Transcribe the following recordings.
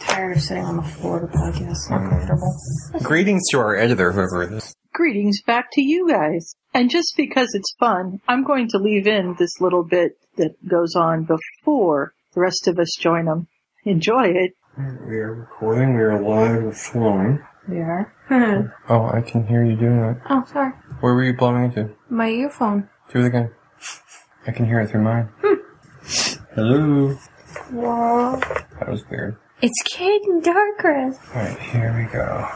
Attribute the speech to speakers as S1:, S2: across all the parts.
S1: tired of sitting on the floor to podcast. I'm comfortable.
S2: Greetings to our editor, whoever it is.
S3: Greetings back to you guys. And just because it's fun, I'm going to leave in this little bit that goes on before the rest of us join them. Enjoy it.
S4: We are recording. We are live and flowing.
S1: Yeah.
S2: Oh, I can hear you doing that.
S5: Oh, sorry.
S2: Where were you blowing into?
S5: My earphone.
S2: Do it again. I can hear it through mine.
S5: Hmm.
S2: Hello. That was weird.
S5: It's getting darker.
S2: Alright, here we go.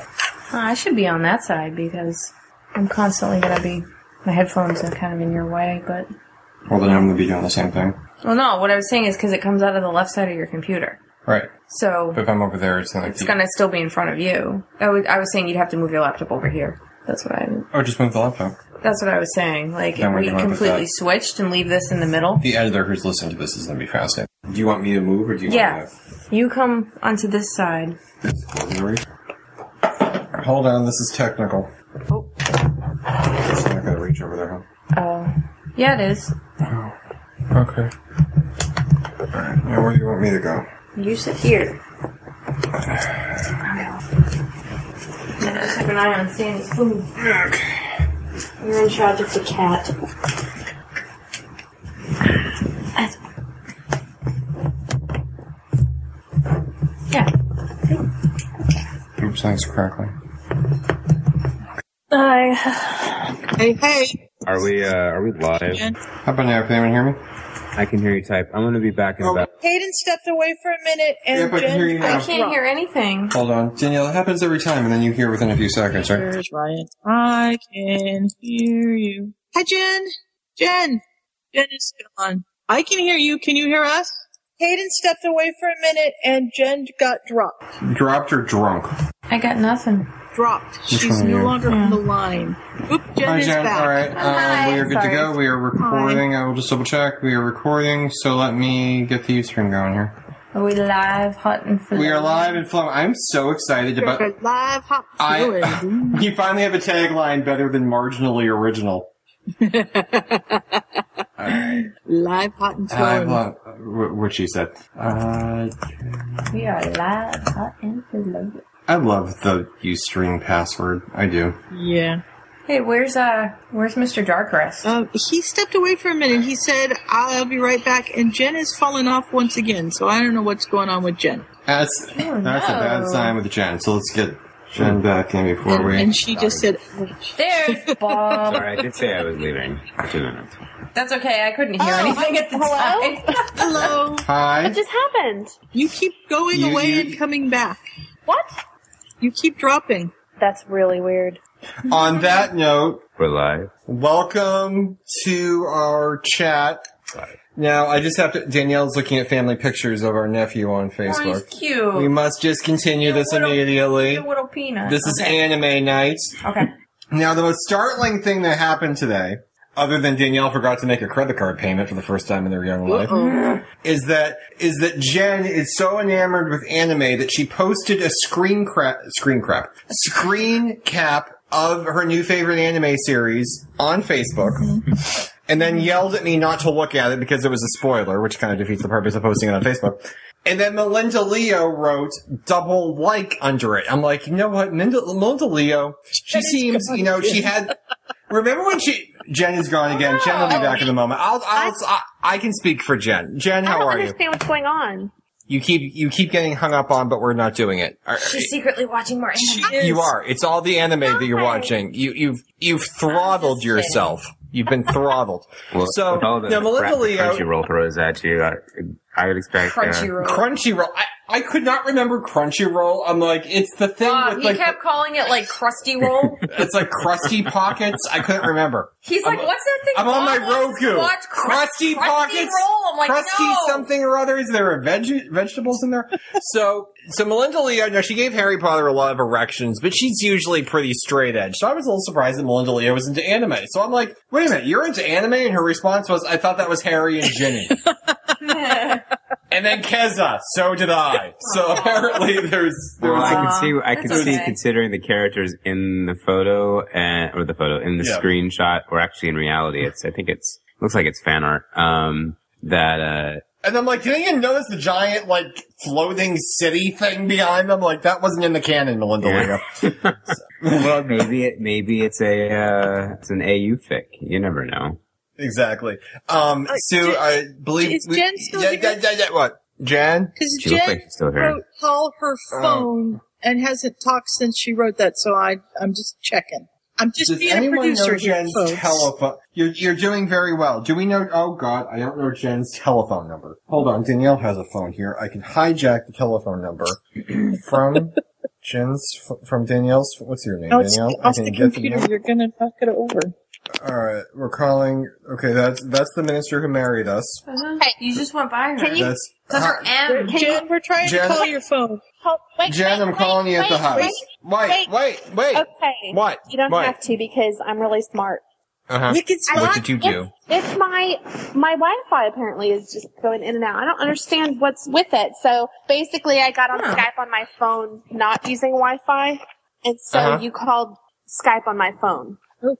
S5: Oh, I should be on that side because I'm constantly gonna be. My headphones are kind of in your way, but.
S2: Well, then I'm gonna be doing the same thing.
S5: Well, no, what I was saying is because it comes out of the left side of your computer.
S2: Right.
S5: So
S2: But if I'm over there, it's gonna like.
S5: it's gonna still be in front of you. I was, I was saying you'd have to move your laptop over here. That's what I.
S2: Or Oh, just move the laptop.
S5: That's what I was saying. Like
S2: Then
S5: if
S2: we're
S5: we
S2: doing it with
S5: completely
S2: that.
S5: switched and leave this in the middle.
S2: The editor who's listening to this is gonna be fascinated. Do you want me to move or do you
S5: Yeah.
S2: want to
S5: You come onto this side.
S2: move? Hold on, this is technical.
S5: Oh.
S2: It's not gonna reach over there,
S5: Oh. Yeah, it is.
S2: huh? Okay. Alright, now where do you want me to go?
S5: You sit here. Just have an eye on Sandy's food.
S1: You're in charge of the cat.
S5: Yeah.
S2: Oops, that's crackling.
S5: I
S3: Hey, hey.
S6: Are we uh, are we live?
S2: How about now? Can anyone hear me?
S6: I can hear you type. I'm gonna be back
S2: Oh.
S6: in about.
S7: Hayden stepped away for a minute, and
S2: Yep, I can
S7: Jen
S2: hear you now.
S5: I can't hear anything.
S2: Hold on. Danielle, it happens every time, and then you hear within a few seconds, right?
S7: Here's Ryan. I can hear you. Hi, Jen. Jen. Jen is gone. I can hear you. Can you hear us? Hayden stepped away for a minute, and Jen got dropped.
S2: Dropped or drunk?
S5: I got nothing.
S7: Dropped.
S2: one
S7: She's
S2: are
S7: no
S2: you?
S7: longer on the line. Oop, Jen
S2: Hi,
S7: is
S2: Jen.
S7: back.
S2: All right. Um,
S5: Uh, Hi,
S2: we are good
S5: sorry.
S2: to go. We are recording. I will just double check. We are recording, so let me get the Ustream going here.
S5: Are we live, hot and fuzzy?
S2: We are live and flowing. I'm so excited
S7: We're
S2: about.
S7: live hot fluid.
S2: I. you finally have a tagline better than marginally original. All right.
S7: live hot and
S2: I
S7: fluid.
S2: love wh- what she said. Uh,
S5: We are live, hot and fuzzy.
S2: I love the Ustream password. I do.
S7: Yeah.
S5: Hey, where's uh, where's Mr. Darkrest?
S7: Um, he stepped away for a minute. He said, I'll be right back. And Jen has fallen off once again, so I don't know what's going on with Jen.
S2: That's that's a bad
S5: no.
S2: sign with Jen. So let's get Jen back in before
S7: And,
S2: we.
S7: and she just said,
S5: There's Bob.
S6: Sorry, I did say I was leaving. I shouldn't have.
S5: That's okay. I couldn't hear anything at the
S8: hello?
S5: time.
S7: hello.
S2: Hi.
S8: What just happened?
S7: You keep going
S2: You-
S7: away
S2: you-
S7: and coming back.
S8: What?
S7: You keep dropping.
S8: That's really weird.
S2: On that note,
S6: We're live.
S2: welcome to our chat. Now, I just have to. Danielle's looking at family pictures of our nephew on
S5: Oh, he's
S2: Facebook.
S5: cute.
S2: We must just continue this
S5: Little-
S2: immediately.
S5: He's a little peanut.
S2: This is anime night.
S5: okay.
S2: Now, the most startling thing that happened today, other than Danielle forgot to make a credit card payment for the first time in their young life, is that is that Jen is so enamored with anime that she posted a screen crap, screen crap, screen cap of her new favorite anime series on Facebook. And then yelled at me not to look at it because it was a spoiler, which kind of defeats the purpose of posting it on Facebook. And then Melinda Leo wrote double like under it. I'm like, you know what? Melinda, Melinda Leo, she seems, you know, she had, remember when she, Jen is gone again. Jen will be back in a moment. I'll, I'll, I, I can speak for Jen. Jen,
S8: I
S2: how
S8: don't
S2: are you?
S8: understand what's going on.
S2: You keep, you keep getting hung up on, but we're not doing it. Are-
S5: She's secretly watching more anime.
S2: you are. It's all the anime that you're
S8: Hi.
S2: watching. You, you've, you've throttled
S5: kidding.
S2: yourself. You've been throttled.
S6: Well,
S2: So,
S6: with all the
S2: now, Melinda
S6: crap that
S2: Leo-
S6: Crunchyroll throws at you. I, I would expect. Uh,
S5: Crunchyroll.
S2: Crunchyroll. I, I could not remember Crunchyroll. I'm like, it's the thing
S5: Bob,
S2: with
S5: Uh, he
S2: like,
S5: kept calling it like crusty roll.
S2: it's like crusty pockets. I couldn't remember.
S5: He's like, "What's that thing?"
S2: I'm on my
S5: Bob wants to
S2: Roku.
S5: Watch
S2: crusty
S5: Crusty
S2: pockets.
S5: Roll. I'm like,
S2: crusty
S5: no.
S2: something or other. Is there a veg- vegetables in there? so, so Melinda Leo. Now she gave Harry Potter a lot of erections, but she's usually pretty straight edge. So I was a little surprised that Melinda Leo was into anime. So I'm like, wait a minute, you're into anime? And her response was, I thought that was Harry and Ginny. and then Keza. So did I. So apparently there's there
S6: well,
S2: was
S6: I
S2: some
S6: can see. I can
S5: That's
S6: see
S5: okay.
S6: considering the characters in the photo and or the photo in the
S2: Yeah.
S6: screenshot, or actually in reality, it's. I think it's looks like it's fan art. Um, that uh,
S2: And I'm like, didn't you notice the giant, like, floating city thing behind them? Like, that wasn't in the canon, Melinda
S6: Yeah.
S2: Leo.
S6: well, maybe it maybe it's a uh, it's an AU fic. You never know.
S2: Exactly. Um,
S7: Uh,
S2: Sue,
S7: Jen-
S2: I believe.
S7: is
S2: we-
S7: Jen still
S2: yeah,
S7: here?
S2: yeah, yeah, yeah, what? Jen?
S7: Because
S6: She looks like
S7: Jen
S6: she's still here.
S7: wrote Paul her
S2: Oh.
S7: phone and hasn't talked since she wrote that, so I I'm just checking. I'm just
S2: Does
S7: being a
S2: anyone
S7: producer
S2: know
S7: here,
S2: Jen's
S7: folks.
S2: telephone? You're, you're doing very well. Do we know? Oh God, I don't know Jen's telephone number. Hold on, Danielle has a phone here. I can hijack the telephone number from Jen's from Danielle's. What's your name,
S7: Now Oh, it's
S2: Danielle?
S7: off the computer.
S2: number.
S7: You're gonna knock it over.
S2: All right, we're calling. Okay, that's that's the minister who married us.
S9: Uh-huh. You just went by her.
S10: Can you-
S2: That's
S9: That's
S2: hi-
S9: her M.
S7: Jen, we're trying
S2: Jen-
S7: to call your phone.
S10: Oh, wait,
S2: Jen.
S10: wait,
S2: I'm
S10: wait,
S2: calling you at the
S10: wait,
S2: house. Wait,
S10: wait.
S2: wait, wait.
S10: Okay.
S2: What?
S10: You don't
S2: What?
S10: have to because I'm really smart.
S2: Uh-huh.
S7: Wicked
S10: I-
S7: spot.
S2: did you do?
S10: It's, it's my my Wi-Fi apparently is just going in and out. I don't understand what's with it. So basically, I got on
S9: Huh.
S10: Skype on my phone, not using Wi-Fi, and so
S2: Uh-huh.
S10: you called Skype on my phone.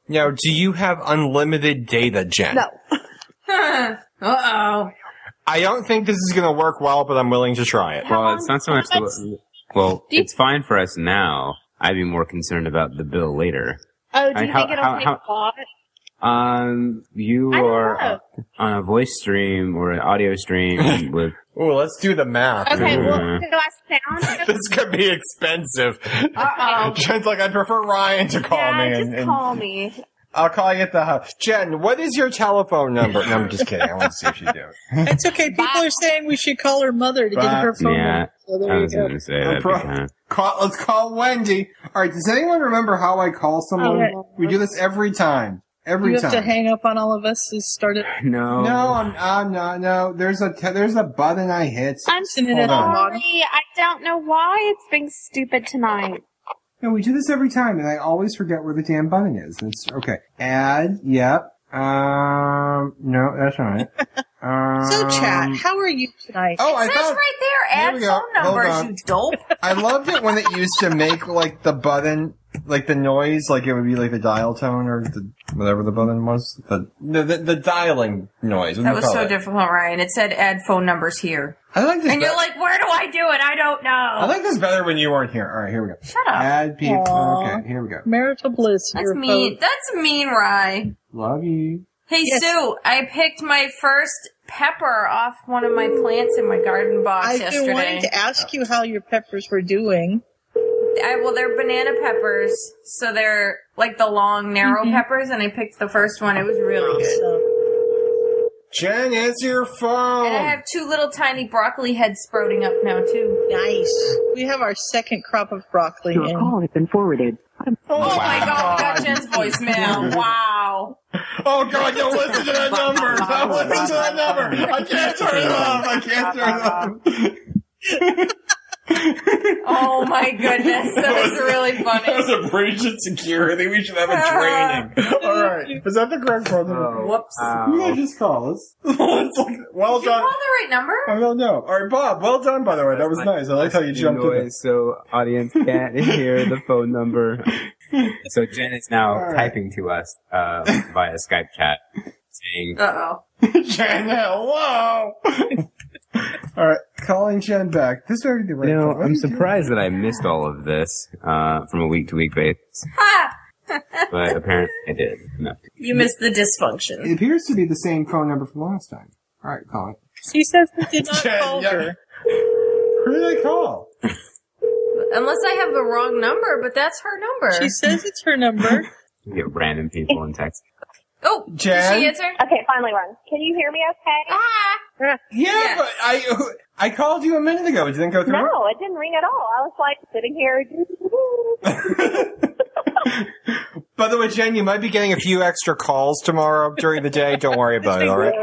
S2: Now, do you have unlimited data, Jen?
S10: No.
S9: uh oh.
S2: I don't think this is going to work well, but I'm willing to try it.
S10: How
S6: Well,
S10: long-
S6: it's not so
S10: how
S6: much. The, well,
S10: Do you-
S6: it's fine for us now. I'd be more concerned about the bill later.
S10: Oh, do
S6: I-
S10: you
S6: how-
S10: think it'll
S6: how-
S10: take
S6: how-
S10: a lot?
S6: Um, you
S10: I don't
S6: are
S10: know.
S6: uh, on a voice stream or an audio stream with.
S2: Ooh, let's do the math.
S10: Okay, well,
S2: Hmm.
S6: Mhm.
S10: so I sound.
S2: this could be expensive.
S9: Uh oh.
S2: Jen's like, I prefer Ryan to call
S10: yeah,
S2: me.
S10: just
S2: and, and
S10: call me.
S2: I'll call you at the house. Jen, what is your telephone number? No, I'm just kidding. I want to see if you do it.
S7: It's okay. People are saying we should call her mother to get
S2: Bye.
S7: her phone.
S6: Yeah,
S7: So
S6: I
S7: there you
S6: was
S7: go.
S6: going to say
S2: No
S6: that.
S2: problem.
S6: Kind of,
S2: Call, let's call Wendy. All right, does anyone remember how I call someone?
S7: Oh,
S2: we do this every time. Every
S7: You
S2: time.
S7: have to hang up on all of us and start it.
S6: no,
S2: no, I'm, I'm not. No, there's a te- there's a button I hit.
S10: I'm
S7: Isn't it
S2: Hold
S7: at the
S2: on.
S7: bottom?
S10: sorry. I don't know why it's being stupid tonight.
S2: No, we do this every time, and I always forget where the damn button is. It's okay. Add. Yep. Um. No, that's all right. Um,
S7: So, chat, how are you tonight?
S2: Oh, I
S5: It says
S2: found.
S5: right there,
S2: Here
S5: add
S2: we go.
S5: phone
S2: Hold
S5: numbers,
S2: on.
S5: you dope.
S2: I loved it when it used to make like the button, like the noise, like it would be like the dial tone or the whatever the button was. The the, the, the dialing noise. What do
S5: That
S2: you
S5: was
S2: call
S5: so
S2: it?
S5: difficult, Ryan. It said add phone numbers here.
S2: I like this.
S5: And you're
S2: bet-
S5: like, where do I do it? I don't know.
S2: I like this better when you weren't here. All right, here we go.
S5: Shut up.
S2: Add people.
S7: Aw.
S2: Okay, here we go.
S7: Marital bliss.
S5: That's
S7: your
S5: mean.
S7: phone.
S5: That's mean, Rye.
S2: Love you.
S5: Hey,
S7: Yes.
S5: Sue, I picked my first pepper off one of my plants in my garden box
S7: I've been wanting
S5: yesterday.
S7: to ask you how your peppers were doing.
S5: I, well, they're banana peppers, so they're like the long, narrow peppers, and I picked the first one. It was really good.
S7: So,
S2: Jen, answer your phone.
S5: And I have two little tiny broccoli heads sprouting up now too.
S7: nice. We have our second crop of broccoli
S11: Your
S7: in.
S11: call has been forwarded.
S5: Oh my god, we got Jen's voicemail. Wow.
S2: Oh god, don't listen to that number! Don't listen to that number! I can't turn it off! I can't turn it off!
S5: Oh my goodness, that was really
S2: That was
S5: funny.
S2: a breach of security. We should have a training. Alright. Is that the correct phone
S6: Oh,
S2: number?
S5: Whoops.
S2: You guys
S6: Ow.
S2: just call us. It's like, well
S5: Did you
S2: done.
S5: call the right number?
S2: I don't know. Alright, Bob, well done by the way. That was nice. I liked how you jumped in.
S6: noise so audience can't hear the phone number. So Jen is now
S2: All right.
S6: typing to us uh, via Skype chat, saying,
S5: Uh oh.
S2: Jen, hello! Alright, calling Jen back. This already the right
S6: "You know,
S2: phone. What are
S6: I'm
S2: you doing?
S6: surprised that I missed all of this uh, from a week to week basis,
S5: Ha!
S6: but apparently I did." No.
S5: You missed the
S2: It
S5: dysfunction.
S2: appears to be the same phone number from last time. Alright, call it.
S7: She says we did not
S2: Jen,
S7: call
S2: yeah.
S7: her.
S2: Who do they call?
S5: Unless I have the wrong number, but that's her number.
S7: She says it's her number.
S6: You get random people in text.
S5: oh, did she
S2: Jen?
S5: answer?
S10: Okay, finally run. Can you hear me okay?
S5: Ah!
S2: Yeah,
S5: Yes.
S2: but I I called you a minute ago. It didn't go through.
S10: No, it didn't ring at all. I was like sitting here.
S2: By the way, Jen, you might be getting a few extra calls tomorrow during the day. Don't worry about it. All right.
S10: Hey.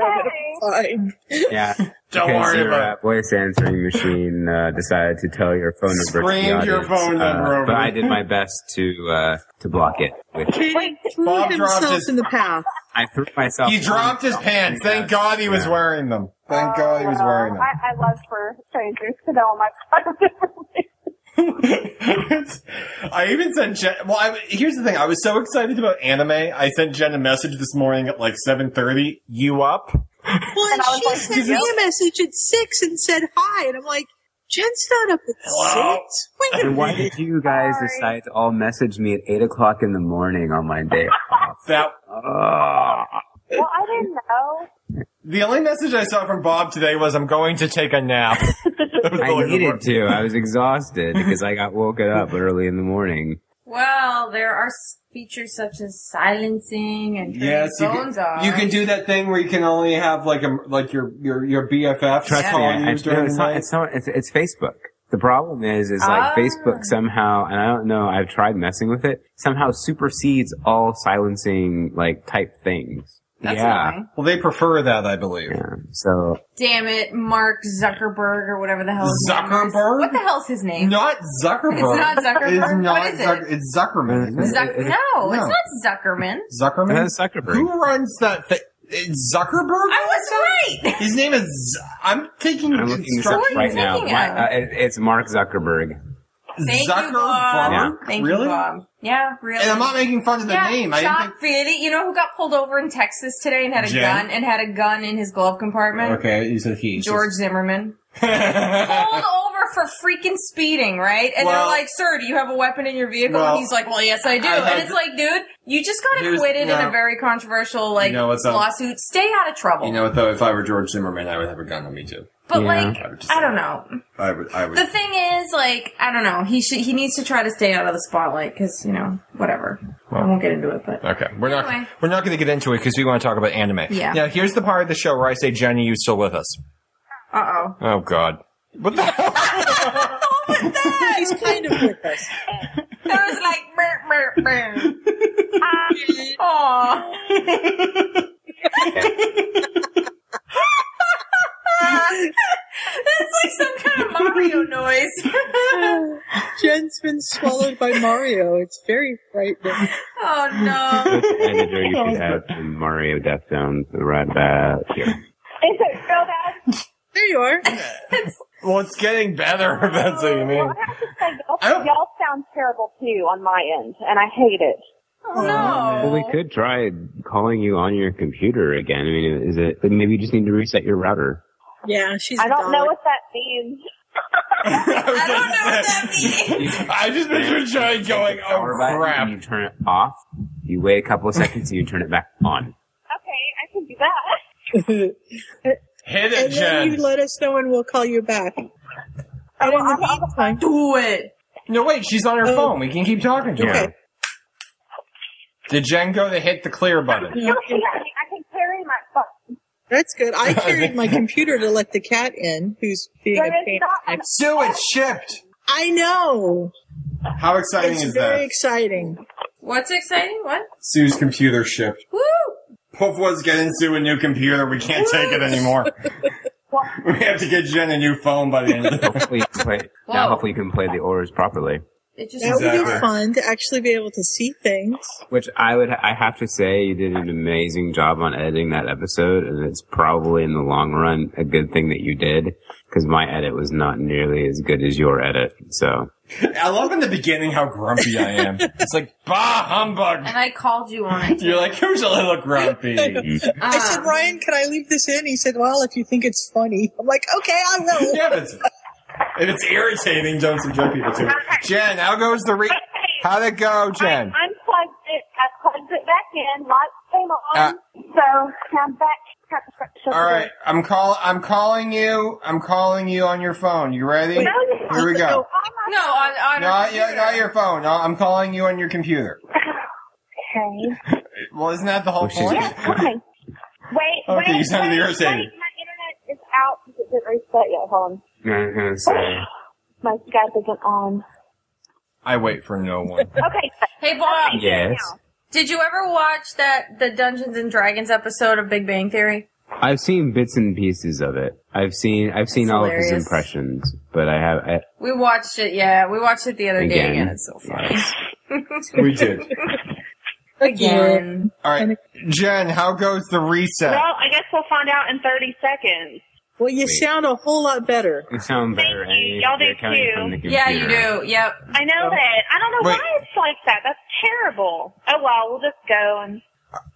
S7: Fine.
S6: Yeah.
S2: Don't
S6: because
S2: worry
S6: your,
S2: about
S6: uh, voice answering machine uh, decided to tell your phone number. to the
S2: Screamed your
S6: audience,
S2: phone
S6: uh,
S2: number over.
S6: But I did my best to uh, to block it. With,
S7: He threw
S2: Bob dropped
S7: himself
S2: his-
S7: in the path.
S6: I threw myself.
S2: He dropped his pants. Thank God he was
S6: Yeah.
S2: wearing them. Thank God he was
S10: Oh,
S2: wearing them.
S10: I, I love for strangers to know my phone number.
S2: I even sent Jen. Well, I, here's the thing. I was so excited about anime. I sent Jen a message this morning at like 7:30. You up?
S7: Well, and
S10: I was
S7: she
S10: like,
S7: sent me
S10: "Yep."
S7: a message at six and said hi, and I'm like, Jen's not up at six. Wait a
S6: And why
S7: minute.
S6: did you guys decide to all message me at eight o'clock in the morning on my day off?
S2: That
S6: Ah.
S10: Well, I didn't know.
S2: the only message I saw from Bob today was, "I'm going to take a nap." That was the
S6: I
S2: only
S6: needed
S2: one.
S6: to. I was exhausted because I got woken up early in the morning.
S5: Well, there are s- features such as silencing and turning
S2: Yes, you
S5: phones
S2: can,
S5: off.
S2: you can do that thing where you can only have like a like your your your BFF
S6: Trust
S2: call
S6: me, I,
S2: you
S6: I-
S2: during
S6: it's,
S2: the
S6: not,
S2: night.
S6: it's, not, it's, it's Facebook. The problem is, is like
S5: Ah.
S6: Facebook somehow, and I don't know, I've tried messing with it, somehow supersedes all silencing, like, type things.
S5: That's
S6: yeah.
S5: annoying.
S2: Well, they prefer that, I believe.
S6: Yeah. So,
S5: Damn it, Mark Zuckerberg or whatever the hell. His Name is.
S2: Zuckerberg?
S5: What the hell's his name?
S2: Not Zuckerberg.
S5: It's not Zuckerberg.
S2: It's
S5: What
S2: not
S5: is it?
S2: Zuck- It's Zuckerman. isn't it?
S5: Zuck-
S6: Uh, uh,
S5: no,
S2: no.
S5: it's not Zuckerman.
S2: Zuckerman.
S6: that's Zuckerberg.
S2: Who runs that? Fa- it's Zuckerberg.
S5: I was right.
S2: His name is. Z- I'm taking
S6: I'm looking this up
S2: instruction.
S6: right now.
S5: thinking
S6: My-
S5: of?
S6: uh, it- it's Mark Zuckerberg.
S5: Thank
S2: Zuckerberg.
S5: you, Bob.
S6: Yeah.
S5: Thank
S2: really?
S5: you, Bob. Yeah, really.
S2: And I'm not making fun of the
S5: yeah,
S2: name. I
S5: Chuck
S2: didn't
S5: Fieri. You know who got pulled over in Texas today and had a
S2: Jen?
S5: gun and had a gun in his glove compartment?
S2: think. Okay, you said he.
S5: George Zimmerman. pulled
S2: well,
S5: over for freaking speeding, right? And
S2: Well-
S5: they're like, "Sir, do you have a weapon in your vehicle?"
S2: Well,
S5: and he's like, "Well, yes, I do."
S2: I had
S5: and it's
S2: to-
S5: like, dude, you just got
S2: Here's-
S5: acquitted in
S2: no.
S5: a very controversial like
S2: You know what's up?
S5: lawsuit. Stay out of trouble.
S2: you know what though? If I were George Zimmerman, I would have a gun on me too.
S5: but
S6: Yeah.
S5: like,
S2: I would just.
S5: I don't know.
S2: I would. I would.
S5: The thing is, like, I don't know. He should. He needs to try to stay out of the spotlight because you know, whatever. I won't get into it, but
S2: Okay, we're not
S5: Anyway.
S2: we're not going to get into it because we want to talk about anime.
S5: Yeah.
S2: Now here's the part of the show where I say, Jenny, you still with us?
S5: uh oh.
S2: Oh God. What the hell?
S7: He's kind of with us.
S5: It was like, brr, brr, brr.
S10: Um,
S5: Aw. That's like some kind of Mario noise.
S7: Jen's been swallowed by Mario. It's very frightening.
S5: Oh no.
S6: editor you should have in Mario Death Zone right about here.
S10: is it real bad?
S7: There you are.
S2: Well, it's getting better. If that's what you mean.
S10: Well, I have to say,
S2: I
S10: y'all,
S2: don't-
S10: y'all sound terrible too on my end, and I hate it.
S5: Oh no.
S6: Well, we could try calling you on your computer again. I mean, is it, maybe you just need to reset your router.
S7: Yeah, she's.
S10: I don't
S7: a
S10: know
S7: dog.
S10: what that means.
S2: I, was about
S5: I don't know
S2: to
S5: what
S2: say-
S5: that means.
S2: I just pictured Johnny going,
S6: Power
S2: "Oh
S6: button,
S2: crap!"
S6: and you turn it off. You wait a couple of seconds and you turn it back on.
S10: Okay, I can do that.
S2: Hit it,
S7: and then
S2: Jen.
S7: you let us know, and we'll call you back. And in the meantime,
S5: Do it.
S2: no, wait, she's on her
S7: Oh.
S2: phone. We can keep talking to
S7: Okay.
S2: her. Did Jen go to hit the clear button?
S10: You'll see, I I can carry my phone.
S7: that's good. I carried my computer to let the cat in, who's being a
S10: There is
S7: pain.
S10: not an
S2: Sue, it's shipped.
S7: I know.
S2: How exciting
S7: It's
S2: is
S7: very
S2: that?
S7: exciting.
S5: What's exciting? What?
S2: Sue's computer shipped.
S5: Woo!
S2: Puffwa's getting Sue a new computer. We can't take it anymore. we have to get Jen a new phone by the end of the
S6: Hopefully you can play, now
S5: Whoa.
S6: hopefully you can play the orders properly.
S5: It just
S7: That would
S2: Exactly.
S7: be fun to actually be able to see things.
S6: Which I would, I have to say, you did an amazing job on editing that episode, and it's probably in the long run a good thing that you did, because my edit was not nearly as good as your edit. So
S2: I love in the beginning how grumpy I am. It's like, bah, humbug.
S5: And I called you on it.
S2: You're like, who's a little grumpy?
S7: I said,
S5: Um,
S7: Ryan, can I leave this in? He said, Well, if you think it's funny, I'm like, Okay, I will.
S2: Yeah, if it's, if it's irritating, don't subject people to it. Jen, how goes the re- How'd it go, Jen?
S10: I unplugged it. I plugged it back in. Lights came on.
S2: Uh,
S10: so I'm back.
S2: All right, I'm call. I'm calling you. I'm calling you on your phone. You ready?
S7: Wait,
S2: Here we
S7: no,
S2: go.
S5: no, on, on our
S2: Not yet,
S5: computer.
S2: not your phone. No, I'm calling you on your computer.
S10: Okay.
S2: Well, isn't that the whole
S6: Well, she's-
S2: point?
S10: Yeah, okay. Wait,
S2: Okay,
S10: wait,
S2: Oh, you sounded
S10: wait,
S2: irritated.
S10: Wait, my internet is out because it didn't reset yet. Hold on.
S6: I was gonna say,
S10: My Skype isn't on.
S2: I wait for no one.
S10: Okay.
S5: Hey Bob,
S6: yes,
S5: did you ever watch that the Dungeons and Dragons episode of Big Bang Theory?
S6: I've seen bits and pieces of it. I've seen, I've seen all of his
S5: hilarious.
S6: impressions, but I have, I,
S5: We watched it, yeah. We watched it the other day
S6: Again.
S5: again. It's so funny.
S2: we did.
S5: Again.
S2: All right, Jen, how goes the reset?
S11: Well, I guess we'll find out in 30 seconds.
S7: Well, you sound a whole lot better.
S6: you sound better.
S11: Thank you.
S6: eh?
S11: Y'all do
S6: They're coming
S11: too.
S6: from the
S5: Yeah, you
S6: computer.
S5: do. Yep.
S11: I know that. I don't know
S2: Wait.
S11: why it's like that. That's terrible. Oh well, we'll just go and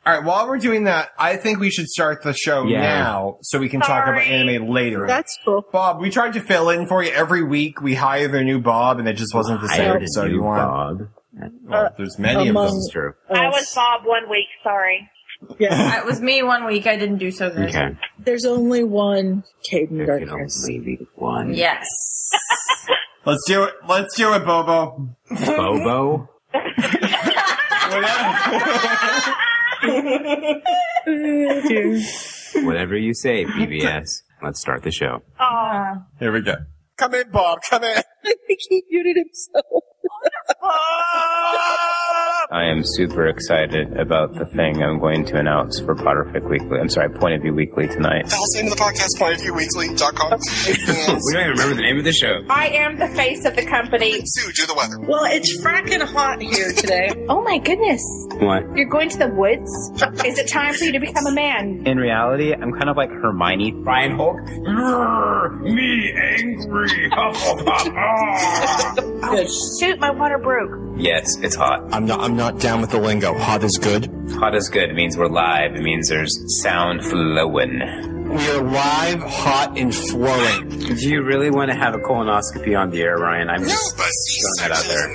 S2: All right. While we're doing that, I think we should start the show
S6: Yeah.
S2: now so we can talk about anime later.
S7: That's cool.
S2: Bob, we tried to fill in for you every week. We hired a new Bob, and it just wasn't the
S6: Hired
S2: same. So
S6: a new
S2: you want?
S6: Bob.
S10: Uh,
S2: Well, there's many of
S7: among-
S2: those.
S6: True.
S11: I was Bob one week. Sorry.
S7: Yeah.
S5: It was me one week. I didn't do so good.
S6: Okay.
S7: There's only one Caden
S6: There can only
S7: Darkness.
S6: be one.
S5: Yes.
S2: Let's do it. Let's do it, Bobo.
S6: Bobo.
S2: Whatever.
S6: Whatever you say, PBS. Let's start the show.
S11: Oh,
S2: Here we go. Come in, Bob. Come in.
S7: I think he muted himself.
S6: I am super excited about the thing I'm going to announce for Potterfic Weekly. I'm sorry, Point of View Weekly tonight.
S2: Dial into the podcast point of view weekly.com. And
S6: We don't even remember the name of the show.
S11: I am the face of the company.
S2: Sue, do the weather.
S7: Well, it's fracking hot here today.
S10: Oh my goodness.
S6: What?
S10: You're going to the woods? Is it time for you to become a man?
S6: In reality, I'm kind of like Hermione. Ryan Hulk. Me angry Hufflepuff.
S10: Shoot, my water broke.
S6: yes, it's hot.
S2: I'm not. I'm not down with the lingo. Hot is good.
S6: Hot is good. It means we're live. It means there's sound flowing.
S2: We are live, hot, and flowing.
S6: Do you really want to have a colonoscopy on the air, Ryan? I'm just throwing that out there.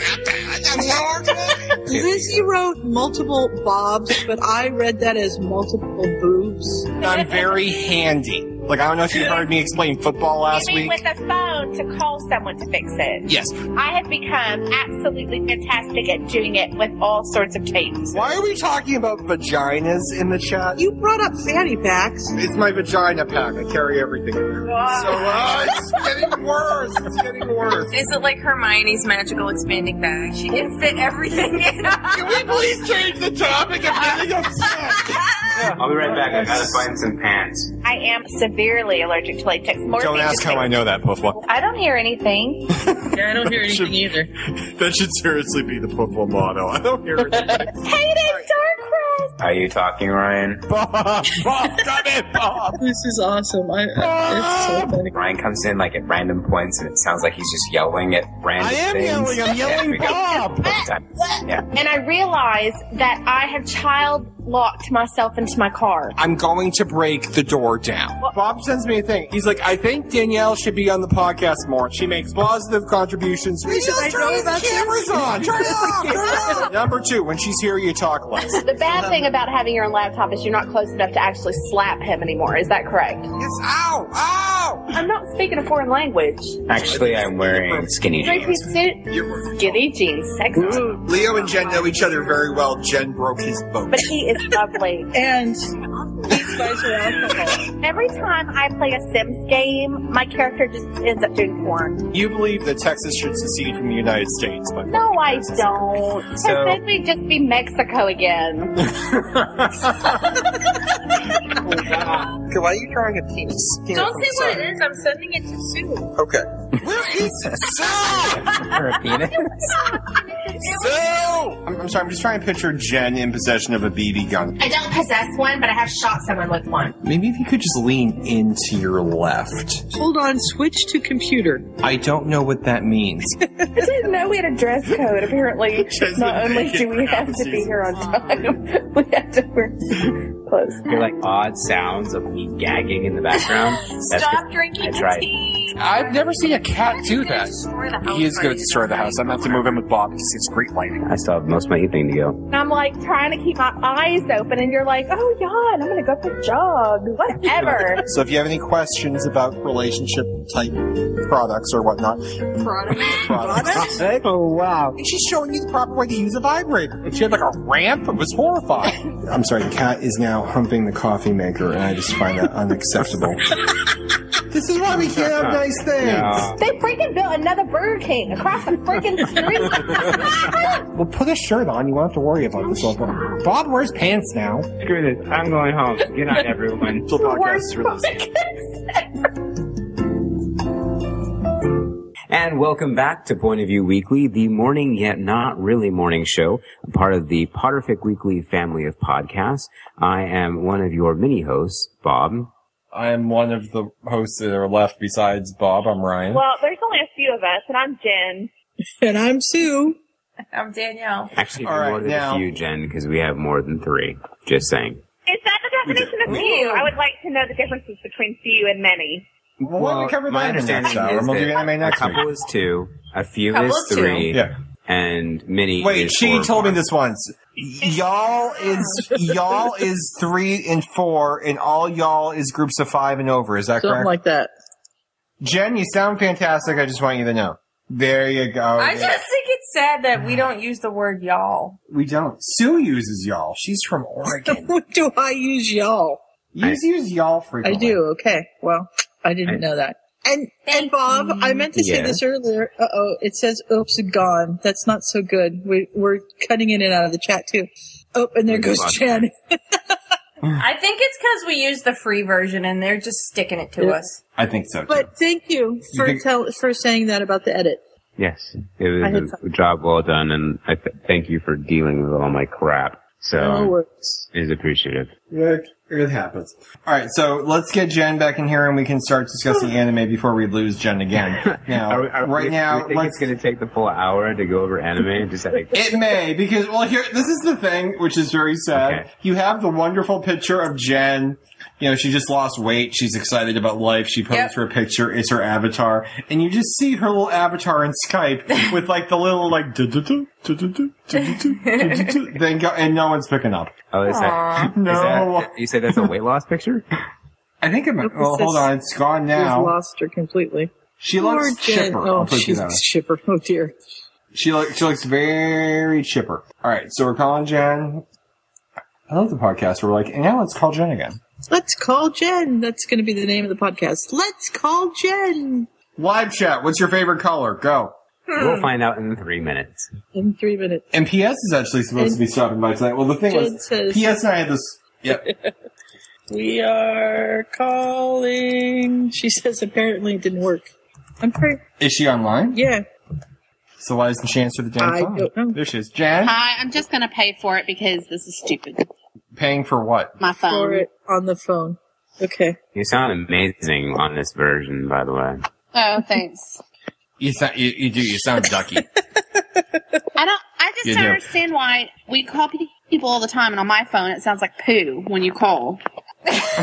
S7: Lizzie wrote multiple bobs, but I read that as multiple boobs.
S2: I'm very handy. Like I don't know if you heard me explain football last
S11: Maybe
S2: week.
S11: with a phone to call someone to fix it.
S2: Yes.
S11: I have become absolutely fantastic at doing it with all sorts of tapes.
S2: Why are we talking about vaginas in the chat?
S7: You brought up fanny packs.
S2: It's my vagina pack. I carry everything in there. So uh, it's getting worse. It's getting worse.
S5: Is it like Hermione's magical expanding bag? She can fit everything in.
S2: Can we please change the topic? I'm getting upset.
S6: I'll be right back. I gotta find some pants.
S11: I am severely allergic to latex. Morphine just makes-
S2: know that, Puffwa.
S11: I don't hear anything.
S7: Yeah, I don't hear anything either.
S2: That should seriously be the Puffwa motto. I don't hear it.
S11: Hayden Darkness.
S6: Are you talking, Ryan?
S2: Bob, Bob, come in, Bob.
S7: This is awesome. I, I, it's so funny.
S6: Ryan comes in like at random points, and it sounds like he's just yelling at random
S2: I am
S6: things.
S2: yelling. I'm
S6: Yeah,
S2: yelling,
S6: we go
S2: Bob.
S6: all the time. Yeah.
S11: And I realize that I have child locked myself into my car.
S2: I'm going to break the door down. Bob sends me a thing. He's like, I think Danielle should be on the podcast more. She makes positive contributions. We
S7: should I know about this?
S2: on. Turn it off. Turn it off. Number two, when she's here, you talk less.
S10: The bad thing about having your own laptop is you're not close enough to actually slap him anymore. Is that correct?
S2: Yes. Ow. Ow.
S10: I'm not speaking a foreign language.
S6: Actually, I'm wearing skinny
S10: Three
S6: jeans.
S10: piece suit, skinny jeans, sexy.
S2: Leo and Jen know each other very well. Jen broke his boat.
S10: But he is lovely.
S7: And these guys are alcohol.
S10: Every time I play a Sims game, my character just ends up doing porn.
S2: You believe that Texas should secede from the United States, but
S10: No, I don't. 'Cause
S6: So-
S10: then we'd just be Mexico again.
S2: why are you drawing a penis?
S5: Don't say what it is. I'm sending it to Sue.
S2: Okay. Where is it? Sue?
S6: Or a penis.
S2: Sue! I'm, I'm sorry, I'm just trying to picture Jen in possession of a BB gun.
S11: I don't possess one, but I have shot someone with one.
S2: Maybe if you could just lean into your left.
S7: Hold on, switch to computer.
S2: I don't know what that means.
S9: I didn't know we had a dress code. Apparently,
S2: Not only do we have to be
S9: here on time. we had to wear clothes.
S6: You're like odd sounds of me gagging in the background. That's
S5: Stop
S6: good.
S5: drinking
S6: I tried.
S5: tea.
S2: I've never seen a cat do that.
S5: Destroy the house
S2: He is going
S5: party.
S2: to destroy the house. I'm going to have to move in with Bob because it's great lighting.
S6: I still have most of my evening to go.
S10: And I'm like trying to keep my eyes open, and you're like, oh, yawn, I'm going to go for a jog. Whatever.
S2: So if you have any questions about relationship type products or whatnot,
S5: Product.
S2: products. oh wow! And she's showing you the proper way to use a vibrator. And she had like a ramp. It was horrifying. I'm sorry. the Cat is now humping the coffee maker, and I just find that unacceptable. this is why we can't have nice things.
S6: Yeah.
S10: they freaking built another Burger King across the freaking Oh street.
S2: Well, put a shirt on. You won't have to worry about this. Old Bob. Bob wears pants now.
S6: Screw this. I'm going home. Good night, everyone.
S10: Worst
S6: And welcome back to Point of View Weekly, the morning yet not really morning show, a part of the Potterfic Weekly family of podcasts. I am one of your mini hosts, Bob.
S2: I am one of the hosts that are left besides Bob. I'm Ryan.
S11: Well, there's only a few of us, and I'm Jen.
S7: And I'm Sue.
S5: I'm Danielle.
S6: Actually,
S2: All right,
S6: more than
S2: now-
S6: a few, Jen, because we have more than three. Just saying.
S11: Is that the definition of
S5: We do.
S11: few? I would like to know the differences between few and many.
S2: Well, why don't we cover
S6: my
S2: that in the next
S6: understanding
S2: hour?
S6: is
S2: and We'll do
S6: that
S2: anime
S6: a
S2: next
S6: couple
S2: week.
S6: is two, a few
S5: Couple
S6: is
S5: is two.
S6: three,
S2: Yeah.
S6: and many.
S2: Wait,
S6: is
S2: she
S6: four or
S2: told me
S6: more.
S2: this once. Y- Y'all is y'all is three and four, and all y'all is groups of five and over. Is that
S7: Something
S2: correct?
S7: like that.
S2: Jen, you sound fantastic. I just want you to know. There you go.
S5: I just think it's sad that we don't use the word y'all.
S2: we don't. Sue uses y'all. She's from Oregon.
S7: What do I use y'all?
S2: You just use y'all
S7: I
S2: frequently.
S7: do. Okay. Well, I didn't
S6: I-
S7: know that. And and Bob, I meant to say
S6: Yeah.
S7: this earlier. Uh oh, it says "oops" gone. That's not so good. We, we're cutting in and out of the chat too. Oh, and there
S6: We're
S7: goes
S6: blocked.
S7: Jen.
S5: I think it's because we use the free version and they're just sticking it to
S7: Yeah.
S5: us.
S2: I think so. Too.
S7: But thank you for
S2: think-
S7: tell, for saying that about the edit.
S6: Yes, it
S7: I had
S6: was a
S7: something.
S6: job well done, and I th- thank you for dealing with all my crap. So
S7: No worries.
S6: it is appreciative.
S2: It, it happens. All right, so let's get Jen back in here, and we can start discussing anime before we lose Jen again. Now,
S6: Are we- are we-
S2: Uh, right
S6: we
S2: now,
S6: think
S2: let's
S6: it's going to take the full hour to go over anime. Just like
S2: It may because well here this is the thing which is very sad.
S6: Okay.
S2: You have the wonderful picture of Jen. You know she just lost weight. She's excited about life. She posts
S5: Yep.
S2: her picture. It's her avatar, and you just see her little avatar in Skype with like the little like du-du-du, du-du-du, du-du-du, du-du-du, then go and no one's picking up.
S6: oh, is that,
S5: Aw.
S6: is
S2: No.
S6: that- you say that's a weight loss picture?
S2: I think it. might- Well,
S7: This is-
S2: hold on, it's gone
S7: We've
S2: now.
S7: lost her completely.
S2: She
S7: Poor
S2: looks
S7: Jen.
S2: chipper.
S7: Oh,
S2: I'll put you
S7: she's
S2: that. way.
S7: chipper. Oh dear.
S2: She looks she looks very chipper. All right, so we're calling Jen. I love the podcast. We're like, and now let's call Jen again.
S7: Let's call Jen. That's going to be the name of the podcast. Let's call Jen
S2: Live chat, what's your favorite color? Go.
S6: We'll find out in three minutes.
S7: in three minutes.
S2: And PS is actually supposed to be stopping by tonight. Well, the thing
S7: Jen
S2: was,
S7: says,
S2: PS and I had this. Yep.
S7: "We are calling." She says, "Apparently, it didn't work." I'm pretty.
S2: Is she online?
S7: Yeah.
S2: So why doesn't she answer the damn
S7: I
S2: phone?
S7: don't know.
S2: There she is. Jan,
S8: Hi, I'm just going to pay for it because this is stupid.
S2: paying for what?
S8: My phone.
S7: for it on the phone. Okay.
S6: You sound amazing on this version, by the way.
S8: Oh, thanks.
S2: You, sound, you, you do. You sound ducky.
S8: I don't. I just
S2: You
S8: don't
S2: do.
S8: understand why we call pe- people all the time, and on my phone it sounds like poo when you call.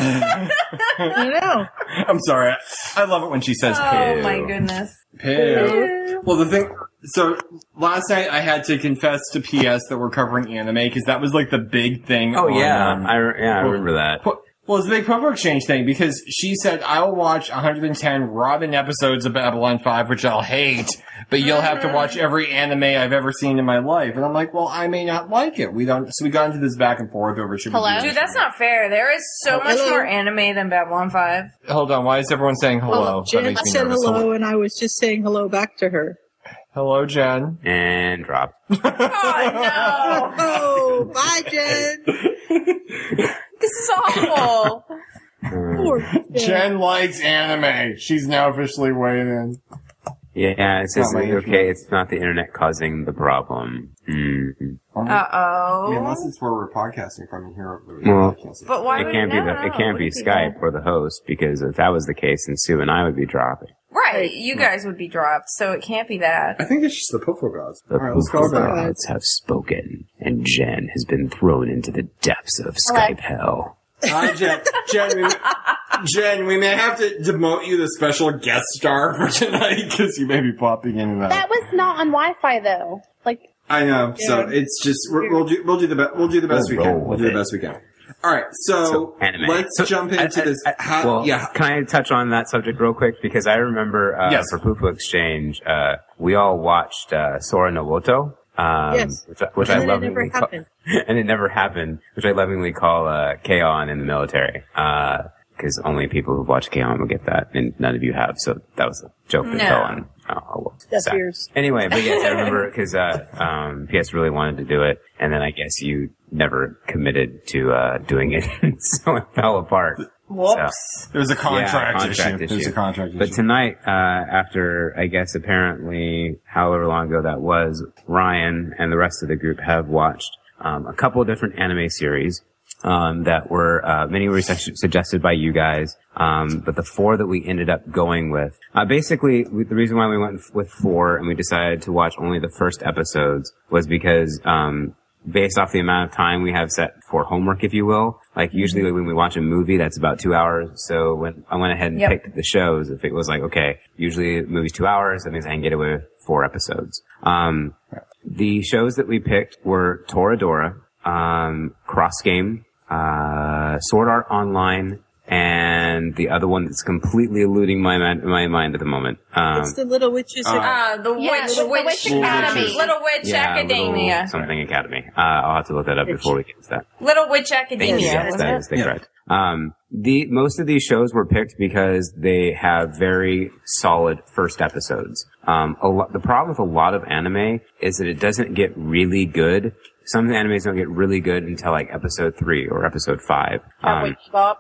S7: I know.
S2: I'm sorry. I love it when she says
S5: Oh
S2: poo.
S5: my goodness.
S2: Poo. Well, the thing. So last night I had to confess to PS that we're covering anime because that was like the big thing.
S6: Oh
S2: on,
S6: yeah,
S2: um,
S6: I re- yeah I remember that.
S2: Po- Well, it's a big profile exchange thing because she said, I will watch 110 Robin episodes of Babylon 5, which I'll hate, but you'll have to watch every anime I've ever seen in my life. And I'm like, well, I may not like it. We don't, so we got into this back and forth over should we
S8: Hello?
S2: do
S5: Dude,
S2: this?
S5: that's not fair. There is
S11: Oh,
S5: so much
S7: Hello.
S5: more anime than Babylon 5.
S2: Hold on. Why is everyone saying hello?
S7: Well, Jen
S2: that makes me
S7: said
S2: nervous.
S7: hello, and I was just saying hello back to her.
S2: Hello, Jen.
S6: And drop.
S5: Oh,
S7: Oh, bye, Jen.
S5: no. This is awful.
S6: Mm.
S7: Poor
S2: Jen likes anime. She's now officially weighed in.
S6: Yeah, it says
S2: Not my
S6: okay. It's not the internet causing the problem. Mm.
S2: Uh, I mean, unless
S5: Uh-oh.
S2: it's where we're podcasting from here.
S6: Well,
S2: I can't see.
S5: But why
S6: It
S5: would
S6: can't be
S5: no,
S6: the
S5: no,
S6: it can't
S5: would
S6: be
S5: that?
S6: Skype or the host because if that was the case, then Sue and I would be dropping.
S5: Right, you guys would be dropped, so it can't be that.
S2: I think it's just the Puffle Gods.
S6: The
S2: Alright, let's call it back.
S6: gods have spoken, and Jen has been thrown into the depths of Skype hell.
S2: Hi, Jen. Jen we, Jen, we may have to demote you to special guest star for tonight because you may be popping in and out.
S10: That was not on Wi-Fi though. Like
S2: I know. So it's just we're, we'll do we'll do the best we'll do the best we
S6: We'll roll
S2: can. We'll
S6: with
S2: do the
S6: it.
S2: best we can. All right. So,
S6: anime.
S2: let's
S6: So,
S2: jump
S6: I-
S2: into
S6: I-
S2: this.
S6: I-
S2: how,
S6: well,
S2: yeah.
S6: Can I touch on that subject real quick? Because I remember uh,
S2: Yes.
S6: for Poopo Exchange, uh, we all watched uh, Sora no Woto, um,
S7: Yes.
S6: which, I- which
S7: And
S6: I
S7: then it
S6: lovingly
S7: never
S6: ca-
S7: happened.
S6: and it never happened, which I lovingly call uh, K-On! in the military. Because only people who've watched K-On! will get that, and none of you have, so that was a joke that
S5: No.
S6: fell on. Oh, oh, well,
S7: That's
S6: sad.
S7: yours.
S6: Anyway, but yes, I remember because uh, um, PS really wanted to do it, and then I guess you never committed to uh, doing it, so it fell apart.
S5: Whoops.
S2: There's a
S6: contract
S2: contract,
S6: contract
S2: issue.
S6: issue.
S2: There's a contract issue.
S6: But tonight, uh, after I guess apparently however long ago that was, Ryan and the rest of the group have watched um, a couple of different anime series. um, that were uh, many were su- suggested by you guys, um, but the four that we ended up going with, uh, basically we, the reason why we went f- with four and we decided to watch only the first episodes was because um, based off the amount of time we have set for homework, if you will. Like
S7: Mm-hmm.
S6: usually when we watch a movie, that's about two hours. So when I went ahead and
S12: Yep.
S6: picked the shows, if it was like, okay, usually the movie's two hours, that means I can get away with four episodes. Um, the shows that we picked were Toradora, um, Cross Game, uh, Sword Art Online, and the other one that's completely eluding my, ma- my mind at the moment. Um,
S7: It's the Little Witches.
S6: Uh,
S5: Ah, the
S7: Yeah,
S5: Witch,
S7: the
S5: Witch,
S7: Witch
S5: Academy.
S6: Academy.
S5: Little Witch
S6: yeah,
S5: Academia.
S6: Little something Academy. Uh, I'll have to look that up before we get to that.
S5: Little Witch
S6: Thank you.
S5: Academia.
S6: Yes,
S5: wasn't
S6: that
S5: it?
S6: is the correct. Um, the most of these shows were picked because they have very solid first episodes. Um, a lot, the problem with a lot of anime is that it doesn't get really good. Some of the animes don't get really good until like episode three or episode five. Um,
S11: Bob.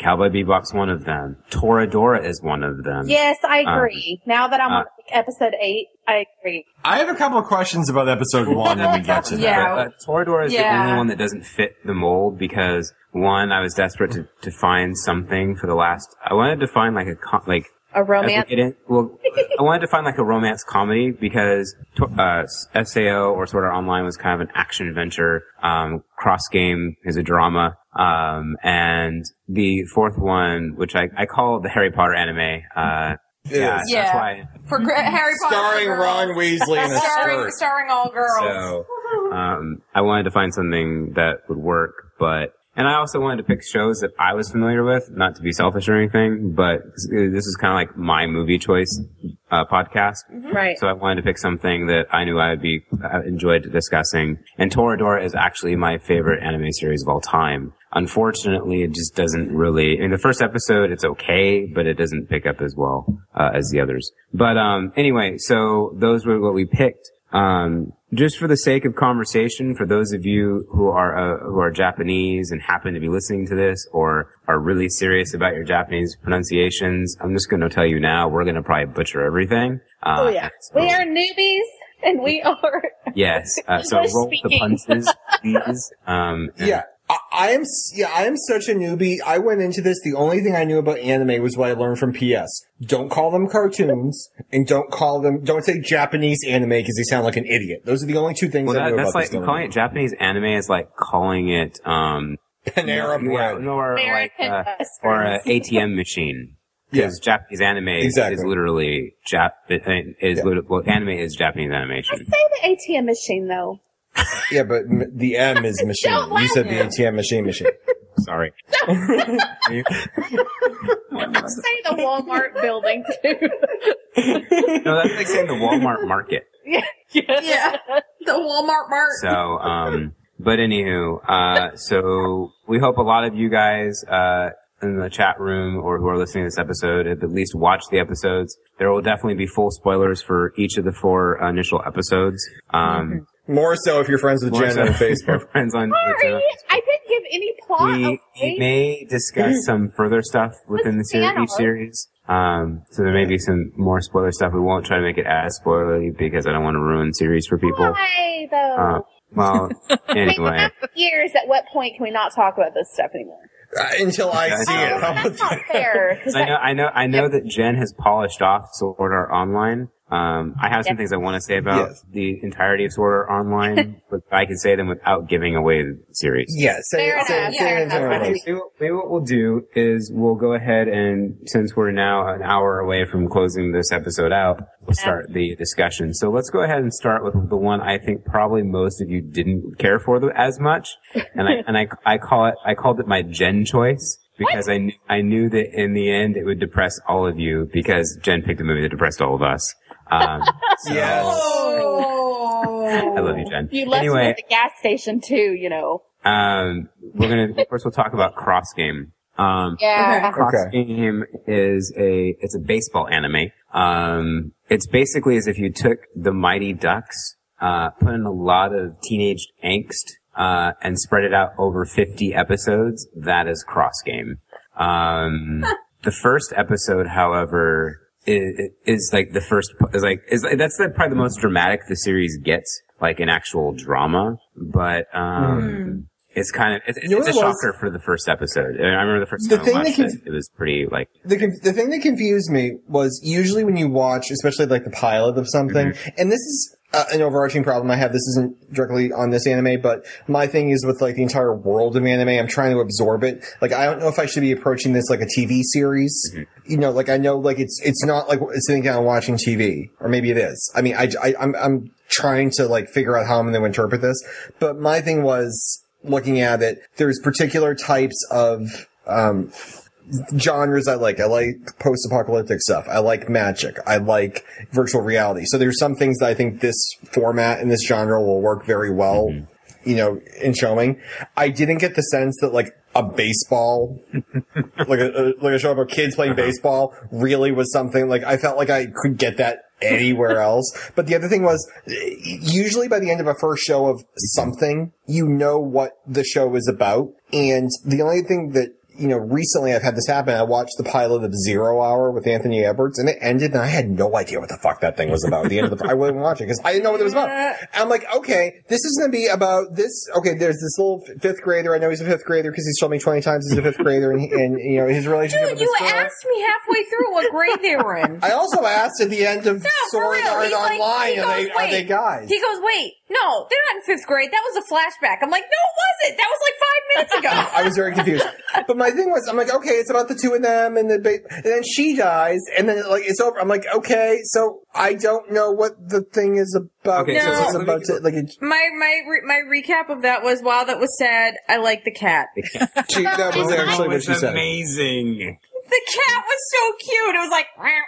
S6: Cowboy Bebop's one of them. Toradora is one of them.
S11: Yes, I
S6: Um,
S11: agree. now that I'm
S6: uh,
S11: on episode eight, I agree.
S2: I have a couple of questions about episode one when we get to
S6: Yeah.
S2: that.
S6: Uh, Toradora is the
S11: Yeah.
S6: only one that doesn't fit the mold because one, I was desperate to, to find something for the last. I wanted to find like a co- like
S11: A
S6: as
S11: romance.
S6: we get in- well, I wanted to find like a romance comedy because to- uh, SAO or Sword Art Online was kind of an action adventure. Um, Cross Game is a drama. Um, and the fourth one, which I, I call the Harry Potter anime. Uh, yeah, that's why.
S5: For gr- Harry Potter.
S2: Starring
S5: girls.
S2: Ron Weasley in a
S5: starring,
S2: skirt.
S5: starring all girls.
S6: So, um, I wanted to find something that would work, but, and I also wanted to pick shows that I was familiar with, not to be selfish or anything, but this this is kind of like my movie choice, uh, podcast.
S11: Right.
S6: So I wanted to pick something that I knew I would be, I enjoyed discussing. And Toradora is actually my favorite anime series of all time. Unfortunately, it just doesn't really, I mean, the first episode, it's okay, but it doesn't pick up as well, uh, as the others. But, um, anyway, so those were what we picked. Um, just for the sake of conversation, for those of you who are uh, who are Japanese and happen to be listening to this, or are really serious about your Japanese pronunciations, I'm just going to tell you now we're going to probably butcher everything. Uh,
S11: oh yeah, we are newbies, and we are.
S6: Yes. Uh, so
S11: English
S6: roll the
S11: speaking.
S6: punches, please. Um, and-
S2: Yeah. I, I am, s- yeah, I am such a newbie. I went into this. The only thing I knew about anime was what I learned from PS. Don't call them cartoons and don't call them, don't say Japanese anime because they sound like an idiot. Those are the only two things
S6: Well,
S2: I
S6: that,
S2: know
S6: that's
S2: about
S6: like
S2: this going
S6: calling it Japanese anime is like calling it um,
S2: Panera
S6: Bread, or like uh, or an ATM machine. Because Japanese anime is-
S2: Exactly.
S6: is literally Jap is lit- well, anime is Japanese animation.
S11: Say the ATM machine though.
S2: Yeah, but m- the M is machine. You said the ATM machine machine.
S6: Sorry.
S11: Say the Walmart building too.
S6: no, that's like saying the Walmart market.
S11: yeah.
S5: yeah. The Walmart Mart.
S6: So, um, but anywho, uh, so we hope a lot of you guys, uh, in the chat room or who are listening to this episode have at least watched the episodes. There will definitely be full spoilers for each of the four initial episodes. Um,
S2: More so if you're friends with
S6: more
S2: Jen
S6: so
S2: on
S6: if
S2: Facebook.
S6: you're friends on
S11: Sorry, I didn't give any plot
S6: we
S11: away.
S6: may discuss some further stuff within the series, each
S11: Thanos.
S6: series. Um, so there may be some more spoiler stuff. We won't try to make it as spoilery because I don't want to ruin series for people.
S11: Why though?
S6: Uh, well, anyway,
S11: Years. At what point can we not talk about this stuff anymore?
S2: Uh, until I
S6: Yeah, I
S2: see
S6: know.
S2: it. I'm
S11: That's not fair.
S6: 'Cause I know, I know, I know that Jen has polished off Sword Art Online. Um, I have some
S11: Yes.
S6: things I want to say about the entirety of Sword Art Online, but I can say them without giving away the series.
S2: Yeah, say,
S11: Fair
S2: say,
S11: enough.
S2: say
S11: Fair
S2: anything
S11: enough.
S2: about it.
S6: Maybe, maybe what we'll do is we'll go ahead and since we're now an hour away from closing this episode out, we'll start the discussion. So let's go ahead and start with the one I think probably most of you didn't care for the, as much, and I and I I call it I called it my Gen choice because I knew I knew that in the end it would depress all of you because Jen picked a movie that depressed all of us. Um, so-
S5: Oh.
S6: I love you, Jen.
S11: You left me
S6: anyway,
S11: at the gas station too. You know.
S6: um, we're gonna first we'll talk about Cross Game. Um,
S11: Yeah.
S6: Cross Game is a it's a baseball anime. Um, it's basically as if you took the Mighty Ducks, uh, put in a lot of teenage angst, uh, and spread it out over 50 episodes. That is Cross Game. Um, the first episode, however, is, is like the first is like is like, that's the, probably the most dramatic the series gets, like an actual drama. But um, It's kind of it's, it's,
S2: Hmm. You know
S6: it's a
S2: what it was?
S6: shocker for the first episode. I remember the first
S2: The
S6: time I
S2: thing that
S6: watched
S2: conf-
S6: it, it was pretty like
S2: The, conf- the thing that confused me was usually when you watch, especially like the pilot of something, and this is uh, an overarching problem I have. This isn't directly on this anime, but my thing is with like the entire world of anime, I'm trying to absorb it. Like, I don't know if I should be approaching this like a TV series. You know, like I know like it's, it's not like sitting down and watching TV, or maybe it is. I mean, I, I, I'm, I'm trying to like figure out how I'm going to interpret this, but my thing was looking at it, there's particular types of, um, genres I like. I like post-apocalyptic stuff. I like magic. I like virtual reality. So there's some things that I think this format and this genre will work very well, you know, in showing. I didn't get the sense that like a baseball, like a, a- like a show about kids playing baseball really was something like I felt like I could get that anywhere else. But the other thing was eh, usually by the end of a first show of something, you know what the show is about. And the only thing that you know, recently I've had this happen. I watched the pilot of Zero Hour with Anthony Edwards, and it ended, and I had no idea what the fuck that thing was about. At the end of the, I wasn't watching because I didn't know what it was about. I'm like, okay, this is going to be about this. Okay, there's this little f- fifth grader. I know he's a fifth grader because he's told me 20 times he's a fifth grader, and, he, and you know his relationship with
S5: You
S2: his girl.
S5: asked me halfway through what grade they were in.
S2: I also asked at the end of Sword
S5: real.
S2: Art
S5: He's like-
S2: Online,
S5: he
S2: are, they,
S5: goes,
S2: are they
S5: wait.
S2: guys?
S5: He goes, wait, no, they're not in fifth grade. That was a flashback. I'm like, no, it wasn't. That was like five minutes ago.
S2: I was very confused. But my thing was, I'm like, okay, it's about the two of them, and, the ba- and then she dies, and then like it's over. I'm like, okay, so I don't know what the thing is about.
S5: Okay, so
S2: This
S5: let
S2: is
S5: me-
S2: about to, like, it,
S5: My my re- my recap of that was wow that was sad. I like the cat. The
S2: she, that was actually
S6: oh,
S2: what
S6: it's
S2: she said.
S6: amazing.
S5: cat was so cute. It was like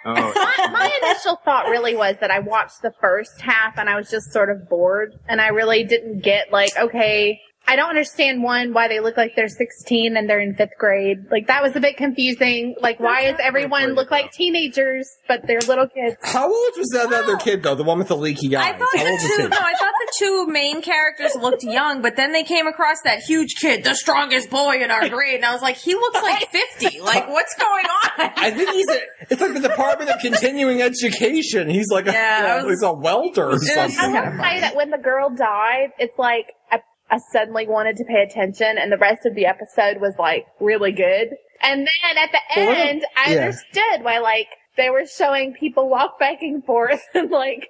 S6: Oh.
S8: my initial thought really was that I watched the first half and I was just sort of bored and I really didn't get like, okay, I don't understand one, why they look like they're 16 and they're in fifth grade. Like that was a bit confusing. Like why is everyone look like teenagers, but they're little kids?
S2: How old was that other kid though? The one with the leaky eyes.
S5: I thought
S2: How old
S5: the
S2: was
S5: two
S2: he?
S5: no, I thought the two main characters looked young, but then they came across that huge kid, the strongest boy in our grade, and I was like, he looks like fifty. Like what's going on?
S2: I think he's a. It's like the Department of Continuing Education. He's like a,
S8: Yeah,
S2: you know,
S8: that was-
S2: he's a welder or
S8: I
S2: something.
S8: want to say that when the girl died, it's like I, I suddenly wanted to pay attention, and the rest of the episode was like really good. And then at the
S11: Well, what
S8: end, I
S11: yeah.
S8: understood why like they were showing people walk back and forth, and like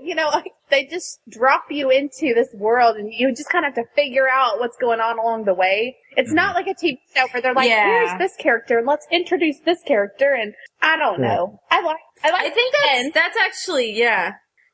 S8: you know like, they just drop you into this world, and you just kind of have to figure out what's going on along the way. It's not
S11: Mm-hmm.
S8: like a TV show where they're like,
S5: Yeah.
S8: "Here's this character, and let's introduce this character," and I don't
S5: Yeah.
S8: know. I like I like
S5: think that's that's actually yeah.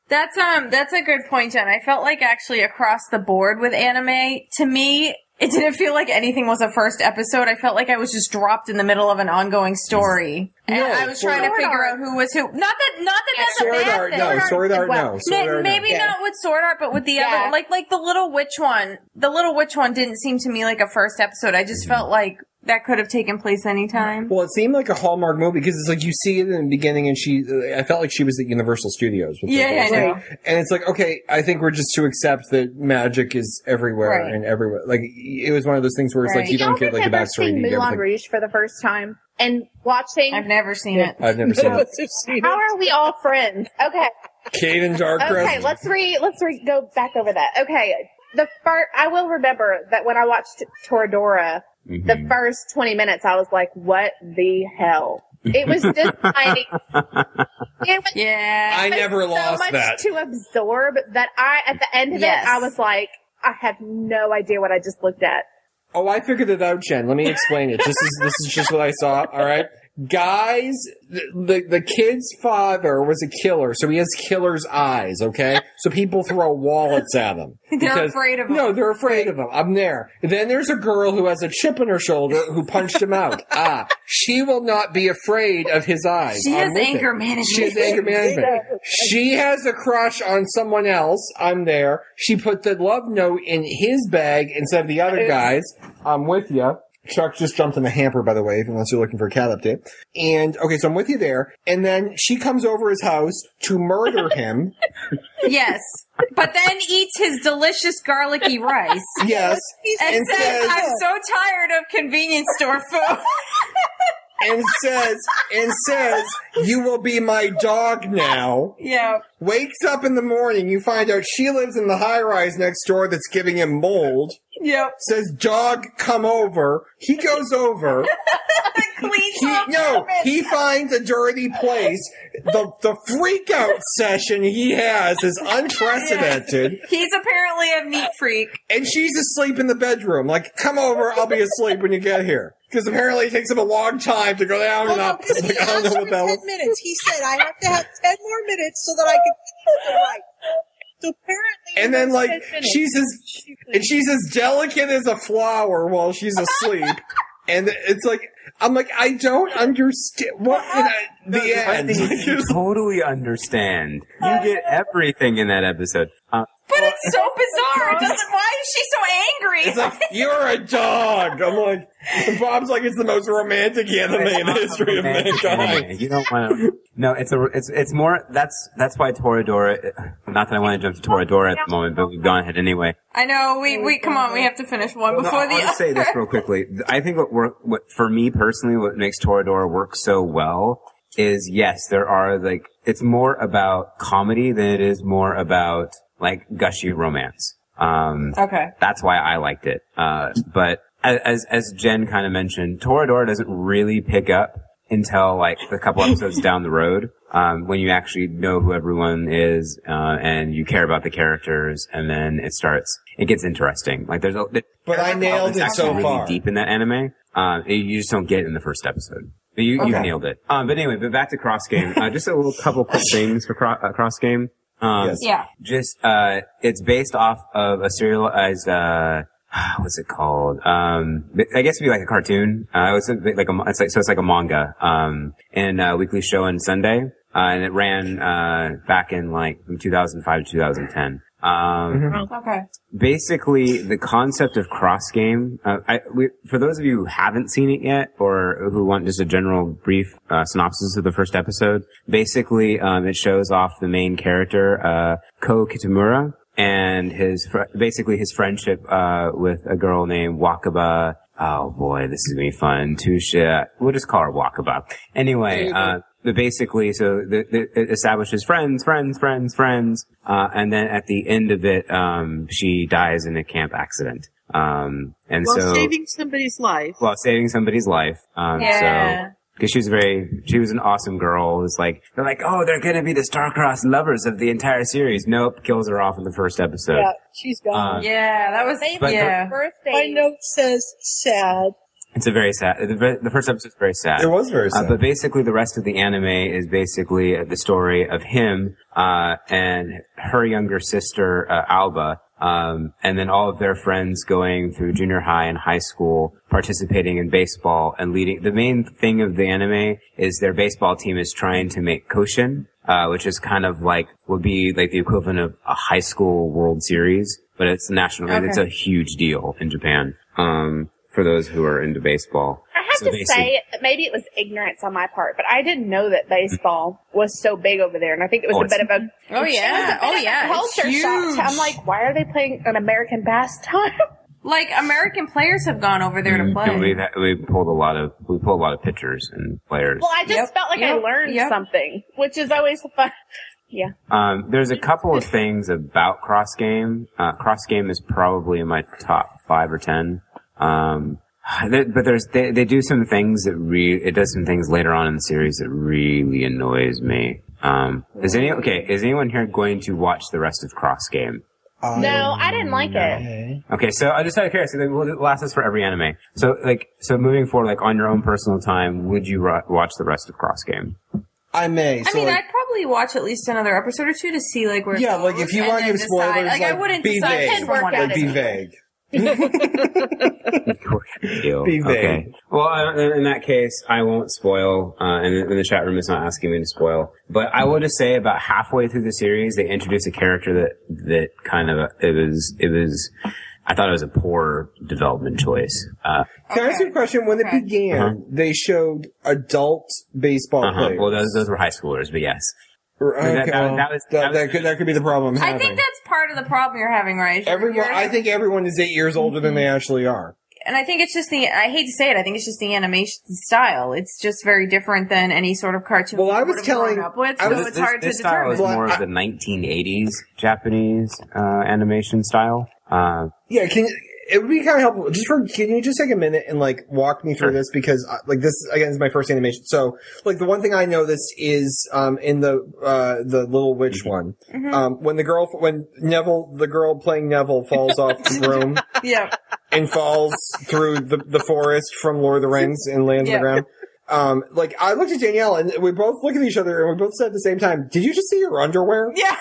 S5: That's um that's a good point, Jen. I felt like actually across the board with anime, to me, it didn't feel like anything was a first episode. I felt like I was just dropped in the middle of an ongoing story. And
S2: No,
S5: I was trying to
S2: Sword
S5: figure
S2: Art.
S5: out who was who. Not that not that that's a
S2: Sword
S5: bad
S2: Art,
S5: thing.
S2: no. Sword Art,
S5: as
S2: no. Sword
S5: May-
S2: Art, no.
S5: maybe
S2: Yeah.
S5: not with Sword Art, but with the
S8: Yeah.
S5: other like like the little witch one. The little witch one didn't seem to me like a first episode. I
S2: Mm-hmm.
S5: just felt like that could have taken place anytime.
S2: Well, it seemed like a Hallmark movie because it's like you see it in the beginning, and she. I felt like she was at Universal Studios. With the
S5: Yeah, yeah, I
S2: whole thing.
S5: know.
S2: And it's like, okay, I think we're just to accept that magic is everywhere
S8: Right.
S2: and everywhere. Like it was one of those things where it's like you
S8: Y'all
S2: don't get like the
S8: have ever
S2: backstory.
S8: seen
S2: You get
S8: Moulin
S2: like,
S8: Rouge for the first time and watching. I've
S5: never seen
S8: it.
S2: I've never seen it.
S8: How are we all friends? Okay.
S2: Caden Darkcrest.
S8: Okay, let's re let's re go back over that. Okay, the first I will remember that when I watched Toradora,
S6: Mm-hmm.
S8: the
S2: Mm.
S8: first twenty minutes, I was like, "What the hell?" It was just like it was.
S5: Yeah,
S2: I never lost
S8: much
S2: that.
S8: to absorb that I at the end of
S5: Yes.
S8: it, I was like, "I have no idea what I just looked at."
S2: Oh, I figured it out, Jen. Let me explain it. This is this is just what I saw. All right, guys, the, the the kid's father was a killer, so he has killer's eyes. Okay, so people throw wallets at him.
S5: They're afraid of him.
S2: No, they're afraid of him. I'm there. Then there's a girl who has a chip in her shoulder who punched him out. ah, she will not be afraid of his eyes.
S5: She
S2: I'm
S5: has
S2: with it.
S5: anger management.
S2: She has anger management. She has a crush on someone else. I'm there. She put the love note in his bag instead of the other guy's. I'm with you. Chuck just jumped in the hamper, by the way, unless you're looking for a cat update. And okay, so I'm with you there. And then she comes over his house to murder him.
S5: Yes. But then eats his delicious garlicky rice.
S2: Yes.
S5: And,
S2: And
S5: says,
S2: says-
S5: I'm so tired of convenience store food.
S2: and says, and says, you will be my dog now.
S5: Yeah.
S2: Wakes up in the morning, you find out she lives in the high rise next door that's giving him mold.
S5: Yep.
S2: Says, dog, come over. He goes over.
S5: Cleans
S2: he, no, he finds a dirty place. The, the freak out session he has is unprecedented.
S5: He's apparently a neat freak.
S2: And she's asleep in the bedroom. Like, come over, I'll be asleep when you get here. Because apparently it takes him a long time to go down and up.
S7: Because he
S2: Like, I don't
S7: asked
S2: know
S7: for
S2: what that was.
S7: ten minutes. He said, "I have to have ten more minutes so that I can finish the right." So apparently,
S2: And then,
S7: that's
S2: like,
S7: 10 minutes.
S2: she's as and she's as delicate as a flower while she's asleep. and it's like, I'm like, I don't understand. What? And I- the end.
S6: you totally understand. You get everything in that episode. Uh,
S5: But it's so bizarre. It doesn't. Why is she so angry?
S2: It's like you're a dog. I'm like, and Bob's like, it's the most romantic anime in the history of mankind.
S6: anyway, you don't want to. No, it's a. It's it's more. That's that's why Toradora. Not that I want to jump to Toradora at the moment, but we've gone ahead anyway.
S5: I know.
S2: Oh
S5: We we come on. We have to finish one
S6: Well, no,
S5: before
S6: I
S5: the
S6: want to
S5: other.
S6: say this real quickly. I think what work, what for me personally, what makes Toradora work so well is yes, there are like it's more about comedy than it is more about like gushy romance. Um,
S5: Okay.
S6: that's why I liked it. Uh, but a- as as Jen kind of mentioned, Toradora doesn't really pick up until like a couple episodes down the road um, when you actually know who everyone is uh, and you care about the characters, and then it starts. It gets interesting. Like there's a.
S2: But I nailed
S6: it's
S2: it
S6: actually
S2: so
S6: really
S2: far.
S6: Deep in that anime, uh, it- you just don't get it in the first episode. But you, you
S2: Okay.
S6: nailed it. Um, but anyway, but back to cross game. Uh, just a little couple quick things for cro- uh, cross game. Um,
S2: Yes.
S5: Yeah.
S6: Just uh, it's based off of a serialized. Uh, what's it called? Um, I guess it'd be like a cartoon. Uh, it's a bit like a, it's like, so it's like a manga. Um, and uh, weekly show on Sunday, uh, and it ran uh back in like from 2005 to 2010. Um,
S2: Mm-hmm.
S5: Okay.
S6: basically the concept of cross game. Uh, I, we, for those of you who haven't seen it yet, or who want just a general brief uh, synopsis of the first episode, basically um, it shows off the main character, uh, Ko Kitamura, and his fr- basically his friendship uh, with a girl named Wakaba. Oh boy, this is gonna be fun. Tusha, we'll just call her Wakaba. Anyway, uh, but basically, so the, the, it establishes friends, friends, friends, friends, uh, and then at the end of it, um, she dies in a camp accident. Um, and
S7: while
S6: so
S7: saving somebody's life.
S6: while saving somebody's life. Um,
S7: Yeah.
S6: So, because she was very, she was an awesome girl. It's like they're like, oh, they're gonna be the star-crossed lovers of the entire series. Nope, kills her off in the first episode.
S7: yeah, she's gone.
S6: Uh,
S5: yeah, that was
S6: But- yeah.
S7: birthday. My note says sad.
S6: It's a very sad. The, ver- the first episode's very sad.
S2: It was very
S6: Uh,
S2: sad.
S6: but basically, the rest of the anime is basically uh, the story of him uh, and her younger sister uh, Alba, um, and then all of their friends going through junior high and high school, participating in baseball and leading. The main thing of the anime is their baseball team is trying to make Koshin, uh, which is kind of like would be like the equivalent of a high school World Series, but it's national. and It's a
S8: Okay.
S6: huge deal in Japan. Um, for those who are into baseball.
S8: I have
S6: So
S8: to
S6: basic-
S8: say that maybe it was ignorance on my part, but I didn't know that baseball was so big over there, and I think it was
S6: Oh,
S8: a bit of a
S5: Oh,
S8: it was a
S5: yeah.
S8: bit
S5: Oh,
S8: of a
S5: yeah. It's
S8: culture shock.
S5: huge.
S8: to- I'm like, why are they playing an American pastime?
S5: Like American players have gone over there to
S6: And
S5: play.
S6: we've, we pulled a lot of we pulled a lot of pitchers and players.
S8: Well, I just felt like I
S5: Yep.
S8: learned
S5: Yep.
S8: something, which is always fun. Yeah,
S6: Um, there's a couple of things about cross game. Uh, cross game is probably in my top five or ten. Um, there- but there's they, they do some things that re it does some things later on in the series that really annoys me. Um, is any okay? Is anyone here going to watch the rest of Cross Game?
S8: no, I didn't like it.
S6: Okay, so I just out of curiosity, it will last us for every anime. So, like, so moving forward, like on your own personal time, would you ru- watch the rest of Cross Game?
S2: I may.
S5: I
S2: So
S5: mean,
S2: like,
S5: I'd probably watch at least another episode or two to see like where.
S2: yeah,
S5: it
S2: like
S5: goes
S2: if you
S5: and
S2: want to
S5: then
S2: give spoilers,
S5: decide.
S2: like,
S5: I wouldn't
S2: be
S5: decide
S2: vague.
S5: from one
S2: Like, be
S5: episode.
S2: vague.
S6: Ew.
S2: Be vague.
S6: Okay. Well, I, in that case, I won't spoil, uh, and, the- and the chat room is not asking me to spoil. But I will just say, about halfway through the series, they introduced a character that that kind of it was it was. I thought it was a poor development choice. Uh,
S2: Can I ask you a question? When it began,
S6: Uh-huh.
S2: they showed adult baseball
S6: uh-huh.
S2: players.
S6: Well, those those were high schoolers, but yes.
S2: Or-
S6: That-
S2: okay,
S6: that-
S2: well,
S6: that
S2: that- that could that could be the problem. I'm
S5: I
S2: having.
S5: think that's part of the problem you're having, right? You're-
S2: everyone.
S5: you're- Mm-hmm.
S2: I think everyone is eight years older than they actually are.
S5: and I think it's just the. I hate to say it. I think it's just the animation style. It's just very different than any sort of cartoon. Well, I was telling. Up with, so
S6: This-
S5: it's
S6: this-
S5: hard
S6: this
S5: to
S6: style
S5: determine.
S6: is more of the 1980s Japanese uh, animation style. Uh,
S2: Yeah, can it would be kind of helpful. Just for can you just take a minute and like walk me through this because uh, like this again is my first animation. So like the one thing I noticed is um in the uh the little witch one
S5: Mhm.
S2: um when the girl when Neville the girl playing Neville falls off the room
S5: yeah.
S2: and falls through the, the forest from Lord of the Rings and lands on
S5: Yeah.
S2: the ground. Um, like I looked at Danielle and we both looked at each other and we both said at the same time, "Did you just see your underwear?"
S5: Yeah.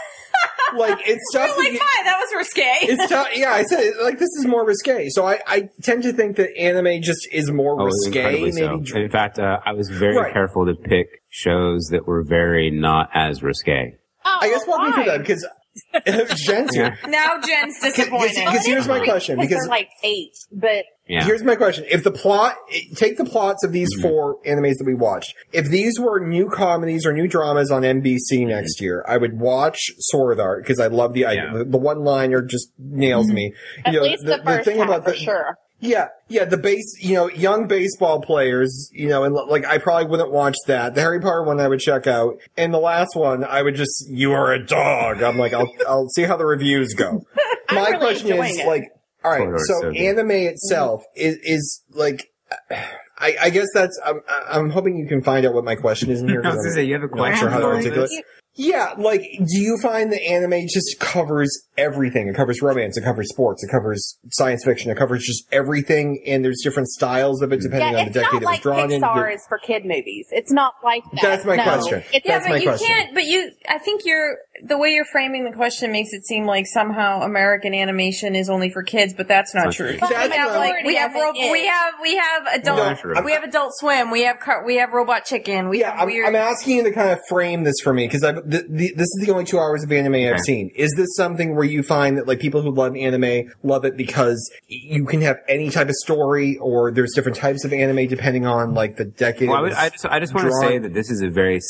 S2: like it's stuff.
S5: I'm like,
S2: that you-
S5: hi, that was risque.
S2: it's tough. Yeah, I said like this is more risque. So I, I tend to think that anime just is more
S6: Oh,
S2: risque.
S6: incredibly
S2: Maybe
S6: so. In fact, uh, I was very
S2: Right.
S6: careful to pick shows that were very not as risque.
S8: Oh,
S2: I guess walk me through that because Jen's
S6: Yeah.
S2: here.
S5: Now Jen's disappointed.
S2: Because here's my question. Because
S8: they're like eight, but
S2: Here's my question. If the plot, take the plots of these
S6: Mm-hmm.
S2: four animes that we watched. If these were new comedies or new dramas on NBC
S6: Mm-hmm.
S2: next year, I would watch Sword Art because I love the idea. The, the one liner just nails me.
S8: Mm-hmm. at least the, first half for sure.
S2: Yeah, yeah, the base, you know, young baseball players, you know, and like I probably wouldn't watch that. The Harry Potter one I would check out, and the last one I would just, you are a dog. I'm like, I'll, I'll see how the reviews go. My question is,
S4: enjoying it.
S2: like, all right,
S4: Corridor
S2: so
S4: Sojourn.
S2: anime itself is is like, I, I guess that's. I'm, I'm hoping you can find out what my question is in here.
S6: I was
S2: 'cause
S6: gonna
S2: I'm
S6: say, you have a
S2: not
S6: question
S2: sure how to
S6: for
S2: articulate.
S6: this?
S2: Yeah, like, do you find the anime just covers everything? It covers romance, it covers sports, it covers science fiction, it covers just everything, and there's different styles
S6: Hmm.
S2: of it depending
S8: yeah,
S2: on the
S8: it's
S2: decade
S8: not
S2: it
S8: like
S2: was drawn
S8: Pixar
S2: in.
S8: is for kid movies. It's not like that.
S2: That's my
S8: No.
S2: question.
S8: It's-
S5: yeah,
S2: That's
S5: but
S2: my
S5: you
S2: question.
S5: can't. But you, I think you're the way you're framing the question makes it seem like somehow American animation is only for kids, but that's not
S6: That's
S5: true.
S6: not true.
S5: we have
S6: That's
S5: like
S6: not-
S5: we have
S6: Majority
S5: ro-
S6: of it is.
S5: we have we have adult
S2: No, I'm-
S5: we have Adult Swim, we have car- we have Robot Chicken, we have
S2: I'm,
S5: weird.
S2: I'm asking you to kind of frame this for me because I've th- the, this is the only two hours of anime I've seen. Is this something where you find that like people who love anime love it because you can have any type of story, or there's different types of anime depending on like the decade?
S6: Well, I,
S2: it
S6: would,
S2: was
S6: I just, I just want to
S2: drawn
S6: say that this is a very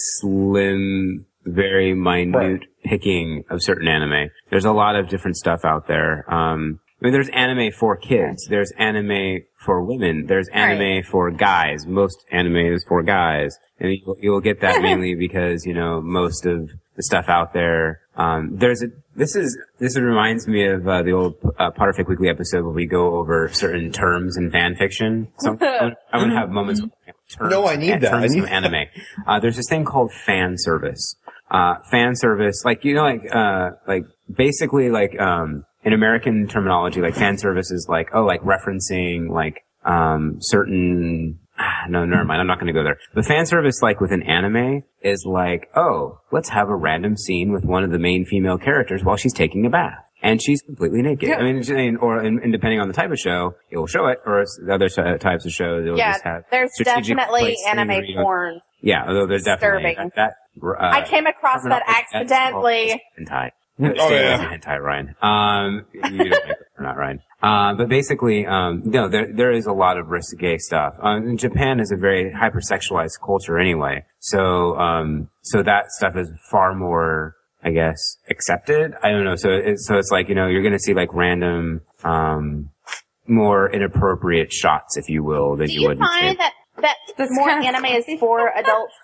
S6: slim, very minute picking of certain anime. There's a lot of different stuff out there. Um, I mean, there's anime for kids. There's anime for women. There's anime for guys. Most anime is for guys, and you, you'll get that mainly because you know most of the stuff out there. Um, there's a this is this reminds me of uh, the old uh, Potterfic Weekly episode where we go over certain terms in fan fiction. So I'm gonna- I'm gonna have moments terms.
S2: No, I need
S6: eh,
S2: that. I
S6: terms
S2: need
S6: of anime. Uh, there's this thing called fan service. Uh, fan service, like you know, like uh, like basically like um, in American terminology, like fan service is like oh, like referencing like um, certain. ah, No, never mind. I'm not going to go there. But fan service, like with an anime, is like, oh, let's have a random scene with one of the main female characters while she's taking a bath and she's completely naked.
S5: Yeah.
S6: I mean, it's- and- or and, and depending on the type of show, it will show it, or it's the other uh, types of shows, it will just
S8: Yeah,
S6: have
S8: there's
S6: strategic
S8: definitely
S6: placing,
S8: anime
S6: you know.
S8: porn.
S6: Yeah, although there's definitely
S8: Disturbing.
S6: that. that, uh,
S8: I came across that
S6: terminology, that's called
S8: accidentally.
S6: Hentai.
S2: Oh,
S6: Stan
S2: yeah.
S6: is a hentai, Ryan. Um, you don't make it, or not Ryan. Uh, but basically, um, no, there there is a lot of risque stuff. Um, and Japan is a very hypersexualized culture anyway, so um, so that stuff is far more, I guess, accepted. I don't know. So it, so it's like you know you're gonna see like random, um, more inappropriate shots, if you will, that
S8: Do
S6: you,
S8: you
S6: wouldn't.
S8: find that that more anime is for adults?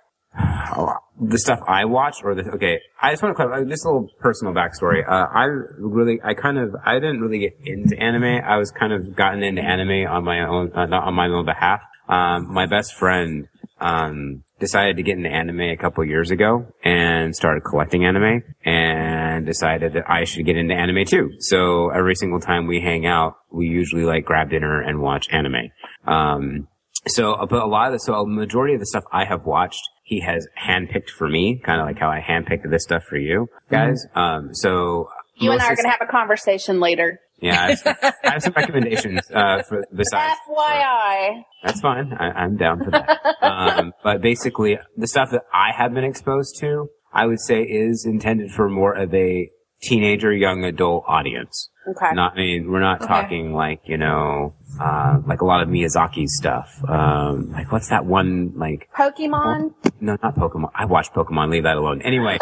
S6: the stuff I watch or the okay. I just want to clarify just a little personal backstory. Uh, I really, I kind of, I didn't really get into anime. I was kind of gotten into anime on my own, uh, not on my own behalf. Um, my best friend um, decided to get into anime a couple years ago and started collecting anime and decided that I should get into anime too. So every single time we hang out, we usually like grab dinner and watch anime. Um, so, uh, but a lot of the, so a majority of the stuff I have watched, he has handpicked for me, kind of like how I handpicked this stuff for you guys. Um, so
S8: You and I
S6: most
S8: are
S6: of-
S8: going to have a conversation later.
S6: yeah, I have some, I have some recommendations, uh, for besides.
S8: FYI.
S6: That's fine. I, I'm down for that. um, but basically, the stuff that I have been exposed to, I would say, is intended for more of a teenager, young adult audience.
S8: Okay.
S6: Not, I mean, we're not
S8: Okay.
S6: talking like you know, uh, like a lot of Miyazaki stuff. Um, like what's that one? Like
S8: Pokemon.
S6: no, not Pokemon. I watch Pokemon. Leave that alone. Anyway.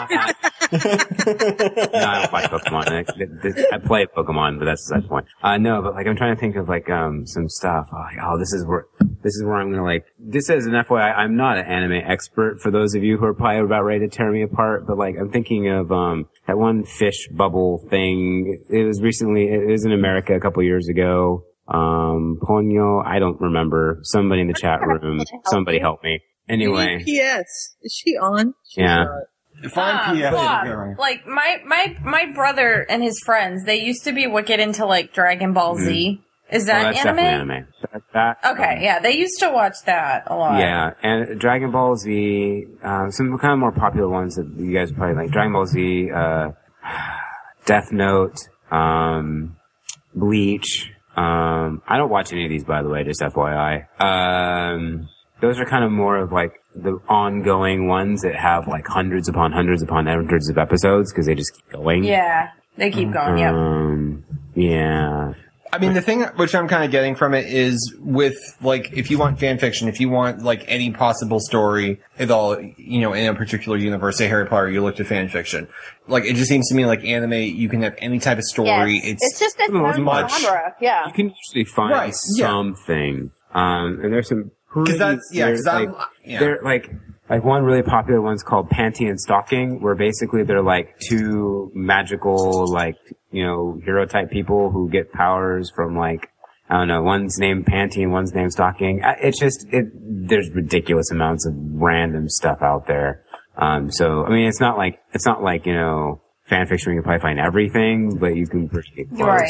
S6: Uh, no, I don't watch Pokemon. I, th- th- I play Pokemon, but that's beside the point. Uh, no, but like I'm trying to think of like um some stuff. Oh, like, oh, this is where This is where I'm gonna like, this is an FYI, I'm not an anime expert for those of you who are probably about ready to tear me apart, but like, I'm thinking of, um, that one fish bubble thing. It was recently, it was in America a couple years ago. Um, Ponyo, I don't remember. Somebody in the chat room, somebody help me. Anyway.
S7: P.S. E Is she on?
S6: Yeah.
S8: Ah,
S5: Um, Bob, like my my my brother and his friends, they used to be wicked into like Dragon Ball Z. Is
S6: Well,
S5: that
S6: that's
S5: anime?
S6: definitely anime. That, that- um,
S5: Okay, yeah, they used to watch that a lot.
S6: Yeah, and Dragon Ball Z, um, some kind of more popular ones that you guys probably like. Dragon Ball Z, uh, Death Note, um, Bleach. Um, I don't watch any of these, by the way, just FYI. Um, those are kind of more of like the ongoing ones that have like hundreds upon hundreds upon hundreds of episodes because they just keep going.
S5: yeah, they keep going. Yeah,
S6: Um, yeah.
S2: I mean, the thing which I'm kind of getting from it is with like, if you want fan fiction, if you want like any possible story at all, you know, in a particular universe, say Harry Potter, you look to fan fiction. Like, it just seems to me like anime, you can have any type of story.
S8: Yes.
S2: It's,
S8: It's just its
S2: for the most
S8: own
S2: part-
S8: genre. Yeah.
S6: you can usually find
S2: Right, yeah.
S6: something. Um, and there's some pretty-
S2: that's- yeah, 'cause
S6: there's,
S2: I'm- uh,
S6: like,
S2: yeah.
S6: they're like like one really popular one's called Panty and Stocking, where basically they're like two magical like you know hero type people who get powers from like I don't know one's named Panty and one's named Stocking. I- It's just it there's ridiculous amounts of random stuff out there. Um, so I mean it's not like it's not like you know fan fiction where you can probably find everything, but you can pretty get close.
S5: you're right.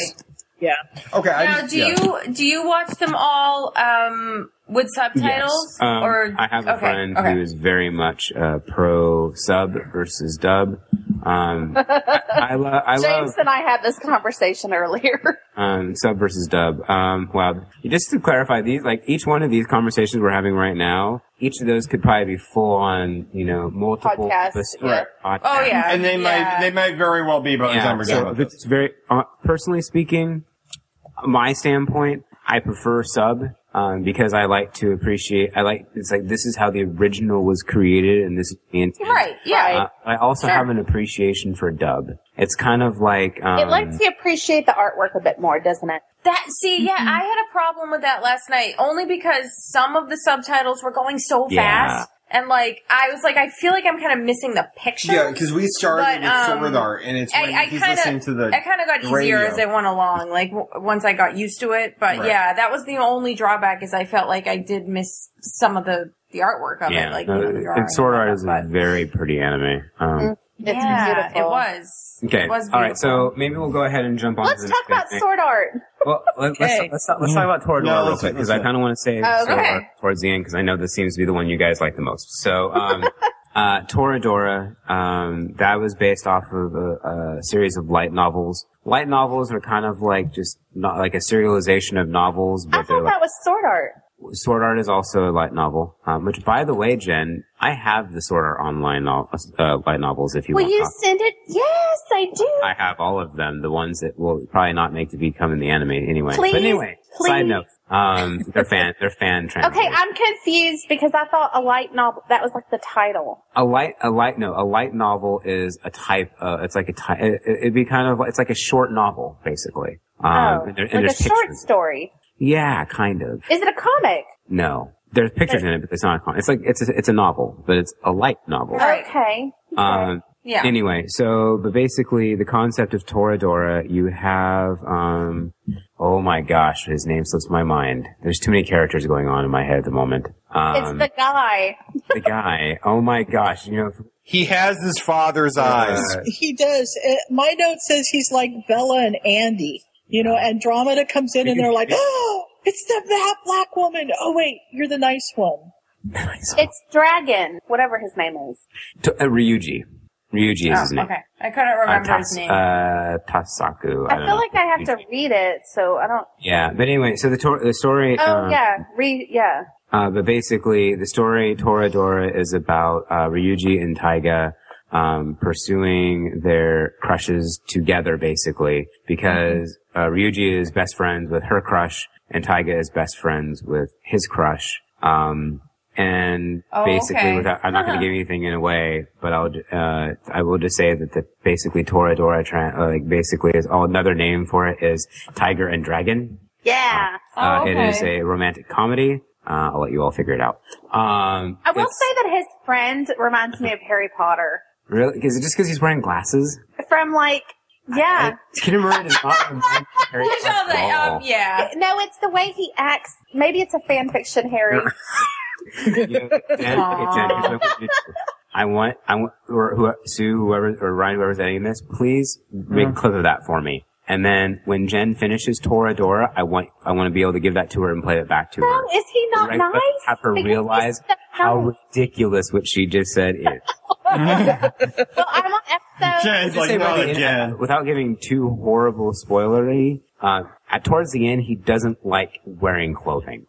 S7: Yeah.
S2: Okay.
S5: now, do you do you watch them all um, with subtitles
S6: Yes. Um,
S5: or
S6: I have a
S5: okay,
S6: friend
S5: okay.
S6: who is very much uh, pro sub versus dub. Um, I, I, lo- I love
S8: James and I had this conversation earlier.
S6: um, sub versus dub. Um, wow. Just to clarify, these like each one of these conversations we're having right now, each of those could probably be full on, you know, multiple
S8: Podcast,
S6: episodes.
S8: yeah.
S6: Podcast.
S5: Oh, yeah.
S2: And they might,
S5: Yeah.
S2: they might very well be by the time we're
S6: so
S2: done with
S6: if it's very uh, personally speaking, my standpoint, I prefer sub um, because I like to appreciate. I like it's like this is how the original was created, and this is the intent.
S5: Right. Yeah.
S6: Uh, I also have an appreciation for dub. It's kind of like um,
S8: it lets you appreciate the artwork a bit more, doesn't it?
S5: That see, yeah, I had a problem with that last night only because some of the subtitles were going so
S2: Yeah.
S5: fast, and like I was like, I feel like I'm kind of missing the picture.
S2: Yeah, because we started
S5: But, um,
S2: with Sword Art, and it's when
S5: I, I
S2: he's
S5: kinda,
S2: listening to the.
S5: I kind of got easier
S2: radio.
S5: as I went along, like w- once I got used to it. But
S6: Right.
S5: yeah, that was the only drawback is I felt like I did miss some of the the artwork of
S6: yeah,
S5: it, like
S6: no,
S5: you know, the
S6: it-
S5: drawing.
S6: and Sword Art is a very pretty anime. Um,
S8: It's
S5: yeah,
S8: beautiful.
S5: it was.
S6: okay,
S5: Mm, it was
S6: all right. So maybe we'll go ahead and jump on.
S8: Let's talk about sword art.
S6: Well, let, let's,
S8: Okay.
S6: let's, talk- let's talk about Tor
S2: Mm-hmm. No,
S6: Door real
S2: let's-
S6: quick because
S2: let's
S6: I kind of want to say
S8: Oh,
S6: Sword
S8: okay.
S6: Art towards the end because I know this seems to be the one you guys like the most. So, um, uh, Toradora, um, that was based off of a, a series of light novels. Light novels are kind of like just not like a serialization of novels, but
S8: I
S6: they're
S8: thought
S6: like
S8: that was sword art.
S6: Sword Art is also a light novel. Um, which, by the way, Jen, I have the Sword Art online no- uh, light novels if you
S8: Will
S6: want.
S8: you
S6: copies.
S8: send it? Yes, I do.
S6: I have all of them. The ones that will probably not make the become in the anime anyway.
S8: Please,
S6: but anyway, side
S8: please.
S6: note. Um, they're fan, they're fan trans.
S8: Okay, I'm confused because I thought a light novel that was like the title.
S6: A light, a light, no, a light novel is a type. Uh, it's like a type. It, it'd be kind of, it's like a short novel, basically. Um,
S8: oh,
S6: and there- and
S8: like a
S6: there's
S8: short
S6: pictures.
S8: story.
S6: Yeah, kind of.
S8: Is it a comic?
S6: No, there's pictures in it, but it's not. A con- it's like it's a, it's a novel, but it's a light novel.
S8: Okay.
S6: Um,
S8: Yeah.
S6: Anyway, so but basically the concept of Toradora, you have um, oh my gosh, his name slips my mind. There's too many characters going on in my head at the moment.
S8: It's
S6: Um,
S8: the guy.
S6: the guy. Oh my gosh, you know
S2: he has his father's eyes.
S7: He does. Uh, my note says he's like Bella and Andy. You know, Andromeda comes in and they're like, oh, it's the that black woman. Oh, wait, you're the nice one.
S8: It's Dragon, whatever his name is.
S6: T- uh, Ryuji. Ryuji is his
S5: Oh,
S6: name.
S5: okay, I couldn't remember
S6: uh,
S5: his
S6: Tas-
S5: name.
S6: uh, Tasaku.
S8: I,
S6: don't
S8: feel
S6: know.
S8: like I have to read it, so I don't.
S6: Yeah, but anyway, so the tor- the story.
S8: Oh
S6: um,
S8: yeah, read yeah.
S6: Uh, but basically, the story Toradora is about uh, Ryuji and Taiga um, pursuing their crushes together, basically, because uh, Ryuji is best friends with her crush, and Taiga is best friends with his crush. Um, and
S12: Oh,
S6: basically,
S12: okay.
S6: without, I'm not going
S12: Huh.
S6: to give anything in away, but I'll ju- uh, I will just say that the basically Toradora tran uh, like basically is oh, another name for it is Tiger and Dragon.
S8: Yeah.
S6: Uh, It is a romantic comedy. Uh, I'll let you all figure it out. Um,
S8: I will say that his friend reminds me of Harry Potter
S6: really, is it just because he's wearing glasses?
S8: from like, yeah.
S6: Kinder Murray does not remind Harry
S8: There's
S6: at
S8: all the, um,
S6: all.
S5: yeah.
S8: No, it's the way he acts. Maybe it's a fan fiction, Harry.
S6: You know, Dan- okay, Dan, here's what I want you to do. I want, I want, or who, Sue, whoever, or Ryan, whoever's editing this, please make a
S8: Mm-hmm.
S6: clip of that for me. And then when Jen finishes Toradora, I want, I want to be able to give that to her and play it back to her.
S8: Oh, is he not
S6: Right, but
S8: nice?
S6: Have her
S8: Because
S6: realize
S8: he's so
S6: how
S8: nice.
S6: ridiculous what she just said is.
S8: well, I want episode.
S6: Just say by the end, Without giving too horrible spoilery, uh, at towards the end, he doesn't like wearing clothing.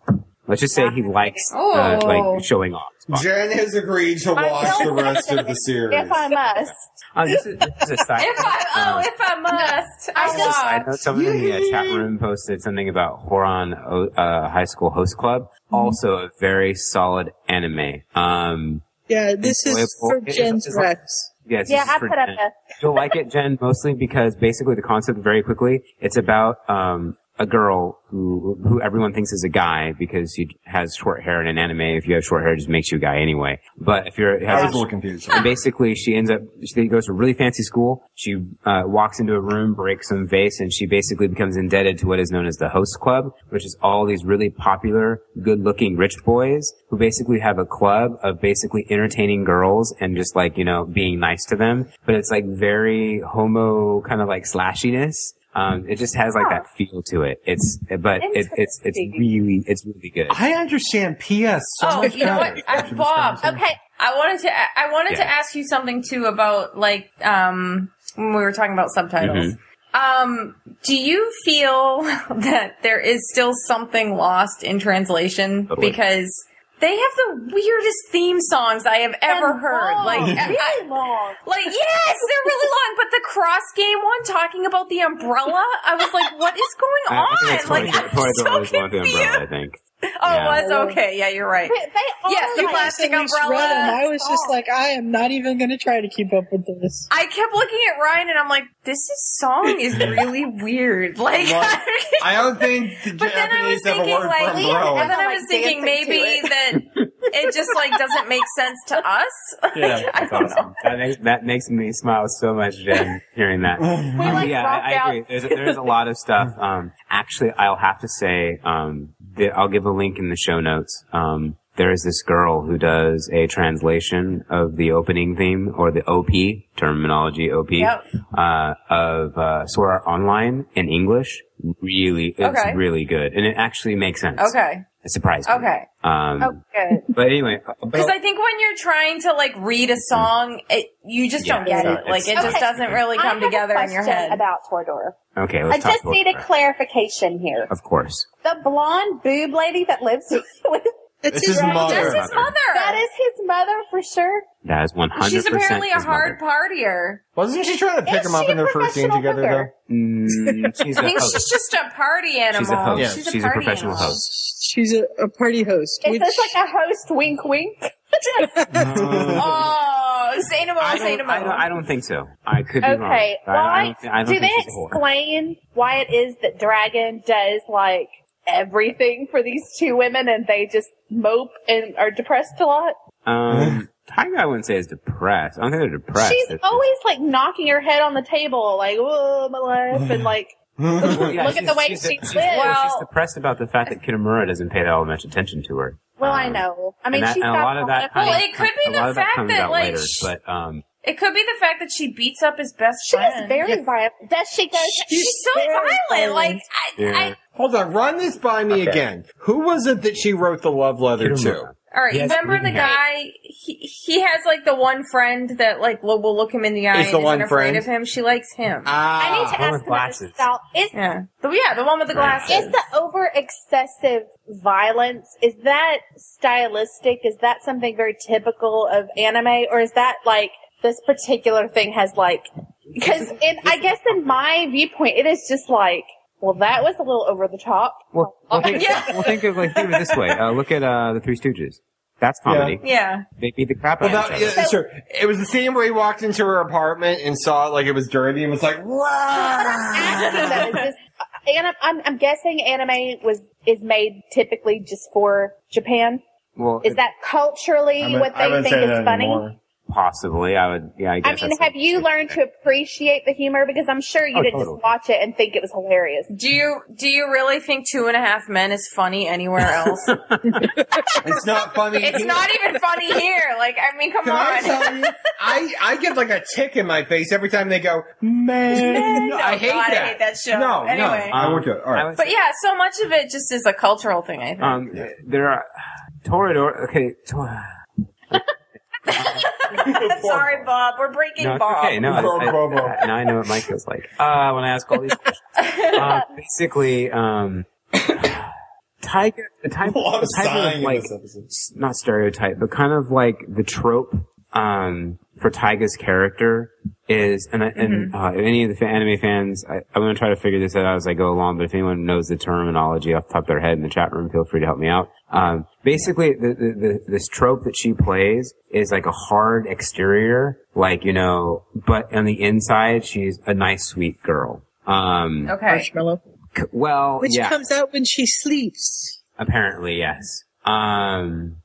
S6: Let's just say he likes uh,
S8: Oh.
S6: like showing off.
S2: Jen has agreed to watch the rest of the series.
S8: If I must.
S6: Oh, this is, this is a side.
S5: If I oh, if I must, I
S6: Just a side
S5: will.
S6: note, someone in the uh, chat room posted something about Horon uh, High School Host Club, also a very solid anime. Um,
S7: Yeah, this is for
S6: Enjoyable.
S7: Jen's
S6: It's like-
S7: Rex.
S6: yes,
S7: Yeah,
S6: this is
S7: I
S6: for
S7: put up
S6: Jen.
S7: a-
S6: You'll like it, Jen, mostly because basically the concept, very quickly, it's about um, a girl who who everyone thinks is a guy because she has short hair in an anime. If you have short hair, it just makes you a guy anyway. But if you're,
S2: I
S6: has
S2: was a little confused.
S6: and basically, she ends up, she goes to a really fancy school. She uh, walks into a room, breaks some vase, and she basically becomes indebted to what is known as the host club, which is all these really popular, good-looking rich boys who basically have a club of basically entertaining girls and just like, you know, being nice to them. But it's like very homo kind of like slashiness. Um, it just has like that feel to it. It's, but it, it's, it's really, it's really good.
S2: I understand PS so
S5: Oh,
S2: much
S5: you know what,
S2: better.
S5: I, Bob? Okay, I wanted to I I wanted to
S2: Yeah.
S5: ask you something too about like um when we were talking about subtitles.
S6: Mhm.
S5: Um, do you feel that there is still something lost in translation
S6: Totally.
S5: because they have the weirdest theme songs I have ever heard. Like, I- I-
S8: long.
S5: like yes, they're really long. But the cross game one talking about the umbrella, I was like, what is going
S6: I, I
S5: on?
S6: think it's
S5: like,
S6: Toradora- Toradora is one of the umbrella, I think.
S5: oh,
S6: Yeah.
S5: it was okay. Yeah, you're right.
S8: They
S5: yes, the
S7: You guys
S5: plastic
S7: at least read
S5: umbrella.
S7: 'em. I was just like, I am not even going to try to keep up with this.
S5: I kept looking at Ryan and I'm like, this is, song is really weird. Like,
S2: I don't think the Japanese have a
S5: thinking,
S2: word for
S5: like,
S2: umbrella.
S5: and then I was thinking maybe that it just like doesn't make sense to us.
S6: Yeah, that's awesome. That makes, that makes me smile so much, Jen, hearing that.
S5: like,
S6: yeah,
S5: rock
S6: I,
S5: out.
S6: I agree. There's, there's a lot of stuff. Um, actually, I'll have to say, um, that I'll give a link in the show notes. Um, there is this girl who does a translation of the opening theme or the OP terminology OP
S5: Yep.
S6: uh, of uh, Sword Art Online in English. Really, it's
S5: Okay.
S6: really good, and it actually makes sense.
S5: Okay.
S6: It surprised me.
S5: Okay.
S6: Um,
S5: Oh, good.
S6: But anyway,
S5: Because I think when you're trying to like read a song, it, you just don't
S6: Yeah,
S5: get it.
S6: it's-
S5: Like it just
S8: Okay.
S5: doesn't really
S8: I
S5: come
S8: have a
S5: together in your
S8: question
S5: head.
S8: About Toradora.
S6: okay,
S8: I
S6: let's talk
S8: just
S6: about
S8: need a clarification here.
S6: Of course.
S8: The blonde boob lady that lives with.
S6: It's his mother. That's his mother.
S8: That is his mother for sure.
S6: That is 100%
S5: She's apparently a
S6: his
S5: hard partier.
S2: Wasn't she trying to pick him up in their first scene together,
S6: mother. Mm, she's
S5: I
S6: a
S5: think
S6: host.
S5: she's just a party animal.
S6: She's a host.
S5: She's
S6: She's,
S5: a
S6: a,
S5: party
S6: professional
S5: animal.
S6: host.
S7: She's a, a party host.
S8: Is this like a host wink wink?
S5: oh, Zainamo,
S6: I don't, I, don't, I don't think so. I could be wrong.
S8: Okay.
S6: I, I
S8: Why
S6: don't, thi- I don't
S8: do they
S6: think she's a whore.
S8: explain why it is that Dragon does like everything for these two women and they just mope and are depressed a lot?
S6: Um, Tiger, I wouldn't say is depressed. I don't think they're depressed.
S8: She's
S6: They're-
S8: always like knocking her head on the table, like, oh, my life, and like,
S6: Well, yeah,
S8: look at
S6: she's-
S8: the way
S6: she's-
S8: she
S6: she's-
S8: lives.
S6: well, she's depressed about the fact that Kitamura doesn't pay all that much attention to her. Um,
S8: Well, I know. I mean,
S6: and that,
S8: she's
S6: and
S8: got
S6: a lot of that.
S8: Well,
S6: comes-
S8: it could
S5: be
S6: a
S5: the
S6: lot of that
S5: fact
S6: comes
S5: that,
S6: out
S5: like,
S6: later,
S5: sh-
S6: but um,
S5: It could be the fact that she beats up his best friend. She is
S8: very violent. Does she go?
S5: she's so violent. Like I,
S2: Yeah. Hold on, run this by me
S6: Okay.
S2: again. Who was it that she wrote the love letter to?
S5: all right. remember the guy? He he has like the one friend that like lo- will look him in the eye
S2: It's
S5: and
S2: the
S5: isn't
S2: one
S5: afraid
S2: friend?
S5: of him. She likes him.
S6: Uh,
S2: Ah,
S8: I need to ask glasses. About, is,
S5: yeah. The, yeah, the one with the glasses.
S8: Is the over excessive violence, is that stylistic? Is that something very typical of anime? Or is that like this particular thing has like, because in, I guess in my viewpoint, it is just like, well, that was a little over the top.
S6: well, well, think, well, think of like think of it this way. Uh, look at uh, the Three Stooges. That's comedy.
S5: Yeah.
S6: They beat the crap out
S2: Well,
S6: of
S2: that,
S6: each
S2: yeah,
S6: other.
S2: sure. It was the scene where he walked into her apartment and saw it like it was dirty and was like, "Wow."
S8: That is just- anim- I'm, I'm guessing anime was is made typically just for Japan.
S6: Well,
S8: Is that culturally
S6: I would-
S8: what
S6: I
S8: they
S6: wouldn't
S8: think
S6: say
S8: is
S6: that
S8: funny?
S6: anymore. possibly, I would. Yeah, I
S8: I
S6: guess.
S8: mean,
S6: that's
S8: have you learned to appreciate the humor? Because I'm sure you
S6: Oh,
S8: didn't
S6: totally.
S8: just watch it and think it was hilarious.
S5: Do you do you really think Two and a Half Men is funny anywhere else?
S2: It's not funny.
S5: it's
S2: here.
S5: not even funny here. Like I mean, come
S2: Can I tell
S5: on.
S2: you? I, I get like a tick in my face every time they go, man.
S5: Man.
S2: I,
S5: Oh,
S2: hate
S5: God, I
S2: that.
S5: hate that show.
S2: No,
S6: Um,
S5: Anyway.
S2: no. I won't do it. All right.
S5: But yeah, so much of it just is a cultural thing. I think.
S6: Um, there are Toradora. Okay, Tor-
S5: Sorry, Bob. We're breaking
S6: no, it's
S5: Bob.
S6: okay. No, I, I, I, now I know what Mike feels like. Uh, when I ask all these questions, um, basically, um, tiger, the type,
S4: A lot of
S6: the type
S4: sighing
S6: of
S4: in
S6: like,
S4: this episode.
S6: s- not stereotype, but kind of like the trope, um, for Tyga's character is, and, I
S7: Mm-hmm.
S6: and uh, if any of the fa- anime fans, I, I'm going to try to figure this out as I go along, but if anyone knows the terminology off the top of their head in the chat room, feel free to help me out. Um, basically, the, the, the, this trope that she plays is like a hard exterior, like, you know, but on the inside, she's a nice, sweet girl. Um,
S7: Okay. Marshmallow.
S6: c- well,
S7: Which
S6: yeah.
S7: comes out when she sleeps.
S6: Apparently, yes. Um,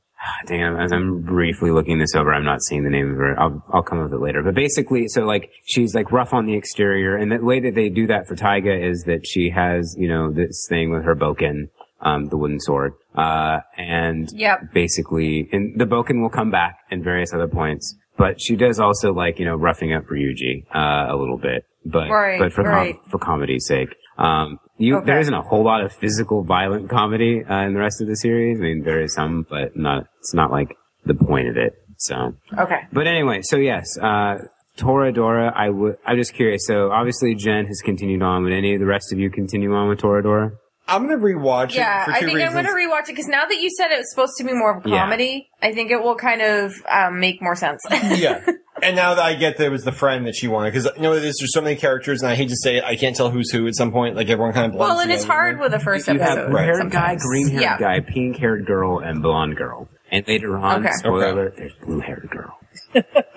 S6: damn, as I'm briefly looking this over, I'm not seeing the name of her. I'll, I'll come up with it later. But basically, so like, she's like rough on the exterior, and the way that they do that for Taiga is that she has, you know, this thing with her boken, um, the wooden sword, uh, and
S5: Yep.
S6: basically, and the boken will come back in various other points, but she does also like, you know, roughing up Ryuji, uh, a little bit, but,
S5: Right,
S6: but for, com-
S5: right.
S6: for comedy's sake. Um, you, there isn't a whole lot of physical violent comedy uh, in the rest of the series. I mean, there is some, but not. It's not like the point of it. So,
S5: Okay.
S6: but anyway, so yes, uh, Toradora. I would. I'm just curious. So obviously, Jen has continued on. Would any of the rest of you continue on with Toradora?
S2: I'm gonna rewatch
S5: Yeah, I think I'm going to rewatch it because now that you said it was supposed to be more of a
S2: Yeah.
S5: comedy, I think it will kind of um, make more sense.
S2: yeah. And now that I get that it was the friend that she wanted, because you know there's, there's so many characters, and I hate to say it, I can't tell who's who at some point. Like everyone kind of blends
S5: well, it is
S2: together.
S5: hard with the first
S6: You have
S5: episode.
S6: red-haired guy,
S5: sometimes.
S6: green-haired
S5: yeah.
S6: guy, pink-haired girl, and blonde girl. And later on,
S5: Okay.
S6: spoiler
S5: Okay.
S6: alert, there's blue-haired girl.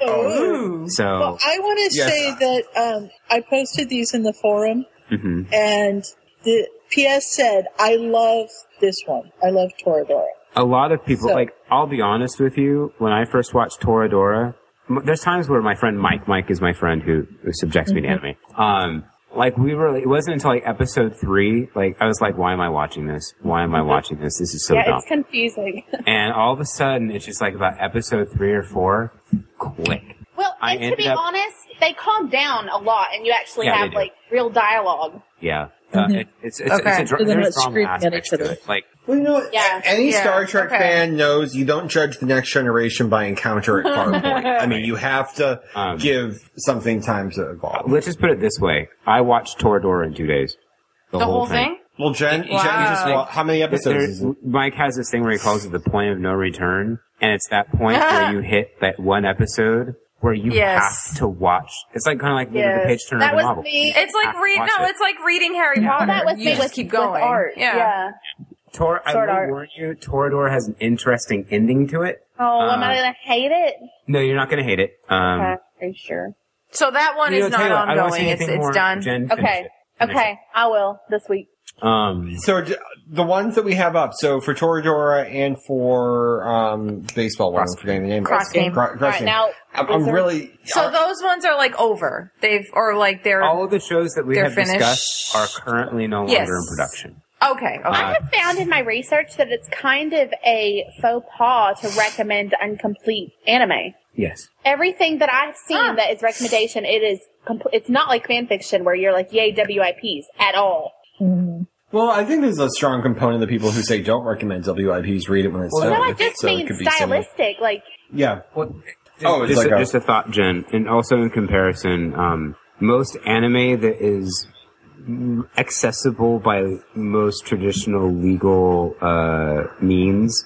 S7: Ooh.
S6: So,
S7: Oh. Well, I want to
S6: Yes.
S7: say that um, I posted these in the forum,
S6: mhm.
S7: and the PS said, "I love this one. I love Toradora."
S6: a lot of people, like, I'll be honest with you, when I first watched Toradora, m- there's times where my friend Mike, Mike is my friend who, who subjects me to
S12: Mhm.
S6: anime.
S5: Mm-hmm.
S6: Um, like we were, it wasn't until like episode three, like I was like, why am I watching this? Why am I
S5: Mm-hmm.
S6: watching this? This is so
S8: yeah,
S6: dumb.
S8: it's confusing.
S6: and all of a sudden, it's just like about episode three or four, click.
S8: well,
S6: I
S8: and to
S6: ended
S8: be
S6: up-
S8: honest, they calm down a lot, and you actually
S6: Yeah, they
S8: have
S6: do.
S8: like real dialogue.
S6: Yeah. Uh,
S2: Mhm.
S6: it, it's, it's,
S2: Okay.
S6: it's a dra-
S2: So they're
S6: there's
S2: not
S6: drama
S2: screaming at
S6: aspects
S2: each
S6: to it. Like,
S2: Well, you know, what? any Star Trek
S5: okay.
S2: fan knows you don't judge the next generation by encounter at Farm Point. I mean, you have to
S6: Um,
S2: give something time to evolve.
S6: let's just put it this way. I watched Toradora in two days.
S5: The whole thing?
S2: Well, Jen,
S5: Wow.
S2: Jen just wa- how many episodes
S6: There-
S2: is it?
S6: Mike has this thing where he calls it the point of no return, and it's that point where you hit that one episode where you
S5: Yes.
S6: have to watch. It's like kind of like the- the page turner of a novel.
S5: It's like read.
S6: Ah, watch
S5: No,
S6: it.
S5: it's like reading Harry Potter.
S8: That was
S5: you
S8: me
S5: just
S8: with-
S5: keep
S8: with
S5: going.
S8: art.
S5: Yeah.
S8: Yeah.
S6: Tor, I
S8: Sword
S6: will
S8: art.
S6: warn you, Toradora has an interesting ending to it.
S8: Oh, am
S6: Uh,
S8: I gonna hate it?
S6: No, you're not going to hate it. Um,
S8: okay, are you sure?
S5: So that one
S6: You know,
S5: is
S6: tell
S5: not
S6: you what, I don't wanna say
S5: ongoing. It's
S6: anything more.
S5: it's done.
S6: Jen, finish
S8: Okay, okay, I will this week.
S6: Um,
S2: so d- the ones that we have up, so for Toradora and for um, baseball one, I'm forgetting the name.
S5: Cross game.
S2: Cro- Cross game. I'm, I'm really
S5: So those ones are like over. They've or like they're
S6: all of the shows that we
S5: They're
S6: have
S5: finished.
S6: discussed are currently no longer
S5: Yes.
S6: in production.
S5: okay. Okay.
S6: Uh,
S8: I found in my research that it's kind of a faux pas to recommend incomplete anime.
S6: Yes.
S8: Everything that I've seen that is recommendation, it is compl- it's not like fan fiction where you're like, yay, WIPs at all.
S2: Well, I think there's a strong component of the people who say don't recommend WIPs read it when it's
S8: Well,
S2: done.
S8: no, I just
S2: so
S8: mean
S2: it could be similar.
S8: stylistic. Like,
S2: Yeah.
S6: oh,
S2: oh, it's
S6: just,
S2: like
S6: a,
S2: a-
S6: just a thought, Jen, and also in comparison, um, most anime that is accessible by most traditional legal uh, means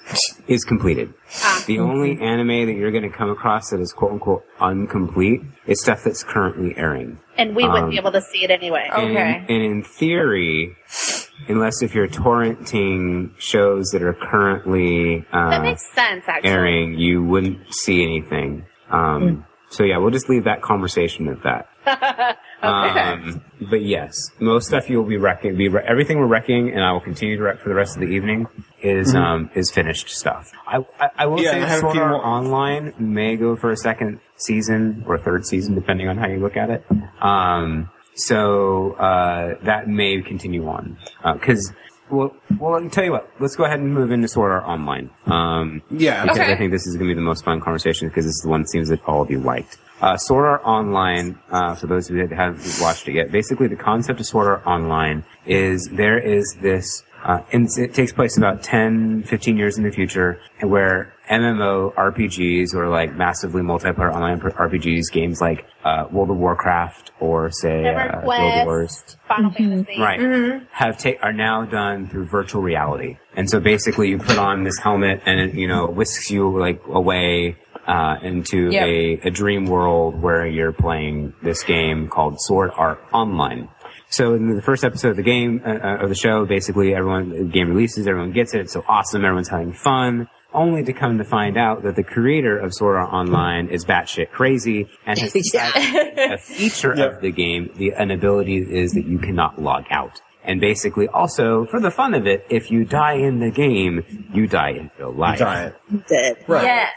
S6: is completed.
S5: Ah.
S6: The only anime that you're going to come across that is quote unquote uncomplete is stuff that's currently airing.
S8: and we wouldn't
S6: Um,
S8: be able to see it anyway.
S6: And- And, in theory, unless if you're torrenting shows that are currently uh,
S8: that makes sense, actually.
S6: airing, you wouldn't see anything. Um, So yeah, we'll just leave that conversation at that. Um, but yes, most stuff you'll be wrecking. Be re- everything we're wrecking, and I will continue to wreck for the rest of the evening. Is
S12: Mhm.
S6: um is finished stuff. I I, I will
S12: Yeah,
S6: say
S12: and I have a
S6: Sword
S12: few
S6: Art
S12: more-
S6: Online may go for a second season or third season, depending on how you look at it. Um, so uh, that may continue on because. well, well, I'll tell you what. Let's go ahead and move into Sword Art Online. Um,
S2: Yeah.
S6: because
S2: Okay.
S6: I think this is going to be the most fun conversation because this is the one that seems that all of you liked. Uh, Sword Art Online, uh, for those of you that haven't watched it yet, basically the concept of Sword Art Online is there is this, uh, and it's- it takes place about 10, 15 years in the future where MMO RPGs or like massively multiplayer online RPGs, games like, uh, World of Warcraft or say, uh, Guild Wars
S8: Final
S6: Mm-hmm.
S8: Fantasy.
S6: Right. have ta- are now done through virtual reality. And so basically, you put on this helmet, and it, you know whisks you like away uh, into
S12: Yep.
S6: a, a dream world where you're playing this game called Sword Art Online. So in the first episode of the game uh, uh, of the show, basically everyone the game releases, everyone gets it. It's so awesome, everyone's having fun. Only to come to find out that the creator of Sword Art Online is batshit crazy and has a feature of the game, the an ability is that you cannot log out. And basically, also for the fun of it, if you die in the game, you die in real life.
S2: die.
S3: Dead.
S2: Right.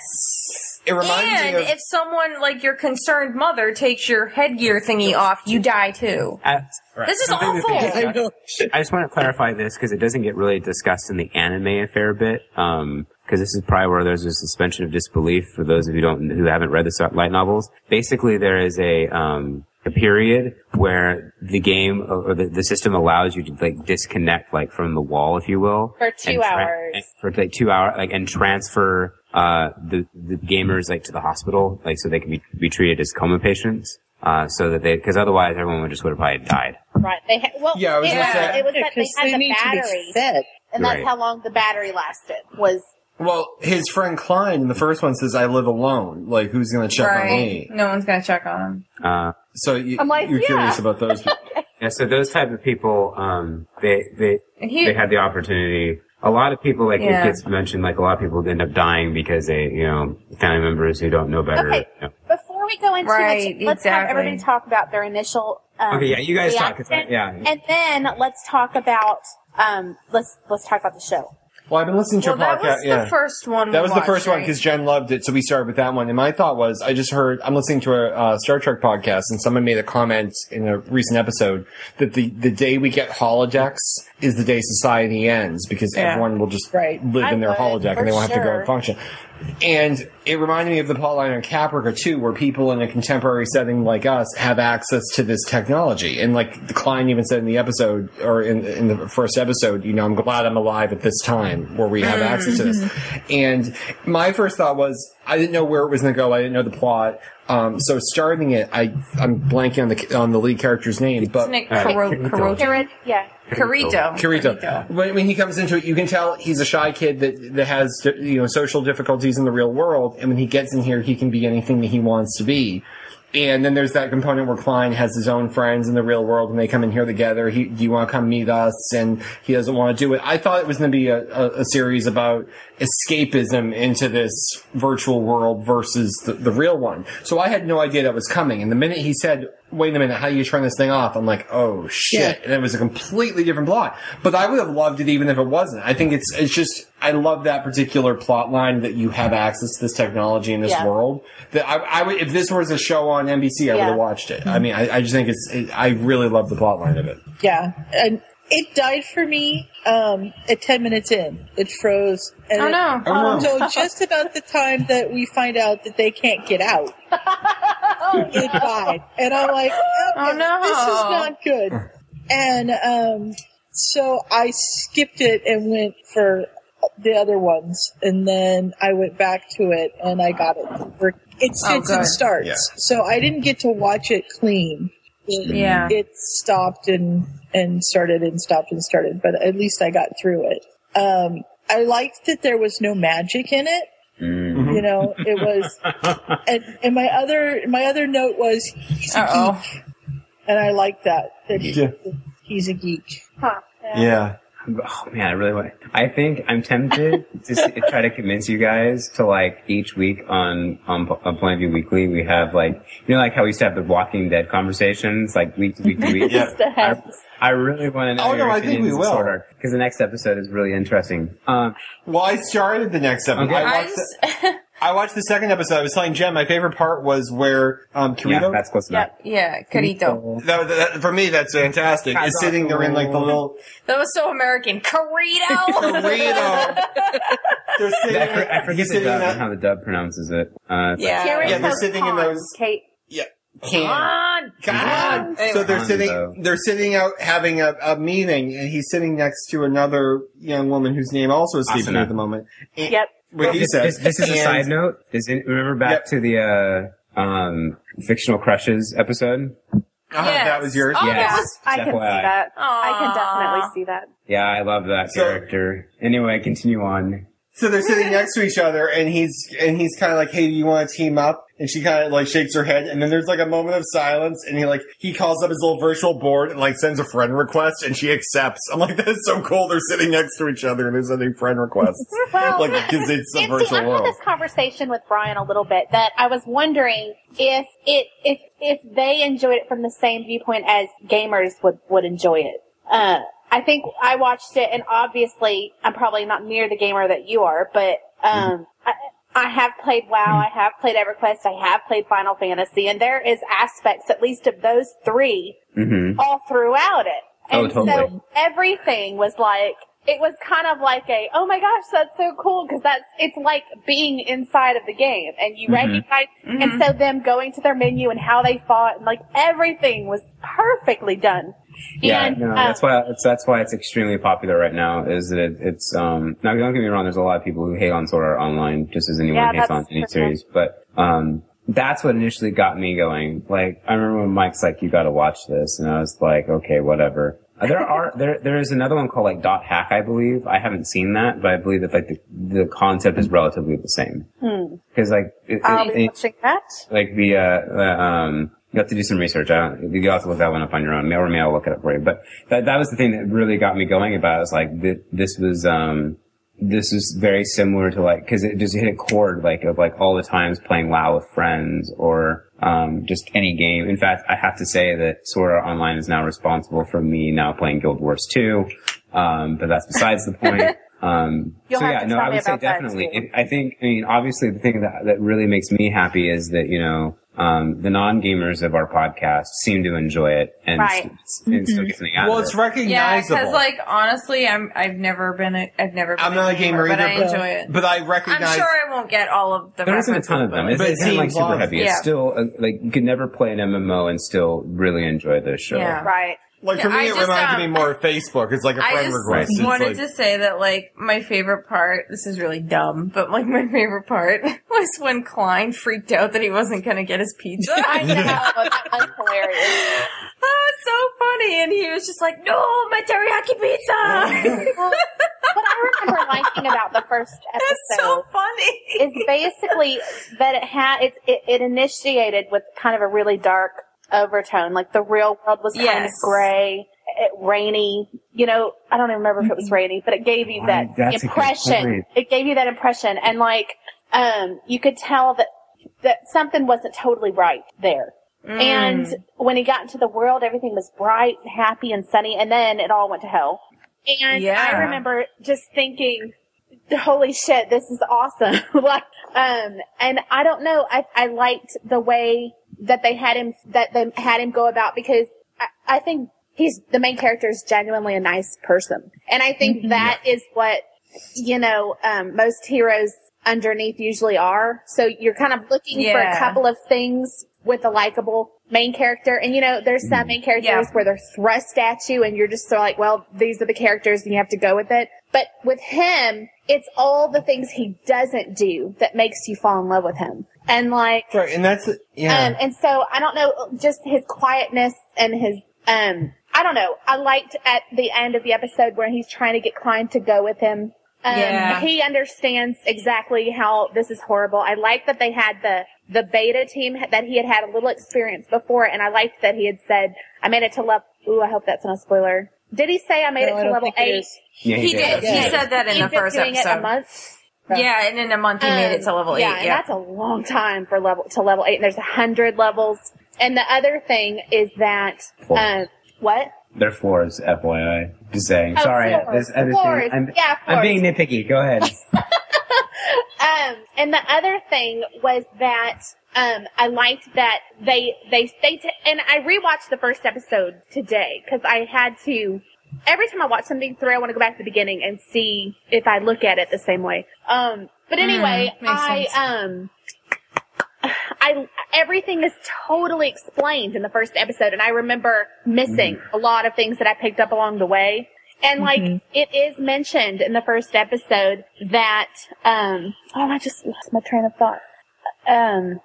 S5: Yes.
S2: It reminds me
S5: and
S2: of-
S5: if someone like your concerned mother takes your headgear thingy off, you die too. This is
S6: Something to think
S5: awful.
S6: about. I just want to clarify this because it doesn't get really discussed in the anime a fair bit. Um 'cause because this is probably where there's a suspension of disbelief for those of you don't who haven't read the light novels. Basically, there is a um a period where the game uh, or the, the system allows you to like disconnect like from the wall, if you will,
S8: For two
S6: and tra-
S8: hours.
S6: and- for like two hours, like and transfer uh the the gamers like to the hospital, like so they can be be treated as coma patients. Uh, so that they, because otherwise everyone would just would have probably died.
S8: Right. They ha- well,
S6: Yeah, I was
S8: it,
S6: gonna say-
S8: it was
S6: Yeah,
S8: that they
S6: 'cause
S8: had
S6: they
S8: the
S6: need to be
S8: battery, and
S6: You're
S8: that's
S6: right.
S8: how long the battery lasted. Was
S2: Well, his friend Klein in the first one says, "I live alone. Like, who's going to check on
S5: Right.
S2: me?"
S5: No one's gonna check on him.
S6: Uh,
S2: so you,
S5: I'm like,
S2: you're curious
S5: yeah.
S2: about those. people.
S6: Yeah, so those type of people, um, they they
S5: And here-
S6: they had the opportunity. A lot of people, like
S5: Yeah.
S6: it gets mentioned, like a lot of people end up dying because they, you know, family members who don't know better.
S8: Okay.
S6: you know.
S8: before we go into
S5: Right,
S8: it, let's have
S5: exactly.
S8: everybody talk about their initial. Um,
S6: Okay, yeah, you guys talk,
S8: reaction,
S6: 'cause I- yeah.
S8: and then let's talk about um, let's let's talk about the show.
S2: Well, I've been listening to
S8: Well,
S2: a
S8: that
S2: podcast.
S8: was the
S2: yeah.
S8: first one we
S2: That was the
S8: watched,
S2: first one
S8: right?
S2: because Jen loved it, so we started with that one. And my thought was, I just heard I'm listening to a uh, Star Trek podcast, and someone made a comment in a recent episode that the the day we get holodecks is the day society ends because
S12: Yeah.
S2: everyone will just live in their holodeck
S12: for
S2: and they won't have to go
S12: sure.
S2: and function. And it reminded me of the plot line of Caprica too, where people in a contemporary setting like us have access to this technology. And like Klein even said in the episode, or in, in the first episode, you know, I'm glad I'm alive at this time where we have access to this. And my first thought was, I didn't know where it was going to go. I didn't know the plot. Um, so starting it, I I'm blanking on the on the lead character's name, but
S5: Nick Caro- Caro-
S8: Yeah.
S5: Carito.
S2: Kirito. When, when he comes into it, you can tell he's a shy kid that that has you know social difficulties in the real world, and when he gets in here, he can be anything that he wants to be. And then there's that component where Klein has his own friends in the real world, and they come in here together. He, do you want to come meet us? And he doesn't want to do it. I thought it was going to be a, a, a series about escapism into this virtual world versus the, the real one. So I had no idea that was coming. And the minute he said, "Wait a minute, how do you turn this thing off?" I'm like, "Oh shit!"
S12: Yeah.
S2: and it was a completely different plot. But I would have loved it even if it wasn't. I think it's it's just I love that particular plot line that you have access to this technology in this
S12: Yeah.
S2: world. That I, I would if this was a show on NBC, I would
S7: Yeah.
S2: have watched it. I mean, I, I just think it's it, I really love the plot line of it.
S7: Yeah, and it died for me um, at ten minutes in. It froze. And
S5: Oh,
S7: it-
S5: no. Oh, no.
S7: So just about the time that we find out that they can't get out, it died, and I'm like,
S5: Oh,
S7: okay,
S5: no.
S7: this is not good. And um, so I skipped it and went for the other ones, and then I went back to it and I got it. We're- It
S5: Oh,
S7: sits
S5: good.
S7: and starts,
S5: Yeah.
S7: so I didn't get to watch it clean. It,
S5: Yeah.
S7: it stopped and and started and stopped and started, but at least I got through it. Um, I liked that there was no magic in it.
S2: Mm-hmm.
S7: You know, it was and, and my other my other note was he's a
S5: Uh-oh.
S7: geek, and I like that that he,
S2: Yeah.
S7: he's a geek.
S2: Yeah.
S6: Oh man, I really want. I think I'm tempted to s- try to convince you guys to like each week on on, P- on Point of View Weekly we have like you know like how we used to have the Walking Dead conversations like week to week to week. I, I really want to know.
S2: Oh,
S6: your
S2: no, I
S6: opinions
S2: think we will.
S6: because the next episode is really interesting. Um,
S2: well, I started the next episode. I
S5: I'm
S2: watched, the, I watched the second episode. I was telling Jen my favorite part was where um, Carito. Yeah, that's
S6: close
S5: Yep. Yeah, Carito.
S2: That, that- for me, that's fantastic. Is sitting there in like the little.
S5: That was so American. Carito.
S2: Carito. They're sitting.
S6: I, for- I forget the
S2: sitting
S6: dub
S2: in
S6: and how the dub pronounces it. Uh, it's
S2: Yeah.
S6: like-
S2: Yeah, they're sitting in those.
S10: Kate.
S2: Yeah.
S6: Come
S2: on. God. So they're
S6: Anyway.
S2: sitting.
S6: Though.
S2: They're sitting out having a, a meeting, and he's sitting next to another young woman whose name also is sleeping
S6: Asuna.
S2: at the moment. And-
S10: Yep.
S2: What he
S6: this,
S2: said.
S6: this- this is a
S2: And-
S6: side note. Is it, remember back to the uh, um, fictional crushes episode?
S2: Ah, That was yours.
S6: Oh,
S10: yeah.
S6: that was-
S10: I can see
S6: FYI.
S10: that. I can definitely see that.
S6: Yeah, I love that character. Anyway, continue on.
S2: So they're sitting next to each other, and he's and he's kind of like, "Hey, do you want to team up?" And she kind of like shakes her head, and then there's like a moment of silence, and he like he calls up his little virtual board and like sends a friend request, and she accepts. I'm like, that's so cool. They're sitting next to each other, and they're sending friend requests,
S8: Well,
S2: like because it's a
S8: And see, I
S2: virtual
S8: had
S2: world.
S8: this conversation with Brian a little bit that I was wondering if it if if they enjoyed it from the same viewpoint as gamers would would enjoy it. Uh, I think I watched it, and obviously, I'm probably not near the gamer that you are, but
S2: Mm-hmm.
S8: um, I, I have played WoW, I have played EverQuest, I have played Final Fantasy, and there is aspects, at least of those three,
S6: Mm-hmm.
S8: all throughout it.
S6: Oh,
S8: And
S6: totally.
S8: so everything was like, it was kind of like a, oh my gosh, that's so cool because that's, it's like being inside of the game and you
S6: Mm-hmm.
S10: Mhm.
S8: recognize, and so them going to their menu and how they fought and like everything was perfectly done.
S6: Yeah,
S8: and,
S6: no,
S13: uh,
S8: um,
S6: that's why it's that's why it's extremely popular right now. Is that it, it's um now don't get me wrong, there's a lot of people who hate on Sword Art Online just as anyone
S13: Yeah,
S6: hates on
S13: that's
S6: any
S13: for sure.
S6: series, but um that's what initially got me going. Like I remember when Mike's like, "You got to watch this," and I was like, "Okay, whatever." Uh, There are there there is another one called like Dot Hack, I believe. I haven't seen that, but I believe that like the the concept is relatively the same
S10: Hmm.
S6: because like it,
S13: Um,
S10: I'll
S6: it-
S10: be
S6: it-
S10: watching that.
S6: like the uh, the, um you have to do some research. I don't, you have to look that one up on your own. Or may I'll look it up for you. But that that was the thing that really got me going about. It. It's like this, this was um this is very similar to like because it just hit a chord like of like all the times playing WoW with friends or um just any game. In fact, I have to say that Sword Art Online is now responsible for me now playing Guild Wars 2. Um, but that's besides the point. Um,
S13: You'll
S6: so
S13: have
S6: yeah,
S13: to
S6: no,
S13: tell
S6: I
S13: me
S6: would say
S13: about that,
S6: definitely.
S13: too.
S6: If- I think, I mean, obviously the thing that, that really makes me happy is that, you know, um, the non-gamers of our podcast seem to enjoy it and,
S5: Right. Mm-hmm.
S6: s- and still get something out
S2: Well,
S6: of
S2: it's
S6: it.
S5: Yeah, because
S2: recognizable.
S5: like honestly, I'm I've never been a, I've never been
S2: I'm not a gamer
S5: but
S2: either,
S5: I enjoy it.
S2: but I
S5: I'm
S2: recognize.
S5: sure I won't get all of the.
S6: There isn't a
S5: references,
S6: ton of them. It's,
S2: But
S6: it's not like
S2: seems
S6: super
S2: long.
S6: heavy.
S5: Yeah.
S6: It's still, uh, like, you could never play an MMO and still really enjoy the show.
S5: Yeah.
S10: Right.
S2: Like for
S5: Yeah, I
S2: me, it
S5: just,
S2: reminded
S5: um,
S2: me more of Facebook. It's like a
S5: I
S2: friend
S5: just
S2: request. It's
S5: wanted
S2: like-
S5: to say that, like, my favorite part, this is really dumb, but like, my favorite part was when Klein freaked out that he wasn't gonna get his pizza.
S8: I know, that was hilarious.
S5: oh, it's so funny. And he was just like, no, my teriyaki pizza.
S8: what I remember liking about the first episode so
S5: funny.
S8: is basically that it had it, it it initiated with kind of a really dark overtone. Like the real world was kind
S5: Yes.
S8: of gray, it, rainy. You know, I don't even remember if it was rainy, but it gave you
S10: Mm-hmm. Right,
S8: that
S10: that's a good
S8: impression.
S10: point.
S8: It gave you that impression, and like um, you could tell that that something wasn't totally right there.
S10: Mm.
S8: And when he got into the world, everything was bright, and happy, and sunny, and then it all went to hell. And
S10: Yeah.
S8: I remember just thinking, holy shit, this is awesome. like, um, and I don't know, I, I liked the way that they had him, that they had him go about because I, I think he's, the main character is genuinely a nice person. And I
S10: Mm-hmm.
S8: think that is what, you know, um, most heroes underneath usually are. So you're kind of looking for
S10: Yeah.
S8: a couple of things with a likable main character. And you know, there's some main characters
S10: Yeah.
S8: where they're thrust at you and you're just sort of like, well, these are the characters and you have to go with it. But with him, it's all the things he doesn't do that makes you fall in love with him. And like,
S2: right, and that's yeah.
S8: um, and so I don't know, just his quietness and his, um, I don't know. I liked at the end of the episode where he's trying to get Klein to go with him. Um,
S10: Yeah.
S8: he understands exactly how this is horrible. I like that they had the, the beta team that he had had a little experience before and I liked that he had said, I made it to level Ooh, I hope that's not a spoiler. Did he say I made
S5: No, I
S8: it to
S5: don't
S8: level
S5: think it
S8: eight?
S5: is. Yeah, he He did. did. He said that in
S8: He's
S5: the
S8: been
S5: first
S8: doing It a
S5: episode.
S8: month.
S5: Yeah, and in a month he made it to level
S8: Um, yeah,
S5: eight.
S8: and
S5: Um, Yeah,
S8: that's a long time for level to level eight. And there's a hundred levels. And the other thing is that
S6: Four.
S8: um, what?
S6: They're floors, FYI. Just saying.
S8: Oh,
S6: Sorry.
S8: floors.
S6: this- I just-
S8: Floors.
S6: I'm,
S8: Yeah,
S6: I'm
S8: floors.
S6: being nitpicky. Go ahead.
S8: Um, and the other thing was that um, I liked that they they they t- and I rewatched the first episode today because I had to. Every time I watch something through, I want to go back to the beginning and see if I look at it the same way. Um, but
S5: Mm,
S8: anyway,
S5: makes
S8: I
S5: sense.
S8: um, I everything is totally explained in the first episode, and I remember missing
S5: Mm-hmm.
S8: a lot of things that I picked up along the way. And like
S5: Mhm.
S8: it is mentioned in the first episode that um oh I just lost my train of thought. Um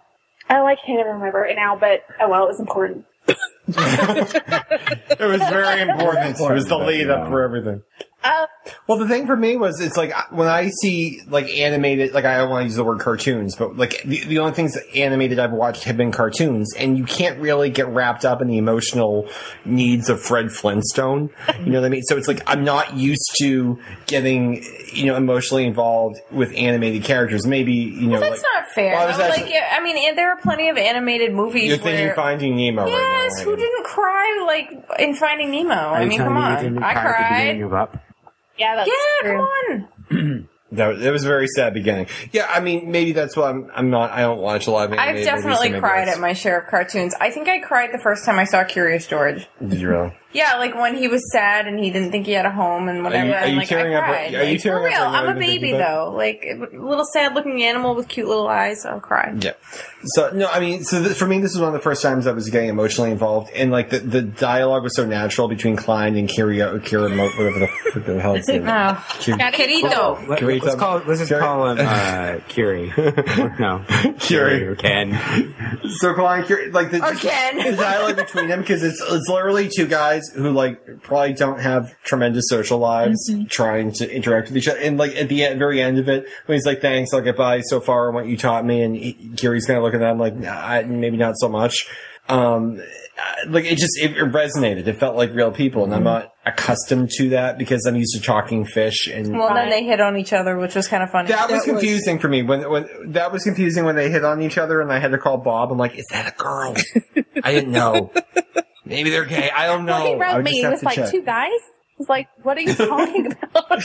S8: oh I can't even remember it now, but oh well it was important.
S2: It was very important. It was the lead up for everything.
S5: Um,
S2: Well, the thing for me was, it's like I- when I see like animated, like I don't want to use the word cartoons, but like the, the only things animated I've watched have been cartoons, and you can't really get wrapped up in the emotional needs of Fred Flintstone. You know what I mean? So it's like I'm not used to getting you know emotionally involved with animated characters. Maybe you know
S5: that's
S2: like,
S5: not fair.
S2: Well, I was
S5: though.
S2: actually-
S5: like, yeah, I mean, and there are plenty of animated movies
S2: you're
S5: where
S2: thinking Finding Nemo right now.
S5: yes, who didn't cry like in Finding Nemo? I mean, come on, I cried.
S8: Yeah, that's
S5: yeah, come on.
S2: That was, it was a very sad beginning. Yeah, I mean, maybe that's why I'm, I'm not, I don't watch a lot of anime
S5: I've definitely cried at my share of cartoons. I think I cried the first time I saw Curious George.
S2: Did you really?
S5: Yeah, like when he was sad and he didn't think he had a home and whatever.
S2: you- are
S5: and,
S2: you
S5: like,
S2: tearing
S5: I
S2: up-
S5: cried.
S2: are you tearing
S5: Like, for
S2: up
S5: real?
S2: right now
S5: I'm a
S2: even thinking
S5: baby
S2: about
S5: though. Like a little sad-looking animal with cute little eyes. I'll cry.
S2: Yeah. So, no, I mean, so th- for me, this was one of the first times I was getting emotionally involved, and like the, the dialogue was so natural between Klein and Kirio, Kira, Mo- whatever the, frick the hell it's
S5: No. Querido.
S6: Let, us call, let's just call him uh, Curie. no. Curie. or Ken.
S2: So Klein, Kira, like the,
S5: the
S2: dialogue between them, because it's, it's literally two guys who like probably don't have tremendous social lives trying to interact with each other. And like at the end, very end of it, when he's like, thanks, I'll get by so far on what you taught me. And he, Kiri's kind of looking at him like, "Nah, I, maybe not so much. Um, uh, like it just, it, it resonated. It felt like real people. And I'm not accustomed to that because I'm used to talking fish and
S5: Well, then they hit on each other, which was kind of funny.
S2: that was confusing for me when when that was confusing when they hit on each other and I had to call Bob. I'm like, is that a girl? I didn't know. Maybe they're gay. I don't know.
S8: Well, he
S2: Oh, I
S8: wrote
S2: would
S8: me,
S2: just
S8: he
S2: have
S8: was
S2: to
S8: like
S2: check.
S8: two guys? He's like, What are you talking about?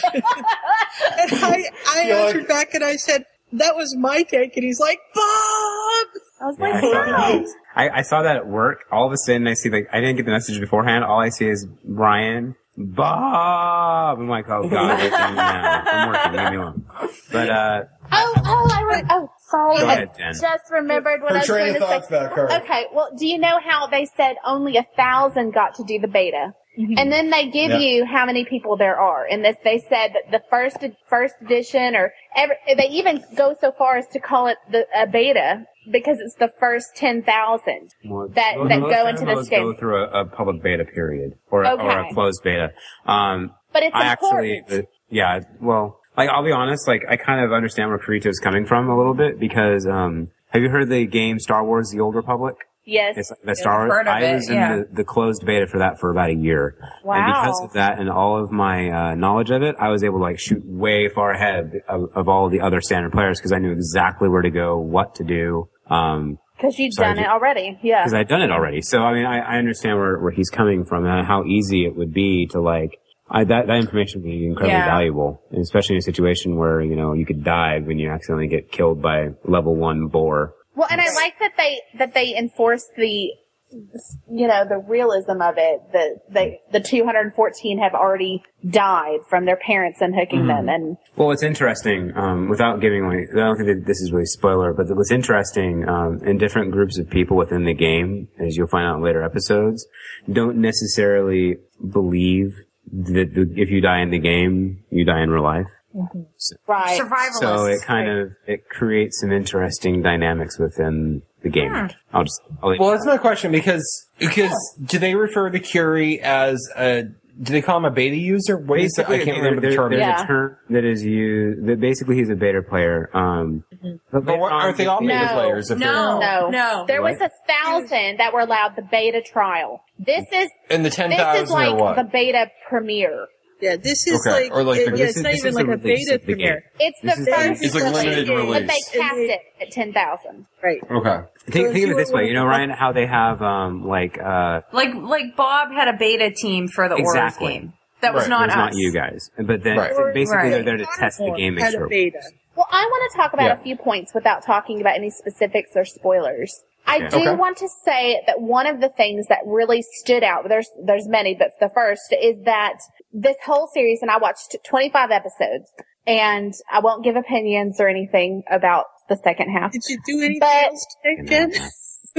S7: I, I answered back and I said, that was my take. And he's like, Bob! I
S8: was
S6: Yeah, I saw that. I, I saw that at work. All of a sudden, I see like I didn't get the message beforehand. All I see is Brian Bob. I'm like, oh god, what's going on now? I'm working. Leave me alone. But uh,
S8: Oh, oh, I re- oh, sorry.
S6: Go ahead,
S8: I
S6: Jen.
S8: just remembered what
S2: Her
S8: I was
S2: train
S8: going
S2: of
S8: to
S2: thought's
S8: say.
S2: back, Carly.
S8: Okay, well, do you know how they said only a thousand got to do the beta? And then they give
S5: Yeah.
S8: you how many people there are. And this, they said that the first first edition, or every, they even go so far as to call it the a beta because it's the first ten thousand that
S6: Well,
S8: that
S6: most
S8: go
S6: of
S8: into
S6: them
S8: this
S6: go
S8: game.
S6: through a, a public beta period or, or a
S8: Okay.
S6: closed beta. Um,
S8: But it's
S6: I actually, uh, yeah, well, like I'll be honest, like I kind of understand where Kirito's coming from a little bit because um, have you heard the game Star Wars: The Old Republic?
S8: Yes,
S6: It's the Star Wars.
S8: heard of
S6: I
S8: it,
S6: was in
S8: yeah.
S6: the, the closed beta for that for about a year, and
S8: Wow.
S6: because of that and all of my uh, knowledge of it, I was able to like shoot way far ahead of, of all the other standard players because I knew exactly where to go, what to do. Um,
S8: because you've
S6: Sorry,
S8: done
S6: did-
S8: it already. Yeah.
S6: because I'd done it already. So I mean, I, I understand where, where he's coming from and how easy it would be to like I, that that information would be incredibly
S5: Yeah.
S6: valuable, and especially in a situation where you know you could die when you accidentally get killed by level one boar.
S8: Well, and I like that they that they enforce the you know the realism of it. That they the 214 have already died from their parents unhooking
S2: Mm-hmm.
S8: them, and
S6: Well, what's interesting, um, without giving away, I don't think that this is really spoiler, but what's interesting um, in different groups of people within the game, as you'll find out in later episodes, don't necessarily believe that the, if you die in the game, you die in real life.
S8: right
S6: So it kind of it creates some interesting dynamics within the game.
S2: Hmm.
S6: I'll just I'll leave
S2: Well, that's my question because because do they refer to Curie as a do they call him a beta user? What is it? I can't remember the term.
S6: There's a term that is used. That basically, he's a beta player. Um,
S7: Mm-hmm.
S6: but
S2: But what- aren't they all beta players? if
S8: No,
S6: they're-
S8: no,
S5: no.
S8: There was
S6: What?
S8: a thousand that were allowed the beta trial. This is
S2: And the
S8: this is
S2: 10,000 or
S8: like
S2: what?
S8: the beta premiere.
S7: Yeah, this is
S2: Okay,
S7: like,
S2: or like
S7: it-
S2: the-
S7: yeah,
S2: this
S7: it's
S2: is-
S7: not
S2: this
S7: even
S2: is
S7: like
S2: the
S7: a
S2: release
S7: beta
S2: of the game.
S7: premiere.
S8: It's
S2: This
S8: the
S2: is-
S8: first.
S2: it's like
S8: of the
S2: limited
S8: game, But
S2: release.
S8: they capped it at ten thousand.
S7: Right.
S2: Okay.
S6: Think,
S7: if
S6: think of
S7: you
S6: it this
S7: were-
S6: way, you know, Ryan, how they have um, like uh,
S5: Like like Bob had a beta team for the
S6: Exactly.
S5: Oros game. That was
S6: Right.
S5: not
S6: It's
S5: us.
S6: not you guys, but then
S5: Right.
S6: basically
S5: Right.
S6: they're there to test the game. and show-
S8: Well, I want to talk about
S6: Yeah.
S8: a few points without talking about any specifics or spoilers. I
S6: Yeah.
S8: do
S6: Okay.
S8: want to say that one of the things that really stood out, there's, there's many, but the first is that this whole series, and I watched 25 episodes, and I won't give opinions or anything about the second half.
S7: Did you do anything else today,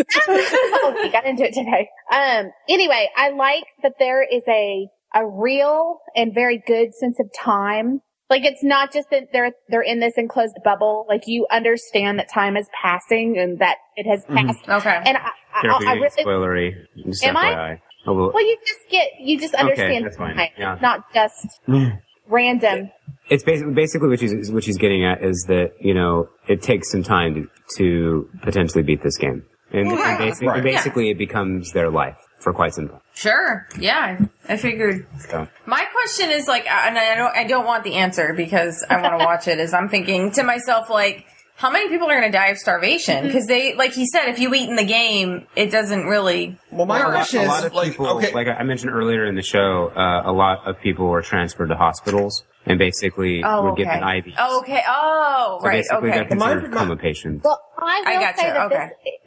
S7: Jen?
S8: oh, I didn't do it today. Um, anyway, I like that there is a, a real and very good sense of time. Like it's not just that they're, they're in this enclosed bubble. Like you understand that time is passing and that it has
S6: Mhm.
S8: passed.
S5: Okay.
S8: And I, I,
S6: Careful,
S8: I, I
S6: you're getting
S8: really,
S6: spoilery. Just
S8: Am I?
S6: FYI. Oh, A little-
S8: well, you just get, you just
S6: Okay,
S8: understand
S6: that's fine.
S8: time.
S6: Yeah.
S8: It's not just random.
S6: It's basically basically what she's what she's getting at is that you know it takes some time to, to potentially beat this game, and, and
S5: Right.
S6: basically,
S5: Right.
S6: basically it becomes their life for quite some time.
S5: Sure. Yeah. I figured.
S6: So.
S5: My question is like, I- and I don't, I don't want the answer because I want to watch it. Is I'm thinking to myself like, how many people are going to die of starvation? Because they, like he said, if you eat in the game, it doesn't really.
S2: Well, my
S6: a lot,
S2: question
S6: a
S2: is,
S6: lot of
S2: like,
S6: people,
S2: okay.
S6: like I mentioned earlier in the show, uh, a lot of people were transferred to hospitals and basically
S5: Oh,
S6: were
S5: okay.
S6: given IV.
S5: Oh, okay. Oh,
S6: So
S5: right.
S6: basically
S5: okay.
S6: they're considered coma patients.
S8: Well, I will
S5: I gotcha,
S8: say that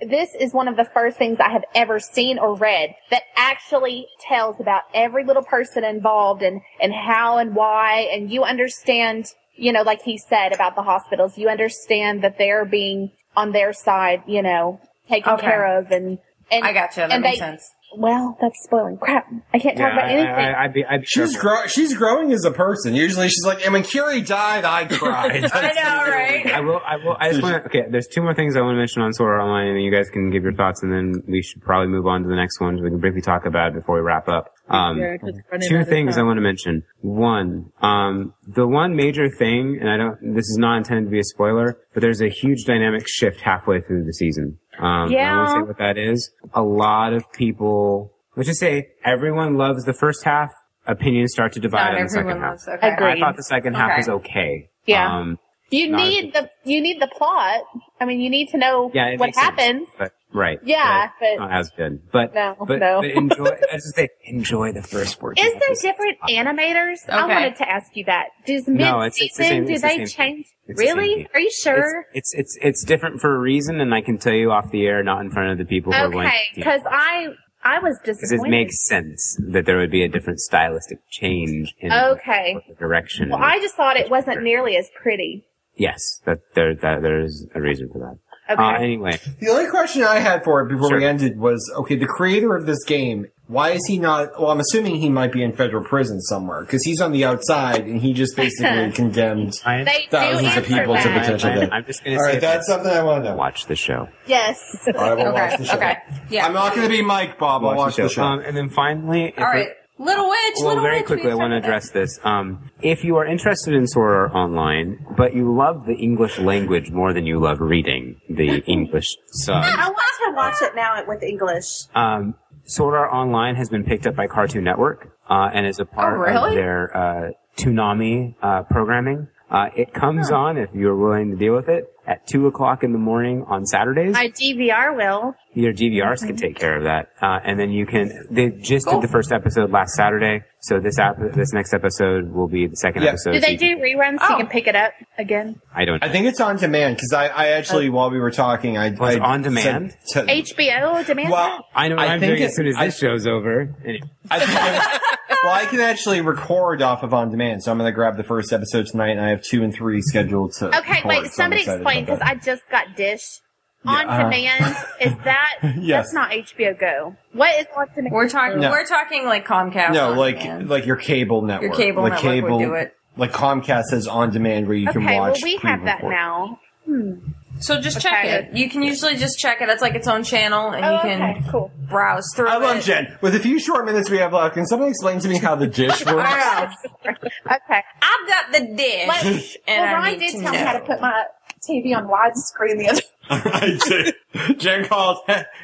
S8: this, this is one of the first things I have ever seen or read that actually tells about every little person involved and, and how and why. And you understand, you know, like he said about the hospitals, you understand that they're being on their side, you know, taken
S5: Okay.
S8: care of. And, and
S5: I gotcha. That
S8: and
S5: makes
S8: they-
S5: sense.
S8: Well, that's spoiling crap. I can't talk about anything.
S6: I, would be, I'd be
S2: She's grow. She's growing as a person. Usually, she's like, "And when Curie died, I cried."
S5: know, right?
S6: I will. I will. I just want. Okay, there's two more things I want to mention on Sword Art Online, and you guys can give your thoughts, and then we should probably move on to the next one. We can briefly talk about it before we wrap up. Um,
S7: Yeah, 'cause we're running
S6: two
S7: out of
S6: things I
S7: time.
S6: want to mention. One, um, the one major thing, and I don't. This is not intended to be a spoiler, but there's a huge dynamic shift halfway through the season. Um, and I won't say
S8: Yeah.
S6: what that is. A lot of people. Let's just say everyone loves the first half. Opinions start to divide
S5: Not
S6: on the second
S5: everyone
S6: half.
S5: loves- okay.
S6: I thought the second half
S5: Okay.
S6: was okay.
S8: Yeah.
S6: Um,
S8: you
S6: not-
S8: need the, you need the plot. I mean, you need to know
S6: yeah, it
S8: what
S6: makes sense,
S8: happens.
S6: but- right.
S8: Yeah, but-
S6: not as good. But
S8: No,
S6: but,
S8: no.
S6: but enjoy. I just say enjoy the first fourteen.
S8: Is there
S6: episodes.
S8: different animators? I
S5: Okay.
S8: wanted to ask you that. Does mid
S6: No, it's- it's the
S8: season
S6: same-
S8: do
S6: it's the
S8: they
S6: same
S8: change?
S6: It's the same
S8: really?
S6: thing.
S8: Are you sure?
S6: It's it's it's different for a reason, and I can tell you off the air, not in front of the people who are going.
S8: Okay, because I I was
S6: because it
S8: disappointed.
S6: makes sense that there would be a different stylistic change in
S8: okay.
S6: the direction.
S8: Well, I just thought it wasn't nearly as pretty.
S6: yes, that there that there's a reason for that.
S8: Okay.
S6: Uh, anyway,
S2: The only question I had for it before
S6: Sure.
S2: we ended was, okay, the creator of this game, why is he not? Well, I'm assuming he might be in federal prison somewhere because he's on the outside and he just basically condemned
S6: I- They do
S2: thousands of
S6: answer
S2: people to
S6: that.
S2: potential
S6: I-
S2: death.
S6: I'm just gonna
S2: All
S6: say
S2: right, that's
S6: that-
S2: something I want to know.
S6: watch the show.
S8: Yes.
S2: I will watch the show.
S5: Okay. Yeah.
S2: I'm not going to be Mike Bob. I'll watch the show.
S6: Um, and then finally, if
S5: All right. Little witch.
S6: well,
S5: little
S6: very
S5: witch.
S6: quickly, I want to address this. Um, if you are interested in Sword Art Online, but you love the English language more than you love reading the English sub,
S11: I want to watch it now with English.
S8: uh,
S6: um, Sword Art Online has been picked up by Cartoon Network uh, and is a part
S5: Oh, really?
S6: of their uh, Toonami uh, programming. Uh, it comes on if you're willing to deal with it at two o'clock in the morning on Saturdays.
S8: My DVR will.
S6: Your DVRs can take care of that, uh, and then you can. They just
S8: Cool.
S6: did the first episode last Saturday, so this ap- this next episode will be the second episode.
S8: Do
S6: so
S8: they
S6: you can-
S8: do reruns
S11: Oh.
S8: so you can pick it up again?
S6: I don't.
S2: I think it's on demand because I, I
S6: Oh.
S2: actually, while we were talking, I
S6: Was
S2: I
S6: it
S2: said
S6: on demand?
S2: to-
S8: HBO demand.
S2: well,
S6: I know what I am
S2: think
S6: doing
S2: it-
S6: as soon as
S2: I-
S6: this show's over. Anyway,
S2: I think I'm- well, I can actually record off of on demand, so I'm going to grab the first episode tonight, and I have two and three scheduled to.
S8: okay,
S2: record, so
S8: wait.
S2: I'm
S8: Somebody
S2: excited
S8: explain
S2: about
S8: because I just got Dish. on
S2: uh-huh.
S8: demand is that
S2: Yes.
S8: that's not HBO Go. What is on demand?
S5: We're talking.
S2: No.
S5: We're talking like Comcast.
S2: that. no,
S5: on
S2: like
S5: demand.
S2: like your cable network,
S5: cable
S2: like
S5: network would do it.
S2: like Comcast has on demand where you can
S8: okay, well
S2: watch.
S8: we have that
S2: pre-record.
S8: now. Hmm.
S5: So just check it. Oh, You can usually just check it. It's like its own channel, and you can browse through.
S2: I love
S5: it.
S2: Jen. With a few short minutes we have left, can somebody explain to me how the dish works?
S5: okay. I've got the dish. and
S8: well,
S5: I
S8: Ryan
S5: need
S8: did
S5: to
S8: tell me how to
S5: know.
S8: put my TV on widescreen the other.
S2: I did. Jen called.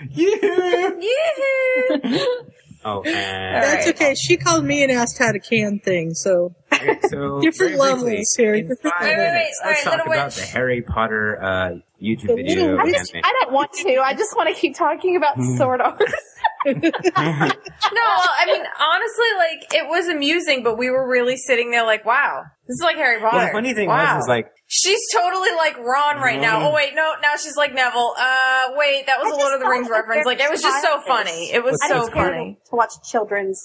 S2: Yoo-hoo.
S6: Oh, and
S7: That's okay. She called me and asked how to can things, so
S6: so
S7: different
S6: very briefly,
S7: levels here. different
S6: Wait, wait, wait.
S7: levels.
S6: Let's talk about the Harry Potter uh, YouTube
S8: The
S6: video.
S8: little- I, just,
S6: anime.
S8: I don't want to. I just want to keep talking about sword art.
S5: no, I mean honestly, like it was amusing, but we were really sitting there like, wow, this is like Harry Potter.
S6: Well, the funny thing
S5: wow.
S6: was, is like,
S5: She's totally like Ron right now. Oh wait, no, now she's like Neville. Uh, wait, that was a Lord of the Rings reference. Like it was just so funny. It was
S8: I
S5: so
S8: don't care
S5: funny.
S8: to watch children's.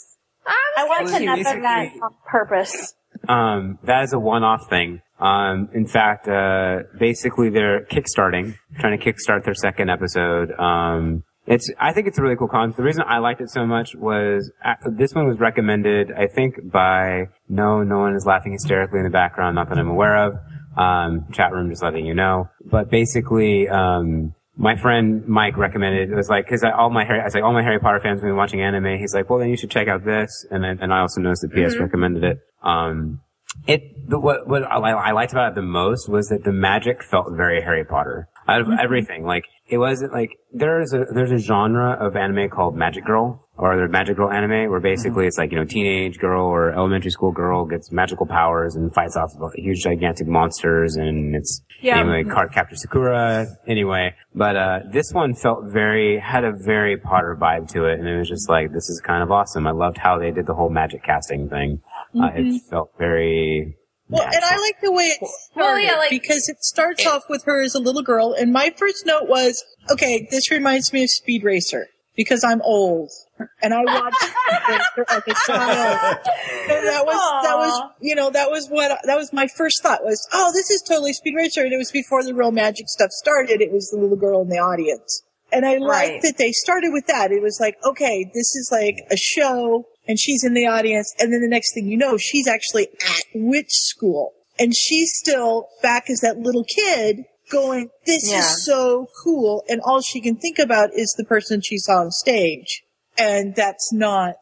S5: I
S8: watch
S6: Well, she
S8: enough of that
S6: basically-
S8: on purpose.
S6: um, that is a one-off thing. Um, in fact, uh, basically they're kickstarting, trying to kickstart their second episode. Um, it's, I think it's a really cool concept. The reason I liked it so much was uh, this one was recommended, I think, by no, no one is laughing hysterically in the background, not that I'm aware of. Um, chat room, just letting you know. But basically, um, my friend Mike recommended it was like because all my Harry, I was like all my Harry Potter fans have been watching anime. He's like, well, then you should check out this, and I, and I also noticed that PS
S5: Mhm.
S6: recommended it. Um, it the, what what I, I liked about it the most was that the magic felt very Harry Potter out of everything. Like it wasn't like there's a there's a genre of anime called magic girl or the magic girl anime where basically it's like you know teenage girl or elementary school girl gets magical powers and fights off huge gigantic monsters and it's
S5: Yeah.
S6: anyway card capture Sakura anyway. But uh, this one felt very had a very Potter vibe to it and it was just like this is kind of awesome. I loved how they did the whole magic casting thing. Uh,
S7: Mhm.
S6: it
S5: Mm-hmm.
S6: felt very
S7: Well, and I like the way it started because it starts off with her as a little girl, and my first note was, okay, this reminds me of Speed Racer because I'm old and I watched Speed Racer as a child, and that was that was you know that was what that was my first thought was, oh, this is totally Speed Racer, and it was before the real magic stuff started. It was the little girl in the audience. And I liked
S5: Right.
S7: that they started with that. It was like, okay, this is like a show and she's in the audience. And then the next thing you know, she's actually at witch school and she's still back as that little kid going, this
S5: Yeah.
S7: is so cool. And all she can think about is the person she saw on stage. And that's not,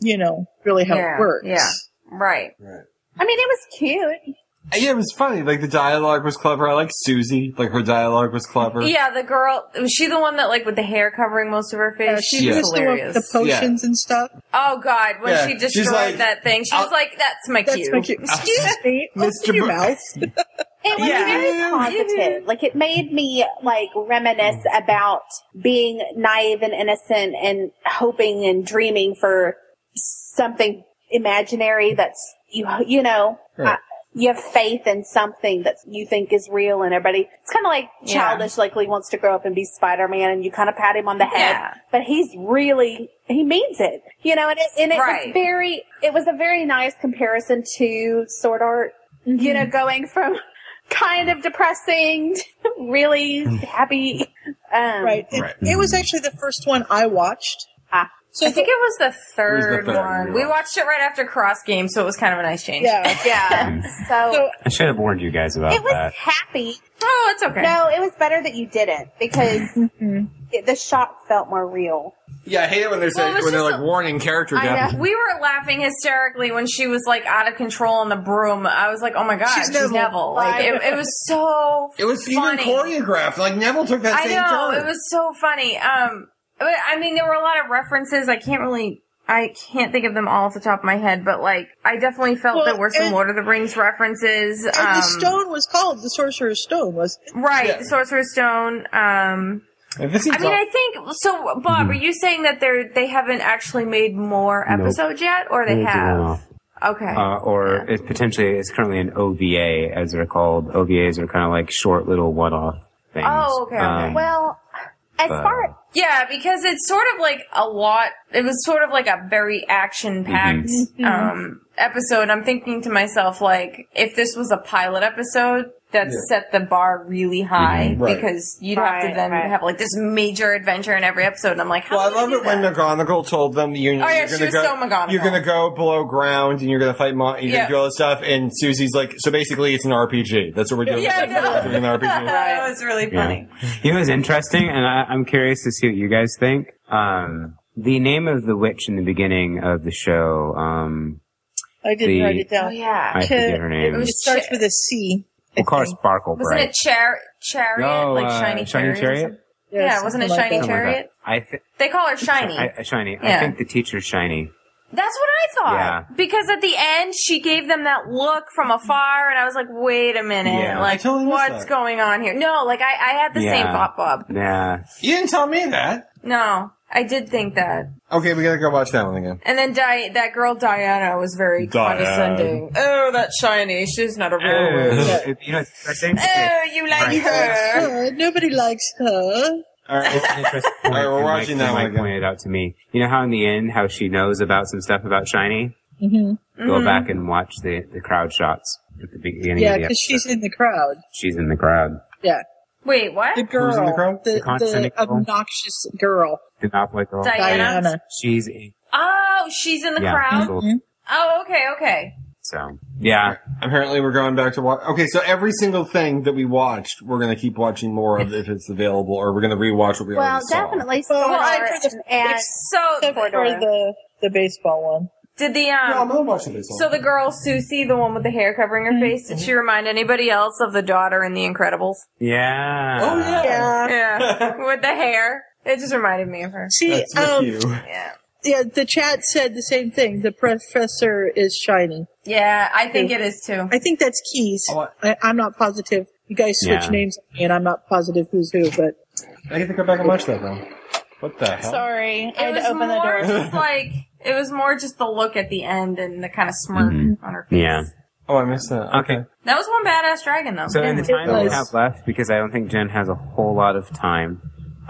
S7: you know, really how
S5: Yeah,
S7: it works.
S5: yeah. Right.
S8: I mean, it was cute.
S2: yeah, it was funny. Like the dialogue was clever. I like Susie. Like her dialogue was clever.
S5: Yeah, the girl was she the one that like with the hair covering most of her face?
S7: Oh, Uh, She
S5: she
S2: Yeah.
S5: was
S2: was the one with
S5: hilarious.
S7: The potions and stuff.
S5: Oh God, when
S2: Yeah,
S5: she
S2: she's
S5: destroyed
S2: like,
S5: that thing, she was like, "That's my
S7: That's
S5: cue."
S7: my cue. Excuse me.
S2: Mr.
S7: Your
S2: Bur-
S7: mouth.
S10: It was
S5: Yeah.
S10: very positive. Like it made me like reminisce about being naive and innocent and hoping and dreaming for something imaginary that's you you know
S2: Right.
S10: uh, you have faith in something that you think is real and everybody it's kind of like
S5: Yeah.
S10: childish like Lee wants to grow up and be Spider-Man and you kind of pat him on the head
S5: Yeah.
S10: but he's really he means it you know and it, and it
S5: Right.
S10: was very it was a very nice comparison to Sword Art you
S5: Mm-hmm.
S10: know going from kind of depressing, really
S5: Mm.
S10: happy. Um,
S7: Right. It,
S2: Right.
S7: it was actually the first one I watched.
S10: Ah.
S7: So
S5: I think it was the third,
S2: It was the third
S5: one.
S2: one.
S5: We watched it right after Cross Game, so it was kind of a nice change.
S7: yeah.
S10: Yeah.
S5: Mm.
S10: So,
S7: So-
S6: I should have warned you guys about
S10: it was
S6: that.
S10: happy.
S5: Oh, it's okay.
S10: No, it was better that you didn't because
S8: Mm-hmm.
S10: it, the shock felt more real.
S2: Yeah, I hate it when they're
S5: Well, it
S2: saying,
S5: was
S2: when they're
S5: just
S2: like warning character
S10: I
S2: death.
S5: We were laughing hysterically when she was like out of control on the broom. I was like, "Oh my god, she's,
S7: She's
S5: Neville!"
S7: Neville.
S5: Like it, it was so.
S2: It was
S5: funny.
S2: even choreographed. Like Neville took that
S5: I
S2: same
S5: know
S2: turn.
S5: it was so funny. Um, but, I mean, there were a lot of references. I can't really, I can't think of them all off the top of my head. But like, I definitely felt
S7: Well,
S5: there were some
S7: and-
S5: Lord of the Rings references.
S7: And
S5: um,
S7: the stone was called the Sorcerer's Stone, was it?
S5: right?
S2: Yeah.
S5: The Sorcerer's Stone. Um,
S2: And this
S5: I
S2: seems all-
S5: mean, I think so. Bob, are you saying that they are they haven't actually made more
S6: Nope.
S5: episodes yet, or they
S6: It's a
S5: have?
S6: one-off.
S5: Okay.
S6: Uh, or it's potentially it's currently an OVA as they're called. OVAs are kind of like short little one-off things. Um,
S5: Oh, okay, okay.
S10: Well, as
S6: But-
S10: far
S5: yeah, because it's sort of like a lot. It was sort of like a very action packed um, episode. I'm thinking to myself, like, if this was a pilot episode, that
S9: Yeah.
S5: set the bar really high
S2: Mhm. Right.
S5: because you'd have to
S9: Right,
S5: then
S9: right.
S5: have like this major adventure in every episode. And I'm like, how
S2: Well, I
S5: do
S2: love it when McGonagall told them you're,
S5: Oh, yeah,
S2: you're
S5: she
S2: gonna
S5: was
S2: go,
S5: so McGonagall.
S2: you're gonna go below ground and you're gonna fight mon- you're
S5: Yeah.
S2: gonna do all this stuff and Susie's like so basically it's an RPG. That's what we're doing.
S5: Yeah, I know.
S2: Doing an RPG.
S5: That was really
S6: Yeah.
S5: funny.
S6: You know, it's interesting, and I, I'm curious to see what you guys think. Um, the name of the witch in the beginning of the show, um,
S7: I didn't
S6: The-
S7: write it down.
S5: Oh, yeah.
S6: I forget her name.
S7: It, was- it starts with a C.
S6: we'll call her Sparkle
S5: Wasn't
S6: Bright.
S5: it char- chariot?
S6: No,
S5: like
S6: uh,
S5: shiny,
S6: Shiny
S5: chariot? or
S6: Chariot?
S5: something?
S7: Yeah,
S5: Yeah, wasn't it
S7: something like
S5: shiny
S6: Oh my God.
S5: chariot?
S6: I think
S5: They call her shiny.
S6: I, shiny. I
S5: Yeah.
S6: think the teacher's shiny.
S5: That's what I thought.
S6: Yeah.
S5: Because at the end, she gave them that look from afar, and I was like, wait a minute.
S6: Yeah.
S5: Like,
S6: I totally missed
S5: what's
S6: that.
S5: going on here? No, like, I, I had the same
S6: Yeah.
S5: thought, Bob.
S6: Yeah.
S2: You didn't tell me that.
S5: No, I did think that.
S2: Okay, we gotta go watch that one again.
S5: And then Di- that girl, Diana, was very
S2: Diane.
S5: condescending. Oh, that shiny. She's not a real witch.
S6: Oh, you know, it's the same thing.
S5: Oh, you like
S6: Right.
S5: her.
S7: Uh, nobody likes her.
S2: All right,
S6: it's an interesting point.
S2: All right, we're
S6: and
S2: watching
S6: Mike,
S2: that one
S6: Mike
S2: again.
S6: pointed out to me. You know how in the end, how she knows about some stuff about shiny.
S7: Mm-hmm.
S5: Mm-hmm.
S6: Go back and watch the the crowd shots at the beginning
S7: Yeah,
S6: of the episode.
S7: because she's in the crowd.
S6: She's in the crowd.
S7: Yeah.
S5: Wait, what?
S7: The girl.
S6: in the crowd?
S7: The,
S6: The condescending
S7: the
S6: girl?
S7: obnoxious girl.
S6: The Knopfler girl.
S5: Diana?
S7: Diana.
S6: She's in.
S5: Oh, she's in the
S6: Yeah,
S5: crowd?
S6: she's old. Mhm.
S5: Oh, okay, okay.
S6: So yeah.
S2: Oh, Apparently we're going back to watch. Okay, so every single thing that we watched, we're gonna keep watching more of if it's available, or we're gonna rewatch what we
S8: Well,
S2: already saw.
S8: definitely
S7: Well,
S8: Scar
S7: except for the,
S8: and
S5: So,
S7: except for the, the baseball one.
S5: did the, um,
S2: No, I'm not watching this
S5: So the girl Susie, the one with the hair covering her face, did she remind anybody else of the daughter in The Incredibles?
S6: Yeah.
S2: Oh yeah.
S5: Yeah, with the hair. It just reminded me of her.
S7: See,
S2: That's with
S7: um,
S2: you.
S5: Yeah,
S7: yeah, the chat said the same thing. The professor is shining.
S5: yeah, I think it is too.
S7: I think that's Keys. I, I'm not positive. You guys switch
S2: Yeah.
S7: names, on me and I'm not positive who's who. But
S2: I get to go back and watch that though. What the hell?
S8: Sorry, I
S5: It
S8: had
S5: was
S8: to open the
S5: more
S8: door.
S5: just like it was more just the look at the end and the kind of smirk on her face.
S6: Yeah.
S2: Oh, I missed that.
S6: Okay.
S5: That was one badass dragon though.
S6: So in the
S5: It
S6: time that we
S5: was-
S6: have left, because I don't think Jen has a whole lot of time.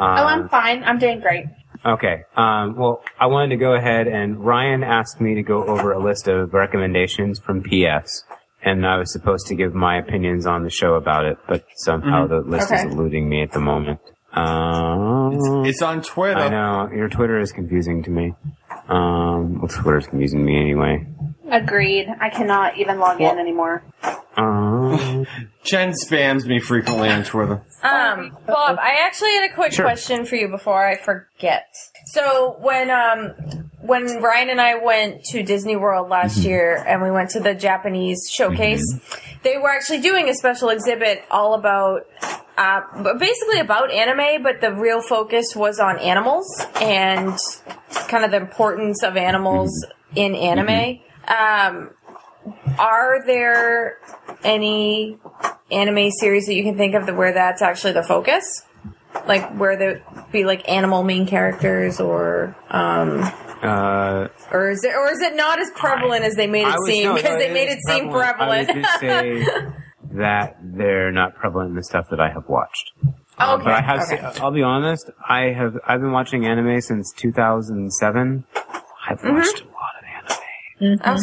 S6: Um,
S8: Oh, I'm fine. I'm doing great.
S6: Okay. Um, well, I wanted to go ahead and Ryan asked me to go over a list of recommendations from PS, and I was supposed to give my opinions on the show about it, but somehow
S8: Mm-hmm.
S2: Mhm.
S6: the list is
S2: Okay.
S6: eluding me at the moment. Um,
S2: It's, it's on Twitter.
S6: I know your Twitter is confusing to me. Um, well, Twitter's confusing me anyway.
S10: Agreed. I cannot even log in anymore.
S6: Um,
S2: Jen spams me frequently on Twitter.
S5: Um, Bob, I actually had a quick
S2: Sure.
S5: question for you before I forget. So when um when Ryan and I went to Disney World last year and we went to the Japanese showcase, they were actually doing a special exhibit all about uh, but basically about anime, but the real focus was on animals and kind of the importance of animals in anime. Um, are there any anime series that you can think of that where that's actually the focus? Like where there be like animal main characters, or um,
S6: uh,
S5: or is it or is it not as prevalent as they made
S6: I
S5: it
S6: was-
S5: seem?
S6: no, no,
S5: Because they
S6: it
S5: made
S6: is
S5: it seem
S6: prevalent.
S5: prevalent.
S6: I would just say that they're not prevalent in the stuff that I have watched. Um,
S5: okay,
S6: but I have.
S5: okay.
S6: se- I'll be honest. I have. I've been watching anime since 2007. I've
S5: Mhm.
S6: watched a lot
S5: Okay. Okay.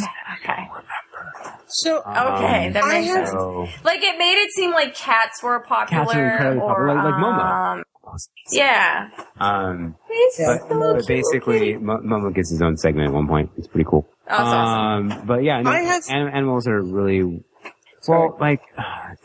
S7: so
S6: of anime.
S5: Okay, that
S7: I
S5: makes
S7: have-
S5: sense.
S6: um, So,
S5: Like it made it seem like cats were popular,
S6: Cats are incredibly
S5: or
S6: popular, like Momo.
S5: um, yeah.
S6: um,
S5: It's
S6: but,
S5: just Oh, so
S6: but
S5: cute.
S6: basically, Mo- Momo gets his own segment at one point. It's pretty cool.
S5: Oh, that's awesome.
S6: Um, but yeah, no,
S7: I have-
S6: anim- animals are really well, like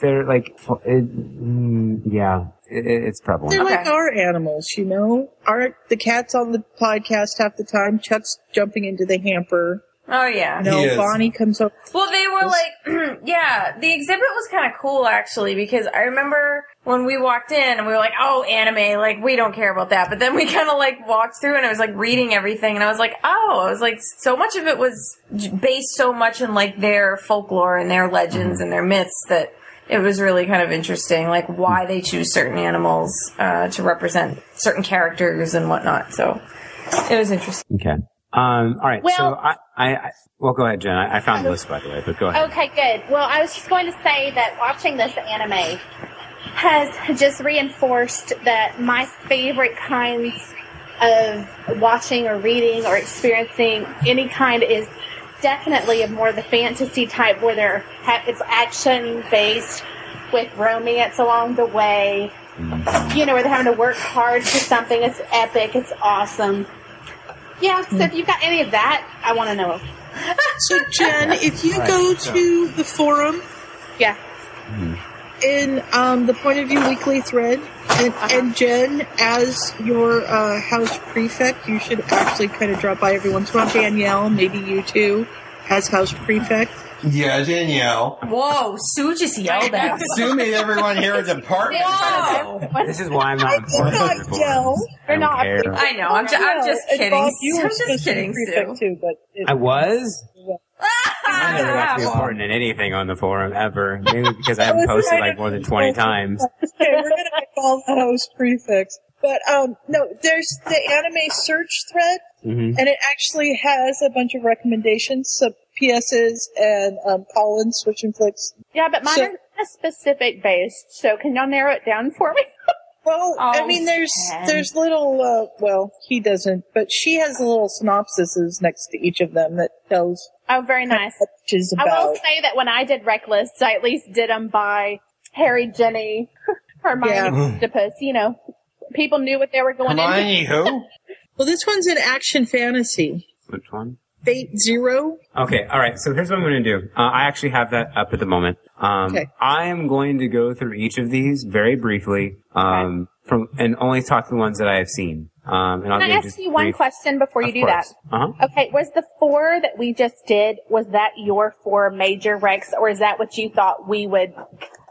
S6: they're like it, mm, yeah, it, it's prevalent.
S7: they're like our animals, you know. Our the cat's on the podcast half the time. Chuck's jumping into the hamper.
S5: Oh yeah.
S7: You know,
S2: He is.
S7: Bonnie comes over.
S5: Well, they were like, yeah, the exhibit was kind of cool actually because I remember when we walked in and we were like, oh, anime, like we don't care about that. But then we kind of like walked through and I was like reading everything and I was like, oh, I was like, so much of it was j- based so much in like their folklore and their legends and their myths that it was really kind of interesting, like why they choose certain animals uh, to represent certain characters and whatnot. So it was interesting.
S6: Okay. Um, all right. so
S8: Well-
S6: I, I, I, well, go ahead, Jen. I, I found the list, by the way, but go ahead.
S8: Okay, good. Well, I was just going to say that watching this anime has just reinforced that my favorite kinds of watching or reading or experiencing any kind is definitely of more of the fantasy type where there ha- it's action based
S10: with romance along the way. You know, where they're having to work hard for something. It's epic. It's awesome. Yeah. So if you've got any of that, I want to know.
S7: so Jen, if you
S10: Right,
S7: go
S10: so-
S7: to the forum,
S10: yeah,
S6: Hmm.
S7: in um, the Point of View Weekly thread, and,
S5: Uh-huh.
S7: and Jen as your uh, house prefect, you should actually kind of drop by every once in a while. Danielle, maybe you too, as house prefect.
S2: Yeah, Danielle.
S5: Whoa, Sue just yelled at us.
S2: Sue made everyone here a department.
S6: This is why I'm not important.
S7: They're
S6: not. care.
S5: I know. I'm, ju- I'm just
S7: Uh, And
S5: kidding.
S7: Bob, you
S5: I'm
S7: were
S5: just
S7: supposed to be
S5: kidding, Sue.
S7: prefect Too, but it-
S6: I was. I never got to be important in anything on the forum ever, maybe because I haven't posted like more than twenty times.
S7: okay, we're gonna make all the house prefix. But um, no, there's the anime search thread,
S6: Mhm.
S7: and it actually has a bunch of recommendations, so PSs and um, call-ins, switch and flicks.
S8: Yeah, but mine
S7: So-
S8: are a specific based, so can y'all narrow it down for me?
S7: well, I
S8: Oh,
S7: mean, there's
S8: Jen.
S7: there's little. Uh, well, he doesn't, but she has little synopsises next to each of them that tells.
S8: Oh, very nice.
S7: Which is about.
S8: I will say that when I did Reckless, I at least did them by Harry, Jenny, Hermione,
S6: Mm-hmm.
S7: Yeah.
S8: Octopus. You know, people knew what they were going into.
S7: well, this one's an action fantasy.
S6: Which one?
S7: Fate Zero.
S6: Okay, all right. So here's what I'm going to do. Uh, I actually have that up at the moment. Um,
S7: Okay.
S6: I am going to go through each of these very briefly, um, from and only talk to the ones that I have seen. Um, and I'll
S8: Can I
S6: give
S8: ask
S6: just
S8: you one
S6: brief-
S8: question before you
S6: Of
S8: do
S6: course.
S8: that?
S6: Uh-huh.
S8: Okay, was the four that we just did was that your four major wrecks, or is that what you thought we would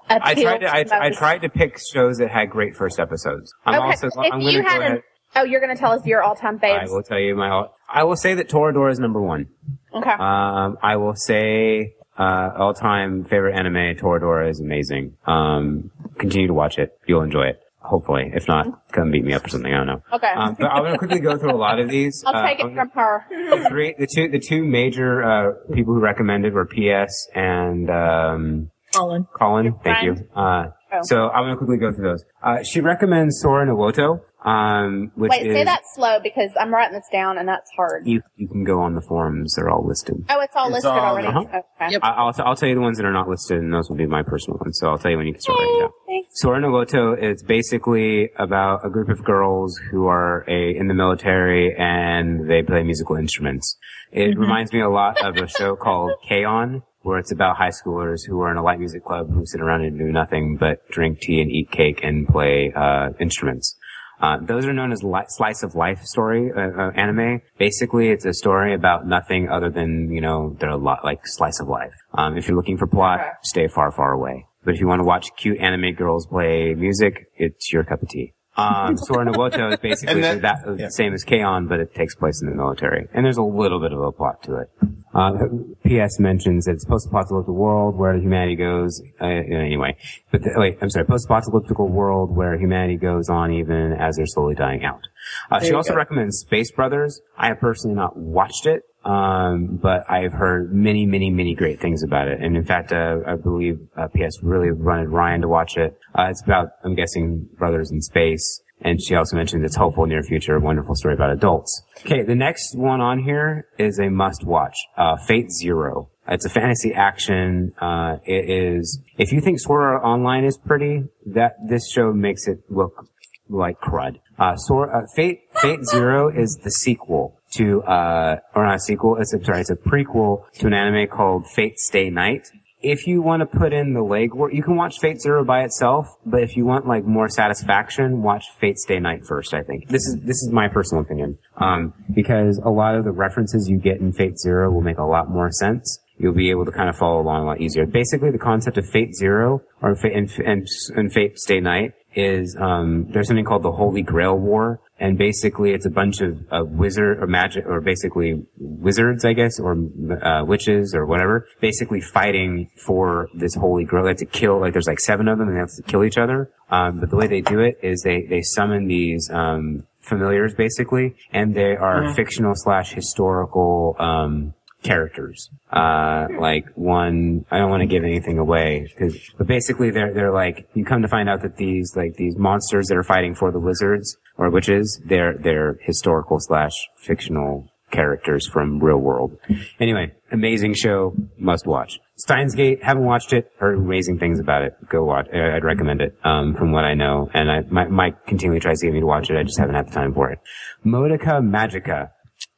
S8: appeal
S6: I tried to I,
S8: to
S6: I
S8: most?
S6: tried to pick shows that had great first episodes. I'm
S8: okay,
S6: also
S8: if
S6: I'm going
S8: you
S6: to
S8: had
S6: go ahead.
S8: an, oh, you're going to tell us your all-time
S6: I
S8: faves.
S6: will tell you my. all- I will say that Toradora is number one.
S8: Okay.
S6: Um, I will say uh, all time favorite anime Toradora is amazing. Um, continue to watch it. You'll enjoy it. Hopefully, if not, come beat me up or something. I don't know.
S8: Okay.
S6: Um, but I'm gonna quickly go through a lot of these.
S8: I'll
S6: Uh,
S8: take
S6: I'm
S8: it from her.
S6: the three, the two, the two major uh, people who recommended were PS and um,
S7: Colin.
S6: Colin, thank you. Uh,
S8: Oh.
S6: So I'm gonna quickly go through those. Uh, she recommends Sora Nawoto, um, which
S8: Wait,
S6: is
S8: say that slow because I'm writing this down and that's hard.
S6: you you can go on the forums; they're all listed.
S8: Oh, it's all
S6: It's
S8: listed
S6: all-
S8: already.
S6: uh-huh.
S8: Okay.
S6: I, I'll, t- I'll tell you the ones that are not listed, and those will be my personal ones. So I'll tell you when you can start writing down. Sora Naruto is basically about a group of girls who are a, in the military and they play musical instruments. It
S12: Mhm.
S6: reminds me a lot of a show called K-On! where it's about high schoolers who are in a light music club who sit around and do nothing but drink tea and eat cake and play uh, instruments. Uh, those are known as li- slice of life story uh, uh, anime. Basically, it's a story about nothing other than you know they're a lot like slice of life. Um, if you're looking for plot, stay far, far away. But if you want to watch cute anime girls play music, it's your cup of tea. Um, Sora Nawoto is basically
S2: And that-
S6: that, uh, same as K-On!, but it takes place in the military, and there's a little bit of a plot to it. Um, P.S. mentions that it's post-apocalyptic world where humanity goes. Uh, anyway, but the, wait, I'm sorry, post-apocalyptical world where humanity goes on even as they're slowly dying out. Uh,
S12: There
S6: she
S12: you
S6: also
S12: go.
S6: recommends Space Brothers. I have personally not watched it, um, but I've heard many, many, many great things about it. And in fact, uh, I believe uh, PS really wanted Ryan to watch it. Uh, it's about, I'm guessing, brothers in space. And she also mentioned it's hopeful near future, a wonderful story about adults. Okay, the next one on here is a must watch, uh, Fate Zero. It's a fantasy action. Uh, it is, if you think Sword Art Online is pretty, that, this show makes it look like crud. Uh, Sora, uh, Fate Fate Zero is the sequel to uh, or not a sequel. It's I'm sorry, it's a prequel to an anime called Fate Stay Night. If you want to put in the legwork, you can watch Fate Zero by itself. But if you want like more satisfaction, watch Fate Stay Night first. I think this is this is my personal opinion um, because a lot of the references you get in Fate Zero will make a lot more sense you'll be able to kind of follow along a lot easier. Basically, the concept of Fate Zero or Fate, and, and, and Fate Stay Night is um, there's something called the Holy Grail War, and basically it's a bunch of, of wizard or magic or basically wizards, I guess, or uh, witches or whatever, basically fighting for this Holy Grail. They have to kill like there's like seven of them, and they have to kill each other. Um, but the way they do it is they they summon these. Um, familiars basically and they are
S12: Mhm.
S6: fictional slash historical um characters. Uh, like one, I don't want to give anything away, 'cause- but basically they're, they're like, you come to find out that these, like these monsters that are fighting for the wizards or witches, they're, they're historical slash fictional characters from real world. Anyway, amazing show, must watch. Steins Gate, haven't watched it, heard amazing things about it. Go watch. I- I'd recommend it, um, from what I know. And I, my, Mike continually tries to get me to watch it. I just haven't had the time for it. Modica Magica.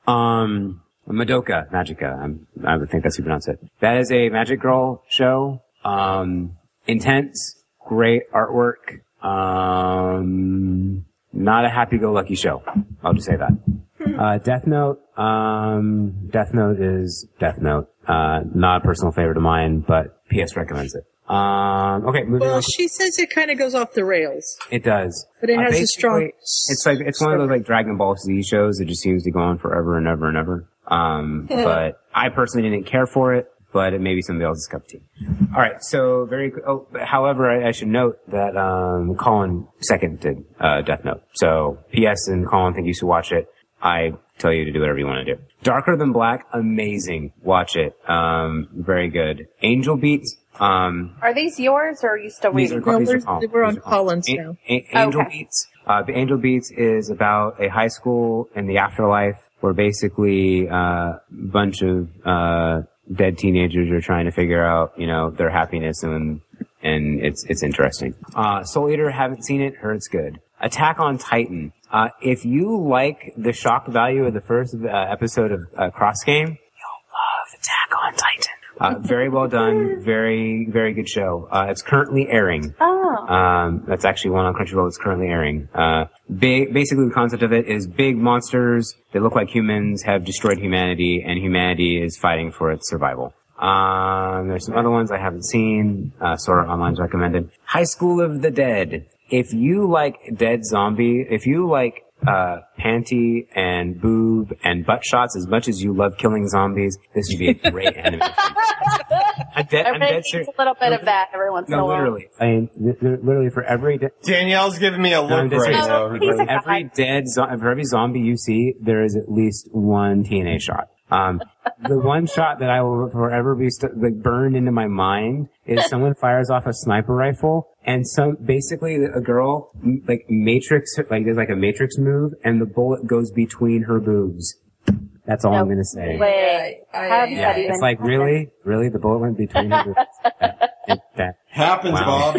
S6: Um, Madoka Magica. I'm, I would think that's who pronounced it. That is a Magic Girl show. Um, intense, great artwork. Um, not a happy-go-lucky show. I'll just say that.
S7: Hmm.
S6: Uh, Death Note. Um, Death Note is Death Note. Uh, not a personal favorite of mine, but PS recommends it. Um, okay, moving
S7: Well,
S6: on.
S7: she says it kind of goes off the rails,
S6: It does.
S7: but it
S6: Uh,
S7: has a strong.
S6: basically, It's like it's one of those like Dragon Ball Z shows that just seems to go on forever and ever and ever. Um, but I personally didn't care for it, but it may be somebody else's cup of tea. All right, so very. Oh, but however, I, I should note that um, Colin seconded uh, Death Note. So P.S. and Colin, think you should watch it. I tell you to do whatever you want to do. Darker Than Black, amazing. Watch it. Um, very good. Angel Beat. Um,
S10: Are these yours or are you still
S6: These
S10: reading?
S6: are- No, these are we're- Colin. we're on Oh, These are
S10: Collins
S6: A- A- Angel Beats. Uh, the Angel Beats is about a high school in the afterlife where basically uh, a bunch of uh, dead teenagers are trying to figure out, you know, their happiness and and it's it's interesting. Uh, Soul Eater, haven't seen it, heard it's good. Attack on Titan. Uh, if you like the shock value of the first uh, episode of uh, Cross Game, love Attack on Titan. Uh, very well done. Very, very good show. Uh, it's currently airing.
S10: Oh.
S6: Um, that's actually one on Crunchyroll that's currently airing. Uh, big, basically the concept of it is big monsters that look like humans have destroyed humanity and humanity is fighting for its survival. Um, there's some other ones I haven't seen. Uh, Sora Online's recommended. High School of the Dead. If you like Dead Zombie, if you like uh, panty and boob and butt shots as much as you love killing zombies, this would be a great anime. I'm dead, I'm
S10: Everybody
S6: dead
S10: needs
S6: serious.
S10: a little bit of that every once in a
S6: No,
S10: while.
S6: literally. I mean, li- li- literally for every de-
S2: Danielle's giving me a
S6: No, I'm
S2: look
S6: dead
S2: right
S6: serious.
S2: now.
S6: For
S2: everybody.
S6: every dead, zo- for every zombie you see, there is at least one TNA shot. Um, the one shot that I will forever be st- like burned into my mind is someone fires off a sniper rifle and some basically a girl m- like matrix like there's like a matrix move and the bullet goes between her boobs. That's all I'm gonna say.
S10: Wait, how does
S6: Yeah,
S10: that even?
S6: it's like really, really the bullet went between her boobs. That, that
S2: happens,
S6: Bob.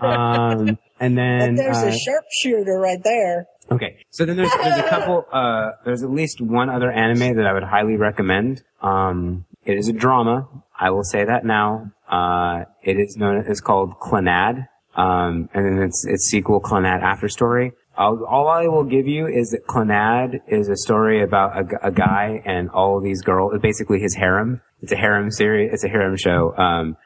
S6: Um, and then
S7: But there's
S6: uh,
S7: a sharpshooter right there.
S6: Okay, so then there's there's a couple. Uh, there's at least one other anime that I would highly recommend. Um, it is a drama. I will say that now. Uh, it is known it's called Clannad, um, and then its its sequel Clannad After Story. I'll, all I will give you is that Clannad is a story about a, gu- a guy and all these girls, basically his harem. It's a harem series. It's a harem show. Um,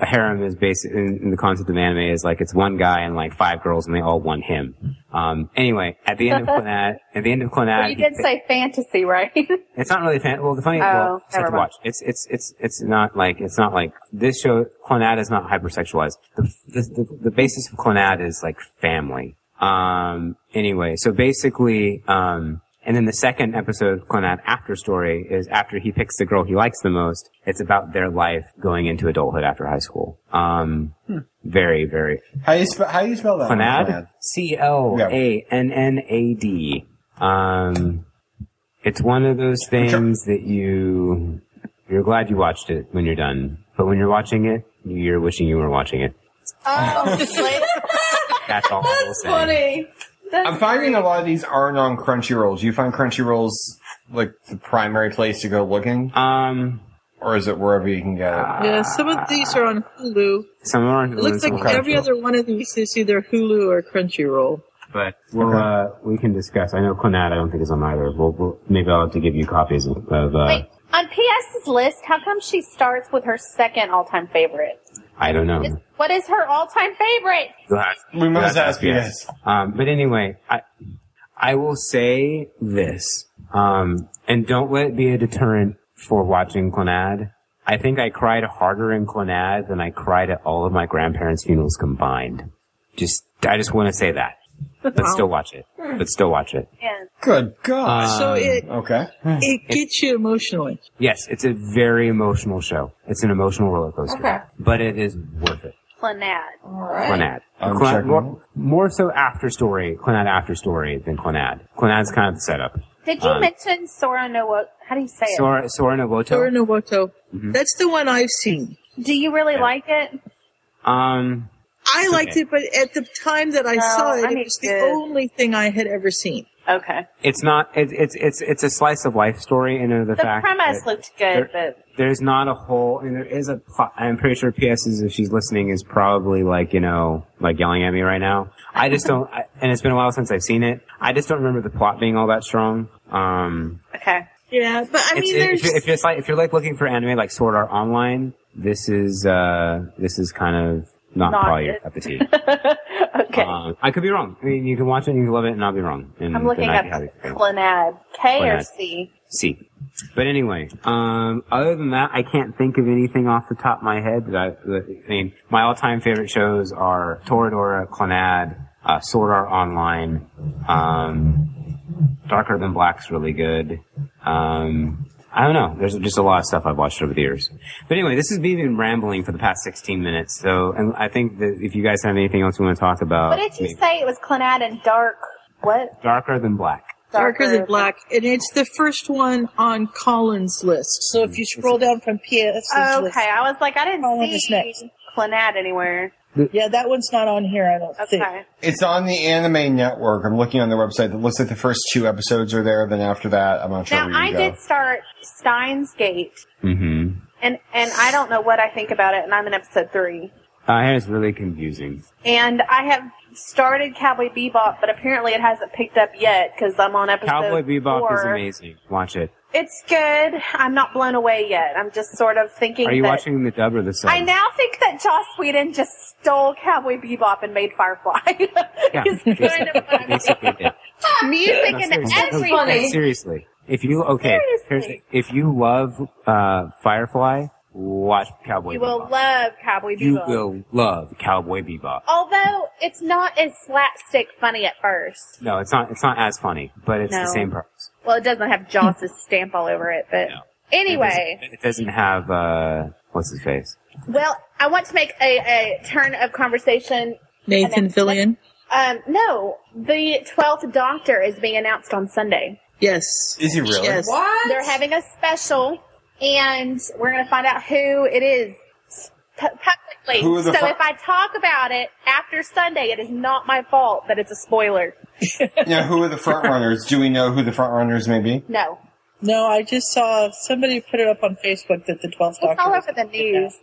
S6: a harem is based in, in the concept of anime is like it's one guy and like five girls and they all want him. Um, anyway, at the end of Clannad, at the end of Clannad,
S10: Well, you did say fantasy, right?
S6: it's not really fan. Well, the funny,
S10: Oh,
S6: well, it's
S10: never
S6: have to
S10: mind.
S6: watch. It's it's it's it's not like it's not like this show. Clonad is not hypersexualized. The the the, the basis of Clonad is like family. Um. Anyway, so basically, um, and then the second episode, Clonad after story, is after he picks the girl he likes the most. It's about their life going into adulthood after high school. Um. Very very
S2: How you spe- how you spell that? one,
S6: Clonad. C L A N N A D. Um, it's one of those things that you you're glad you watched it when you're done, but when you're watching it, you're wishing you were watching it. That's all I will say.
S9: funny. That's
S2: I'm finding a lot of these aren't on Crunchyroll. Do you find Crunchyroll's like the primary place to go looking?
S6: Um,
S2: or is it wherever you can get it?
S7: yeah, some of these are on Hulu.
S6: Some are on
S7: It looks like every other one of these is either Hulu or Crunchyroll.
S6: but we'll, uh, we can discuss. I know Clonad, I don't think is on either. We'll, we'll, maybe I'll have to give you copies of. of uh,
S10: Wait, on PS's list, how come she starts with her second all-time favorite?
S6: I don't know.
S10: What is her all-time favorite?
S2: We must ask
S6: yes. Um, but anyway, I I will say this, um, and don't let it be a deterrent for watching Clannad. I think I cried harder in Clannad than I cried at all of my grandparents' funerals combined. Just I just want to say that. But
S7: Wow.
S6: still watch it. But still watch it.
S2: Good God.
S7: so
S6: Um,
S7: it
S2: okay.
S7: it gets you emotionally.
S6: Yes, it's a very emotional show. It's an emotional roller coaster,
S10: Okay.
S6: but it is worth it.
S10: Clannad.
S6: Clannad.
S2: I'm
S6: Clan-
S2: checking
S6: more, more so after story, Clannad after story than Clannad. Clannad's kind of the setup.
S10: Did you
S6: Um,
S10: mention Sora no Wo- How do you say it?
S6: Sora, Sora Novoto.
S7: Sora Novoto.
S6: Mhm.
S7: That's the one I've seen.
S10: Do you really
S6: Yeah.
S10: like it?
S6: Um,
S7: I
S6: It's
S7: liked
S6: okay.
S7: it, but at the time that I
S10: No,
S7: saw it,
S10: I
S7: it
S10: need
S7: was the
S10: to-
S7: only thing I had ever seen.
S10: Okay.
S6: it's not. It, it's it's it's a slice of life story, and of the,
S10: The
S6: fact
S10: premise
S6: that
S10: looked good, but
S6: there's not a whole. And there is a plot. I'm pretty sure PS is if she's listening is probably like you know like yelling at me right now. I just don't. I, and it's been a while since I've seen it. I just don't remember the plot being all that strong. Um,
S10: okay.
S7: Yeah, but I
S6: it's,
S7: mean,
S6: if,
S7: there's
S6: you're, if you're just like if you're like looking for anime like Sword Art Online, this is uh this is kind of not,
S10: Not
S6: probably your
S10: it.
S6: cup of tea.
S10: okay.
S6: Um, I could be wrong. I mean, you can watch it and you can love it and not be wrong. And
S10: I'm looking
S6: then I
S10: up
S6: can have it.
S10: Clannad. K or
S6: Clannad.
S10: C?
S6: See. But anyway, um, other than that, I can't think of anything off the top of my head that I, that, I mean, my all-time favorite shows are Toradora, Clannad, uh, Sword Art Online, um, Darker Than Black's really good. Um, I don't know. There's just a lot of stuff I've watched over the years. But anyway, this has been rambling for the past 16 minutes. So, and I think that if you guys have anything else you want to talk about,
S10: What did you
S6: maybe-
S10: say? It was Clannad and Dark. What?
S6: Darker Than Black.
S7: Darker Than Black, and it's the first one on Colin's list. So
S6: Mm,
S7: if you scroll down from PS,
S10: Oh, Okay. I was like, I
S7: Colin
S10: didn't
S7: is
S10: see
S7: next.
S10: Clannad anywhere.
S7: yeah, that one's not on here. I don't think.
S10: Okay.
S2: It's on the Anime Network. I'm looking on their website. It looks like the first two episodes are there. Then after that, I'm not sure
S10: Now
S2: where you
S10: I
S2: go.
S10: did start Steins Gate,
S6: Mm-hmm.
S10: and and I don't know what I think about it, and I'm in episode three.
S6: Uh, it is really confusing.
S10: And I have started Cowboy Bebop, but apparently it hasn't picked up yet because I'm on episode
S6: Cowboy Bebop
S10: four.
S6: is amazing. Watch it.
S10: It's good. I'm not blown away yet. I'm just sort of thinking.
S6: Are you
S10: that-
S6: watching the dub or the sub?
S10: I now think that Joss Whedon just stole Cowboy Bebop and made Firefly.
S6: Yeah,
S10: It's kind of what I'm
S6: basically it.
S8: Music
S6: No,
S8: and
S6: seriously. No,
S8: everything.
S6: no, seriously. If you okay, here's the- if you love uh, Firefly, watch Cowboy
S10: you will
S6: Bebop.
S10: love Cowboy Bebop.
S6: you will love Cowboy Bebop.
S8: Although it's not as slapstick funny at first.
S6: No, it's not. It's not as funny, but it's
S8: No.
S6: the same premise.
S8: Well, it doesn't have Joss's stamp all over it, but
S6: No.
S8: anyway.
S6: Hmm. it doesn't, it doesn't have uh, what's his face.
S8: Well, I want to make a, a turn of conversation.
S7: Nathan Fillion.
S8: Um, no, the Twelfth Doctor is being announced on Sunday.
S7: Yes.
S2: Is he really?
S7: Yes.
S5: What?
S8: They're having a special, and we're going to find out who it is pu- publicly.
S2: Who the
S8: so
S2: fu-
S8: if I talk about it after Sunday, it is not my fault that it's a spoiler.
S2: Now, who are the front runners? Do we know who the front runners may be?
S8: No,
S7: No, I just saw somebody put it up on Facebook that the 12th
S8: it's all
S7: Doctor was
S8: over the news.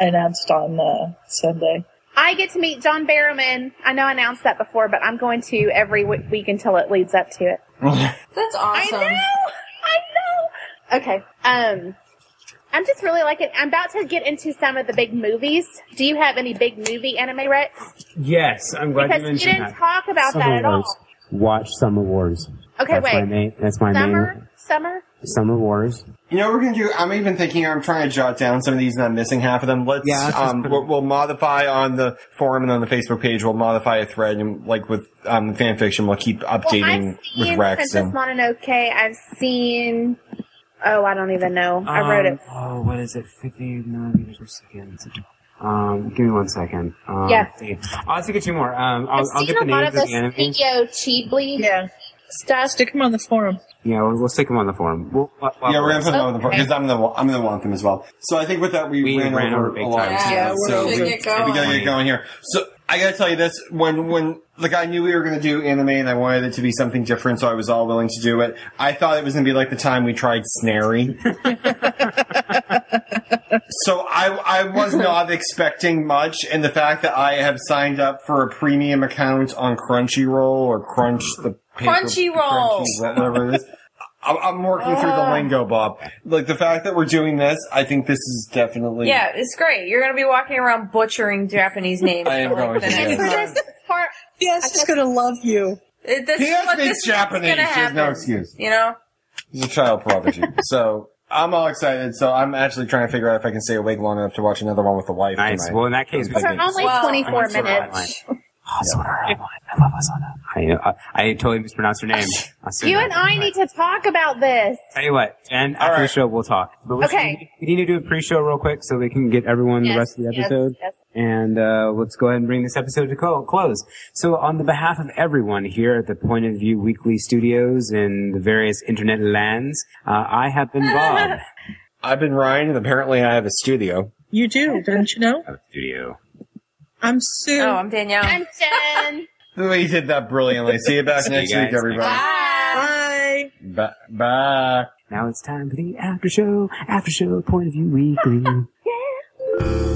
S7: announced on uh, Sunday.
S8: I get to meet John Barrowman. I know I announced that before, but I'm going to every w- week until it leads up to it.
S5: That's awesome.
S8: I know. I know. Okay. Um, I'm just really liking. I'm about to get into some of the big movies. Do you have any big movie anime recs?
S6: Yes, I'm glad
S8: Because
S6: you
S8: you
S6: mentioned
S8: didn't
S6: that.
S8: talk about that
S6: Summer
S8: at all.
S6: Wars. Watch Summer Wars.
S8: Okay,
S6: that's My
S8: wait.
S6: main, that's my main.
S8: Summer, summer.
S6: Summer Wars.
S2: You know what we're gonna do? I'm even thinking I'm trying to jot down some of these and I'm missing half of them. Let's
S6: Yeah, let's just
S2: um
S6: put 'em-
S2: we'll, we'll modify on the forum and on the Facebook page. We'll modify a thread and like with um fan fiction, we'll keep
S8: Well,
S2: updating
S8: I've seen
S2: with Rex
S8: Princess
S2: and
S8: Mononoke. I've seen. Oh, I don't even know. I
S6: Um,
S8: wrote it.
S6: Oh, what is it? 50 millimeters per second. Um, give me one second. Um,
S8: Yeah.
S6: dang it. I'll have to get you more. Um, I'll,
S8: I've
S6: I'll
S8: seen
S6: get the
S8: a lot
S6: names
S8: of
S6: of
S8: the
S6: the anime.
S8: Studio Ghibli
S7: Yeah.
S8: stuff.
S7: Stick him on the forum.
S6: Yeah, we'll, we'll stick them on the forum. We'll, we'll- we'll-
S2: yeah, we're gonna put them on the
S8: Okay.
S2: because I'm the I'm the one them as well. So I think with that we,
S6: We
S2: ran,
S6: ran
S2: over
S6: over big
S2: a lot.
S6: time.
S2: of time.
S5: Yeah,
S2: so
S5: we
S2: we,
S5: should
S2: we
S5: get
S2: gotta
S6: going.
S2: get going here. So I gotta tell you this: when when like I knew we were gonna do anime and I wanted it to be something different, so I was all willing to do it. I thought it was gonna be like the time we tried Snary. so I I was not expecting much, and the fact that I have signed up for a premium account on Crunchyroll or Crunch the paper-
S5: Crunchyroll.
S2: Crunchy, whatever it is. I'm- I'm working through the lingo, Bob. Like the fact that we're doing this, I think this is definitely.
S5: Yeah, it's great. You're gonna be walking around butchering Japanese names.
S2: I am
S5: for, like,
S2: going
S5: the
S2: to,
S5: next
S2: yes.
S8: For
S5: month.
S8: this part,
S7: Yes, it's gonna love you.
S5: It- this is
S2: P.S.
S5: what
S2: speaks
S5: this is what's
S2: Japanese.
S5: gonna
S2: There's no
S5: happen,
S2: excuse.
S5: You know,
S2: He's a child prodigy. so I'm all excited. So I'm actually trying to figure out if I can stay awake long enough to watch another one with the wife.
S6: Nice.
S2: tonight.
S6: Well, in that case,
S2: Those
S8: those
S2: are
S8: are only
S5: Well,
S8: 24
S6: I'm sorry.
S8: minutes.
S6: Oh, Sora Online. I love Asana. I, uh, I totally mispronounced her name. Asuna.
S8: You and I need to talk about this.
S6: Tell you what, and after the
S2: right.
S6: show, we'll talk. But we
S8: Okay.
S6: should- we need to do a pre-show real quick so we can get everyone the
S8: Yes,
S6: rest of the
S8: yes,
S6: episode.
S8: yes.
S6: And uh, let's go ahead and bring this episode to co- close. So, on the behalf of everyone here at the Point of View Weekly Studios and the various internet lands, uh, I have been Bob.
S2: I've been Ryan, and apparently I have a studio.
S7: You do, don't you know?
S6: Studio.
S7: I'm Sue.
S5: Oh, I'm Danielle.
S8: I'm Jen.
S2: We did that brilliantly. See you back
S6: See you
S2: next
S6: guys
S2: week, everybody.
S7: Bye.
S2: Bye. Bye.
S6: Now it's time for the after show, after show Point of View Weekly.